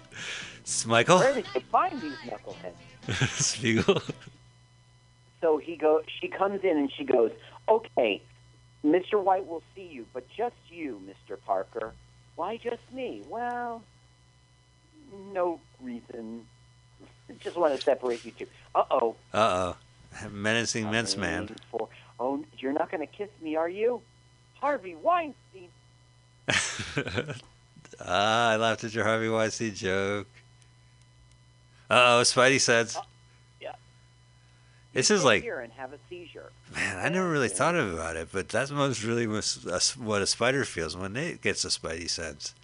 L: It's Michael
F: Where did you find these knuckleheads?
L: <laughs> Spiegel.
F: So he go. She comes in and she goes, "Okay, Mr. White will see you, but just you, Mr. Parker. Why just me? Well, no reason. <laughs> Just want to separate you two. Uh oh.
L: Uh oh. Menacing Mince Man.
F: Oh, you're not going to kiss me, are you? Harvey Weinstein.
L: ah, I laughed at your Harvey Weinstein joke. Uh oh, Spidey says.
F: yeah.
L: This
F: Sit
L: is like,
F: here and have a seizure.
L: man, I never really thought about it, but that's most really was- that's what a spider feels when it gets a Spidey sense.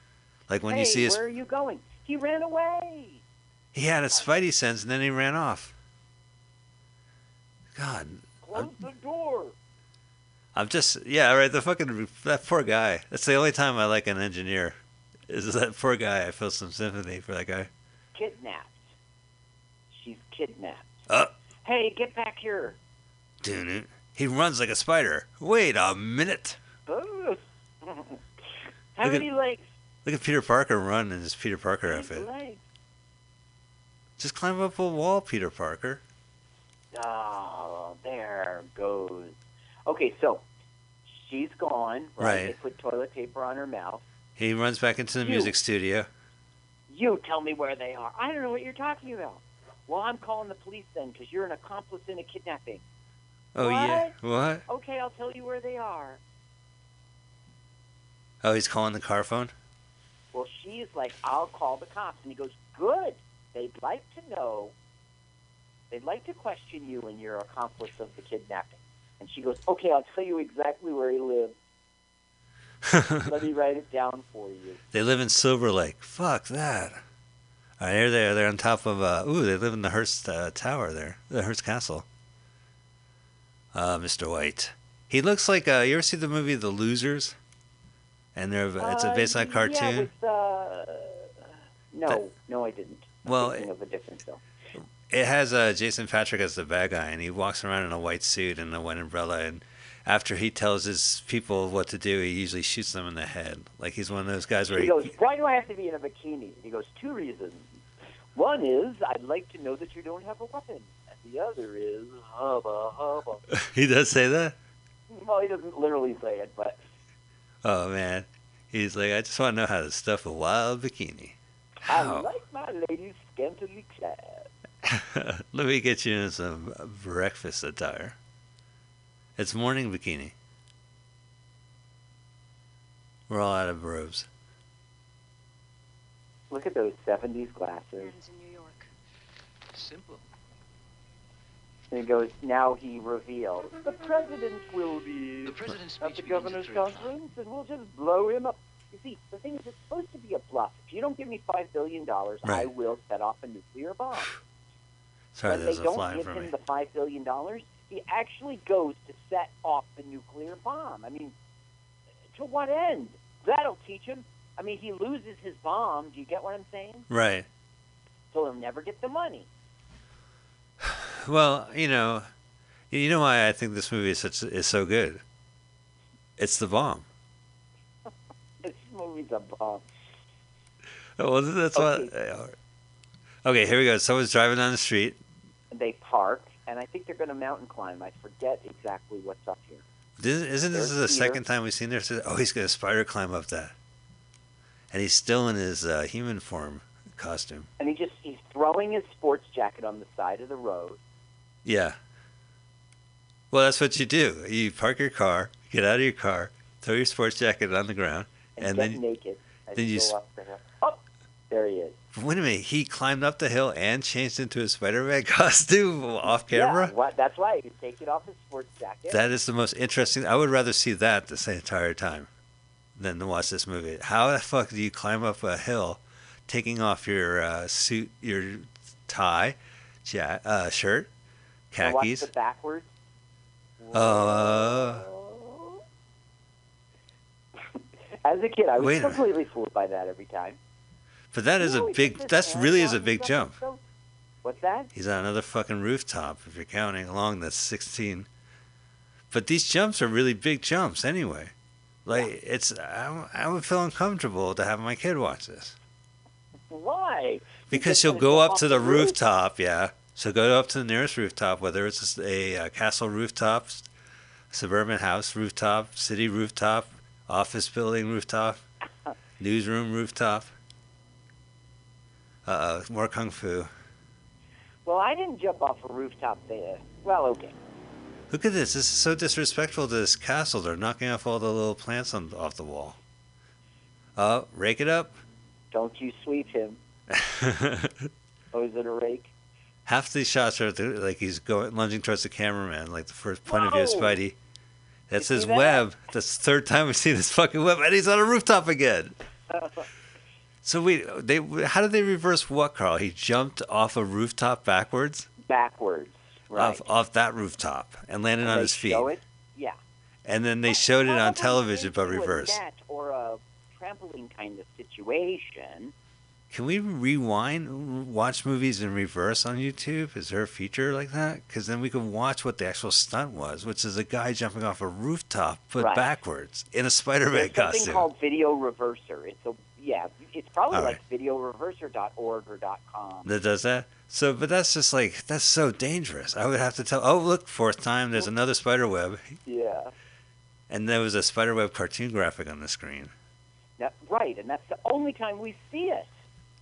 L: Like when
F: hey,
L: you see his,
F: where are you going? He ran away.
L: he had a Spidey sense and then he ran off. God,
F: Close the door.
L: I'm just yeah, right. The fucking that poor guy. That's the only time I like an engineer. Is that poor guy? I feel some sympathy for that guy.
F: Kidnapped. She's kidnapped.
L: Uh,
F: Hey, get back here.
L: dude, dude, he runs like a spider. Wait a minute.
F: <laughs> Ooh. How
L: Look at-
F: many legs?
L: Look at Peter Parker run in his Peter Parker outfit.
F: Legs.
L: Just climb up a wall, Peter Parker.
F: Oh, there goes. Okay, so she's gone. Right.
L: Right.
F: They put toilet paper on her mouth.
L: He runs back into the
F: You.
L: music studio.
F: You tell me where they are. I don't know what you're talking about. Well, I'm calling the police then, 'cause you're an accomplice in a kidnapping.
L: Oh yeah. What?
F: Okay, I'll tell you where they are.
L: Oh, he's calling the car phone. <laughs>
F: Well, she's like, I'll call the cops. And he goes, Good. They'd like to know. They'd like to question you and your accomplice of the kidnapping. And she goes, Okay, I'll tell you exactly where he lives. Let
L: <laughs>
F: me write it down for you.
L: They live in Silver Lake. Fuck that. All right, here they are. They're on top of. Uh, ooh, they live in the Hearst uh, Tower there, the Hearst Castle. Uh, Mr. White. He looks like. Uh, you ever see the movie The Losers? And they're it's a,
F: Uh,
L: based on a
F: Yeah,
L: cartoon.
F: with, uh, no,
L: That-
F: no, I didn't. I'm
L: Well,
F: thinking of a different film.
L: It has uh, Jason Patrick as the bad guy, and he walks around in a white suit and a white umbrella. And after he tells his people what to do, he usually shoots them in the head. Like he's one of those guys where
F: He
L: he,
F: goes, Why do I have to be in a bikini? And he goes, Two reasons. One is, I'd like to know that you don't have a weapon. And the other is, hubba, hubba.
L: he does say that.
F: well, he doesn't literally say it, but
L: Oh man, he's like, I just want to know how to stuff a wild bikini.
F: I
L: How?
F: like my ladies scantily clad.
L: Let me get you in some breakfast attire. It's morning bikini. We're all out of robes.
F: Look at those 70s glasses.
Q: Simple.
F: And he goes, Now he reveals. The president will be the
Q: president's
F: at the governor's conference, and we'll just blow him up. You see, the thing is, it's supposed to be a bluff. If you don't give me $5 billion, I
L: Right.
F: will set off a nuclear bomb.
L: Sorry,
F: when
L: there was
F: they
L: a
F: don't
L: fly in
F: give
L: front of
F: him
L: me.
F: the five billion dollars, he actually goes to set off the nuclear bomb. I mean, to what end? That'll teach him. I mean, he loses his bomb. Do you get what I'm saying?
L: Right.
F: So he'll never get the money.
L: Well, you know, you know why I think this movie is such is so good. It's the bomb.
F: This movie's uh, a bomb.
L: Well, that's what. Okay, here we go. Someone's driving down the street.
F: They park, and I think they're going to mountain climb. I forget exactly what's up here.
L: This, isn't this
F: There's
L: the
F: Peter.
L: second time we've seen this? Oh, he's gonna spider climb up that, and he's still in his uh, human form costume.
F: And he just he's throwing his sports jacket on the side of the road.
L: Yeah. Well, that's what you do. You park your car, get out of your car, throw your sports jacket on the ground, and,
F: and,
L: then
F: get naked. And
L: then you
F: go
L: s-
F: up the hill. Oh, there he is.
L: Wait a minute, he climbed up the hill and changed into a Spider Man <laughs> costume off camera?
F: Yeah, what, that's right. He's taking off his sports jacket.
L: That is the most interesting. I would rather see that this entire time than to watch this movie. How the fuck do you climb up a hill taking off your uh, suit, your tie, ja- uh, shirt,
F: And watch
L: khakis?
F: the backwards. <laughs>
L: Uh,
F: As a kid, I was
L: Wait a minute.
F: completely fooled by that every time.
L: but that is a big, that's really is a big jump.
F: What's that?
L: He's on another fucking rooftop if you're counting along. That's 16. But these jumps are really big jumps anyway. Like it's, I, I would feel uncomfortable to have my kid watch this
F: Why?
L: because she'll go up to the rooftop. Yeah, she'll go up to the nearest rooftop, whether it's a, uh castle rooftop, s- suburban house rooftop, city rooftop, office building rooftop, newsroom rooftop. Uh oh, more kung fu.
F: Well, I didn't jump off a rooftop there. Well, okay.
L: Look at this. This is so disrespectful to this castle. They're knocking off all the little plants on, off the wall. Uh, rake it up. <laughs>
F: Don't you sweep him. Oh, is it a rake?
L: Half these shots are th- like he's going lunging towards the cameraman, like the first point of view of
F: Whoa!
L: Spidey. That's his
F: see that?
L: web. That's the third time we've seen this fucking web, and he's on a
F: <laughs>
L: rooftop again. So wait, they how did they reverse what, Carl? He jumped off a rooftop backwards,
F: Backwards. Right.
L: off off that rooftop, and landed on
F: They
L: his feet.
F: Show it? Yeah.
L: And then they showed it on television, but
F: To a
L: reversed.
F: net or a trampoline kind of situation.
L: Can we rewind, watch movies in reverse on YouTube? Is there a feature like that? Because then we can watch what the actual stunt was, which is a guy jumping off a rooftop but
F: Right.
L: backwards in a Spider-Man
F: There's something
L: costume.
F: called Video Reverser. It's a yeah. It's probably
L: All
F: like videoreverser.org or .com.
L: that does that. So, but that's just like that's so dangerous. I would have to tell. Oh, look, fourth time. There's another spider web,
F: Yeah.
L: and there was a spider web cartoon graphic on the screen.
F: That, right, and that's the only time we see it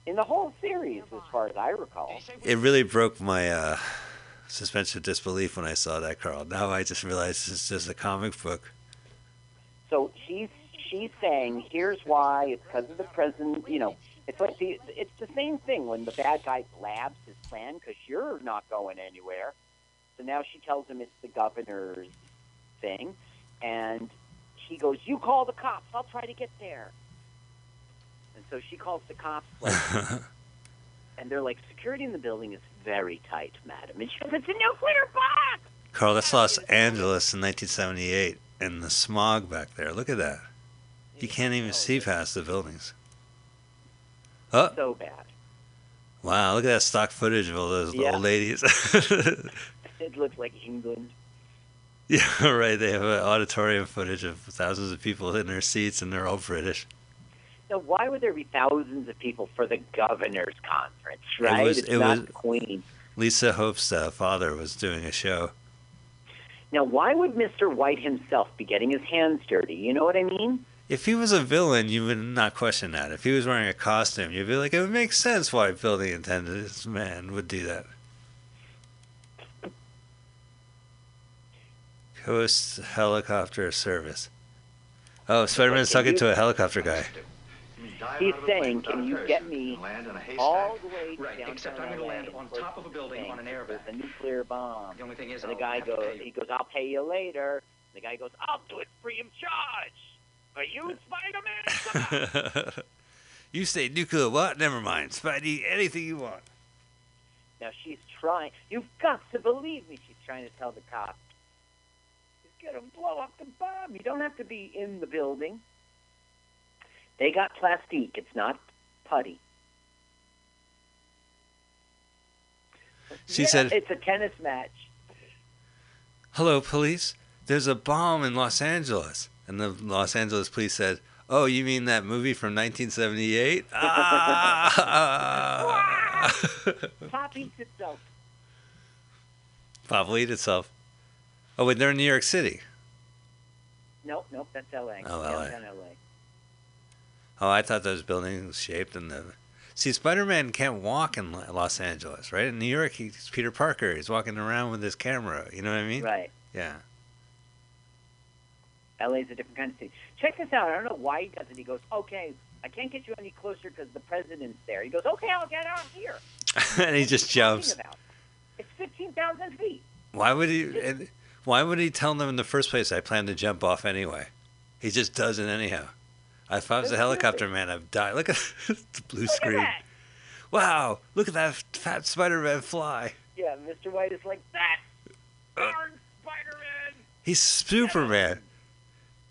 F: in the whole series, as far as I recall.
L: It really broke my uh, suspension of disbelief when I saw that, Carl. Now I just realize it's just a comic book.
F: So she's she's saying, "Here's why. It's because of the president. You know, it's like the it's the same thing when the bad guy blabs his plan because you're not going anywhere. So now she tells him it's the governor's thing, and he goes, "You call the cops. I'll try to get there." And so she calls the cops, like, and they're like, "Security in the building is very tight, madam." And she goes, "It's a nuclear bomb."
L: Carl, that's Los Angeles in 1978, and the smog back there. Look at that. You can't even see past the buildings. Oh,
F: So bad.
L: wow! Look at that stock footage of all those
F: Yeah.
L: little ladies. <laughs>
F: It looked like England.
L: yeah, right. They have an auditorium footage of thousands of people in their seats, and they're all British.
F: So why would there be thousands of people for the governor's conference,
L: It
F: right?
L: was-
F: it's
L: it
F: not
L: was-
F: the queen.
L: Lisa Hope's uh, father was doing a show.
F: Now, why would Mr. White himself be getting his hands dirty? You know what I mean?
L: If he was a villain, you would not question that. If he was wearing a costume, you'd be like, it would make sense why a building attendant man would do that. Coast helicopter service. Oh, Spider Man's talking to a helicopter guy.
F: He's saying, "Can you get me all the way
Q: Right,
F: downtown
Q: except I'm going to
F: LA
Q: land on top of a building on an airbag.
F: with a nuclear bomb?"
Q: The only thing is,
F: And the
Q: I'll
F: guy
Q: have to
F: goes,
Q: pay you.
F: "He goes, I'll pay you later." And the guy goes, "I'll do it free of charge." But you, Spider-Man, come on.
L: <laughs> you say nuclear what? Never mind. Spidey, anything you want.
F: Now she's trying. You've got to believe me. She's trying to tell the cops. He's gonna blow up the bomb. You don't have to be in the building. They got plastique. It's not putty.
L: She
F: Yeah,
L: said,
F: it's a tennis match.
L: Hello, police. There's a bomb in Los Angeles. And the Los Angeles police said, Oh, you mean that movie from 1978? <laughs> Ah!
F: Pop eats itself.
L: Pop lead itself. Oh, wait, they're in New York City.
F: Nope, nope, that's L.A.
L: Oh, LA.
F: Downtown L.A.
L: Oh, I thought those buildings shaped in the. See, Spider Man can't walk in Lo- Los Angeles, right? In New York, he's Peter Parker. He's walking around with his camera. You know what I mean?
F: Right.
L: Yeah. <laughs>
F: LA's a different kind of city. Check this out. I don't know why he does it. He goes, okay, I can't get you any closer because the president's there. He goes, okay, I'll get out here.
L: and he just jumps.
F: Think about it. It's 15,000 feet.
L: Why would he? And why would he tell them in the first place? I plan to jump off anyway. He just does it anyhow. If I was a helicopter man, I'd die. Look at <laughs> the blue screen. Wow! Look at that fat Spider-Man fly.
F: Yeah, Mr. White is like, that darn Spider-Man.
L: He's Superman.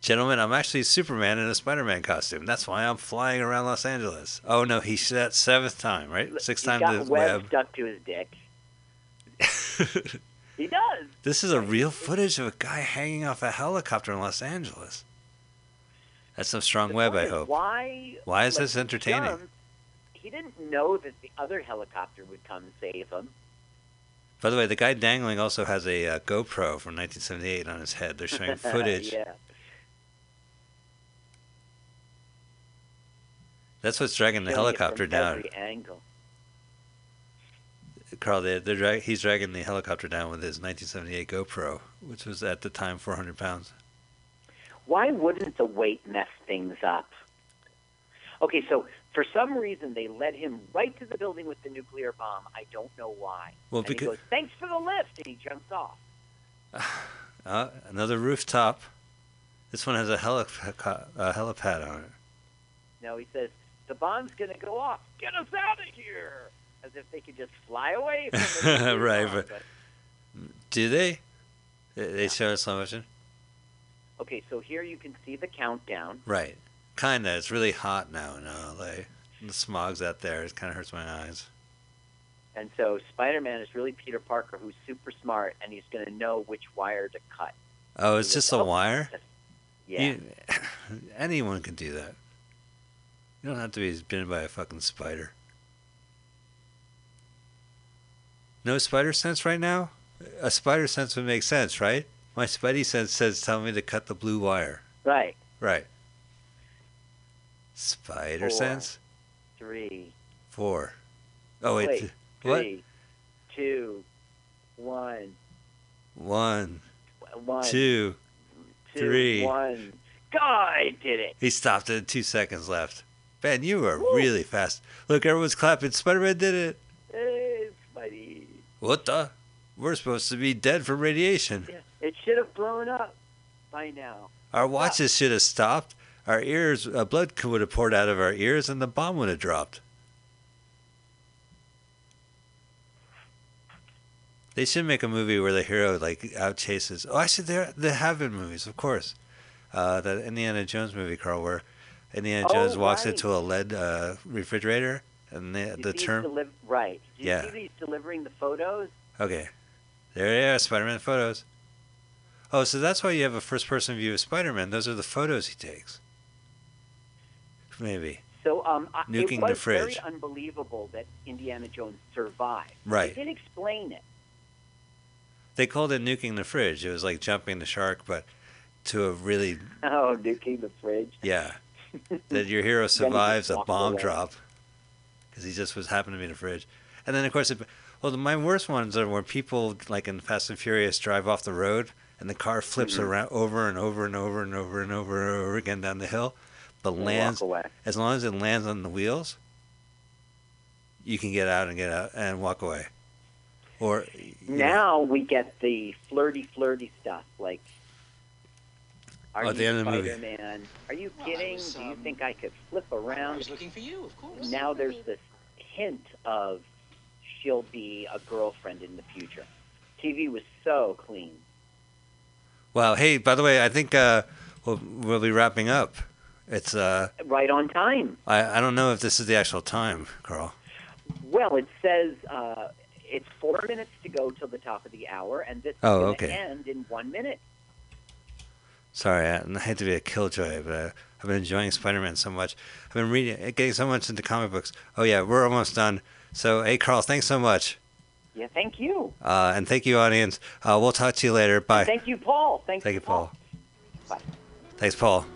L: Gentlemen, I'm actually Superman in a Spider-Man costume. That's why I'm flying around Los Angeles. Oh no, he's that seventh time, right?
F: He's
L: Sixth time
F: got
L: the
F: web
L: web.
F: stuck to his dick.
L: <laughs>
F: He does.
L: This is a real footage of a guy hanging off a helicopter in Los Angeles. That's some strong web, I hope.
F: Why?
L: Why is
F: when
L: this
F: he
L: entertaining?
F: jumped, He didn't know that the other helicopter would come save him.
L: By the way, the guy dangling also has a uh, GoPro from 1978 on his head. They're showing footage.
F: <laughs> yeah.
L: That's what's dragging the
F: Showing it
L: helicopter
F: from
L: down.
F: Every angle.
L: Carl, they're, they're drag- he's dragging the helicopter down with his 1978 GoPro, which was at the time 400 pounds.
F: Why wouldn't the weight mess things up? Okay, so for some reason they led him right to the building with the nuclear bomb. I don't know why.
L: Well,
F: and he
L: because-
F: goes, "Thanks for the lift," and he jumps off.
L: Uh, another rooftop. This one has a, heli- a helipad on it.
F: No, he says, "The bomb's going to go off. Get us out of here!" As if they could just fly away from the
L: <laughs>
F: nuclear
L: Right,
F: bomb,
L: but- Do they? They, they show us slow motion?
F: Okay, so here you can see the countdown.
L: Right. Kinda. It's really hot now in LA. The smog's out there. It kind of hurts my eyes.
F: And so Spider Man is really Peter Parker, who's super smart, and he's going to know which wire to cut.
L: Oh, it's just a wire?
F: Yeah.
L: You- <laughs> anyone can do that. You don't have to be bitten by a fucking spider. No spider sense right now? A spider sense would make sense, right? My spidey sense says tell me to cut the blue wire.
F: Right.
L: Right.
F: Four.
L: Spider sense?
F: Three.
L: Four. Oh, wait. th- what?
F: Three, two, one,
L: One,
F: one,
L: two,
F: two,
L: three.
F: one. God, I did it.
L: He stopped it. Two seconds left. Ben, you were really fast. Look, everyone's clapping. Spider Man did it.
F: Hey, Spidey.
L: What the? We're supposed to be dead from radiation.
F: Yeah, It should have blown up by now.
L: Our watches should have stopped. Our ears, uh, blood could- would have poured out of our ears, and the bomb would have dropped. They should make a movie where the hero like out chases. Oh, actually, there there have been movies, of course. Uh, that Indiana Jones movie, Carl, where Indiana
F: Oh,
L: Jones walks
F: right.
L: into a lead uh, refrigerator, and the,
F: Did
L: the
F: these
L: term.
F: deli- right. Did
L: Yeah.
F: you see these delivering the photos?
L: Okay. There they are, Spider Man photos. Oh, so that's why you have a first person view of Spider Man. Those are the photos he takes. Maybe.
F: So um, I-
L: Nuking
F: it
L: the
F: was
L: fridge.
F: very unbelievable that Indiana Jones survived.
L: Right.
F: They didn't explain it. <laughs>
L: They called it nuking the fridge. It was like jumping the shark, but to a really,
F: Oh, nuking the fridge. <laughs>
L: yeah, that your hero
F: just
L: survives a
F: walked
L: bomb
F: away.
L: drop because he just was happened to be in the fridge. And then, of course, it, well, the, my worst ones are when people, like in Fast and Furious, drive off the road and the car flips
F: Mm-hmm.
K: Mhm.
L: around over and over and over and over and over and over again down the hill, but
K: And walk
L: lands
K: away.
L: as long as it lands on the wheels, you can get out and get out and walk away. Or
F: Now we get the flirty, flirty stuff like. Are
L: Oh, at
F: you
L: the end of the movie.
F: Spider-Man? Are you
Q: Well, I
F: kidding?
Q: was,
F: Do you
Q: um,
F: think I could flip around?
Q: I was looking for you, of course.
F: now there's this hint of she'll be a girlfriend in the future. TV was so clean.
L: Wow. Hey, by the way, I think uh, we'll, we'll be wrapping up. It's uh,
F: right on time.
L: I I don't know if this is the actual time, Carl.
F: Well, it says uh, it's four minutes to go till the top of the hour, and this
L: Oh,
F: is going to
L: okay.
F: end in one minute.
L: Sorry, I, and I hate to be a killjoy, but uh, I've been enjoying Spider-Man so much. I've been reading, getting so much into comic books. Oh yeah, we're almost done. So hey, Carl, thanks so much,
F: Yeah, thank you.
L: uh, and thank you, audience. Uh, we'll talk to you later. Bye.
F: Thank you, Paul. Thank
L: Thank you, Paul.
F: Bye.
L: Thanks, Paul.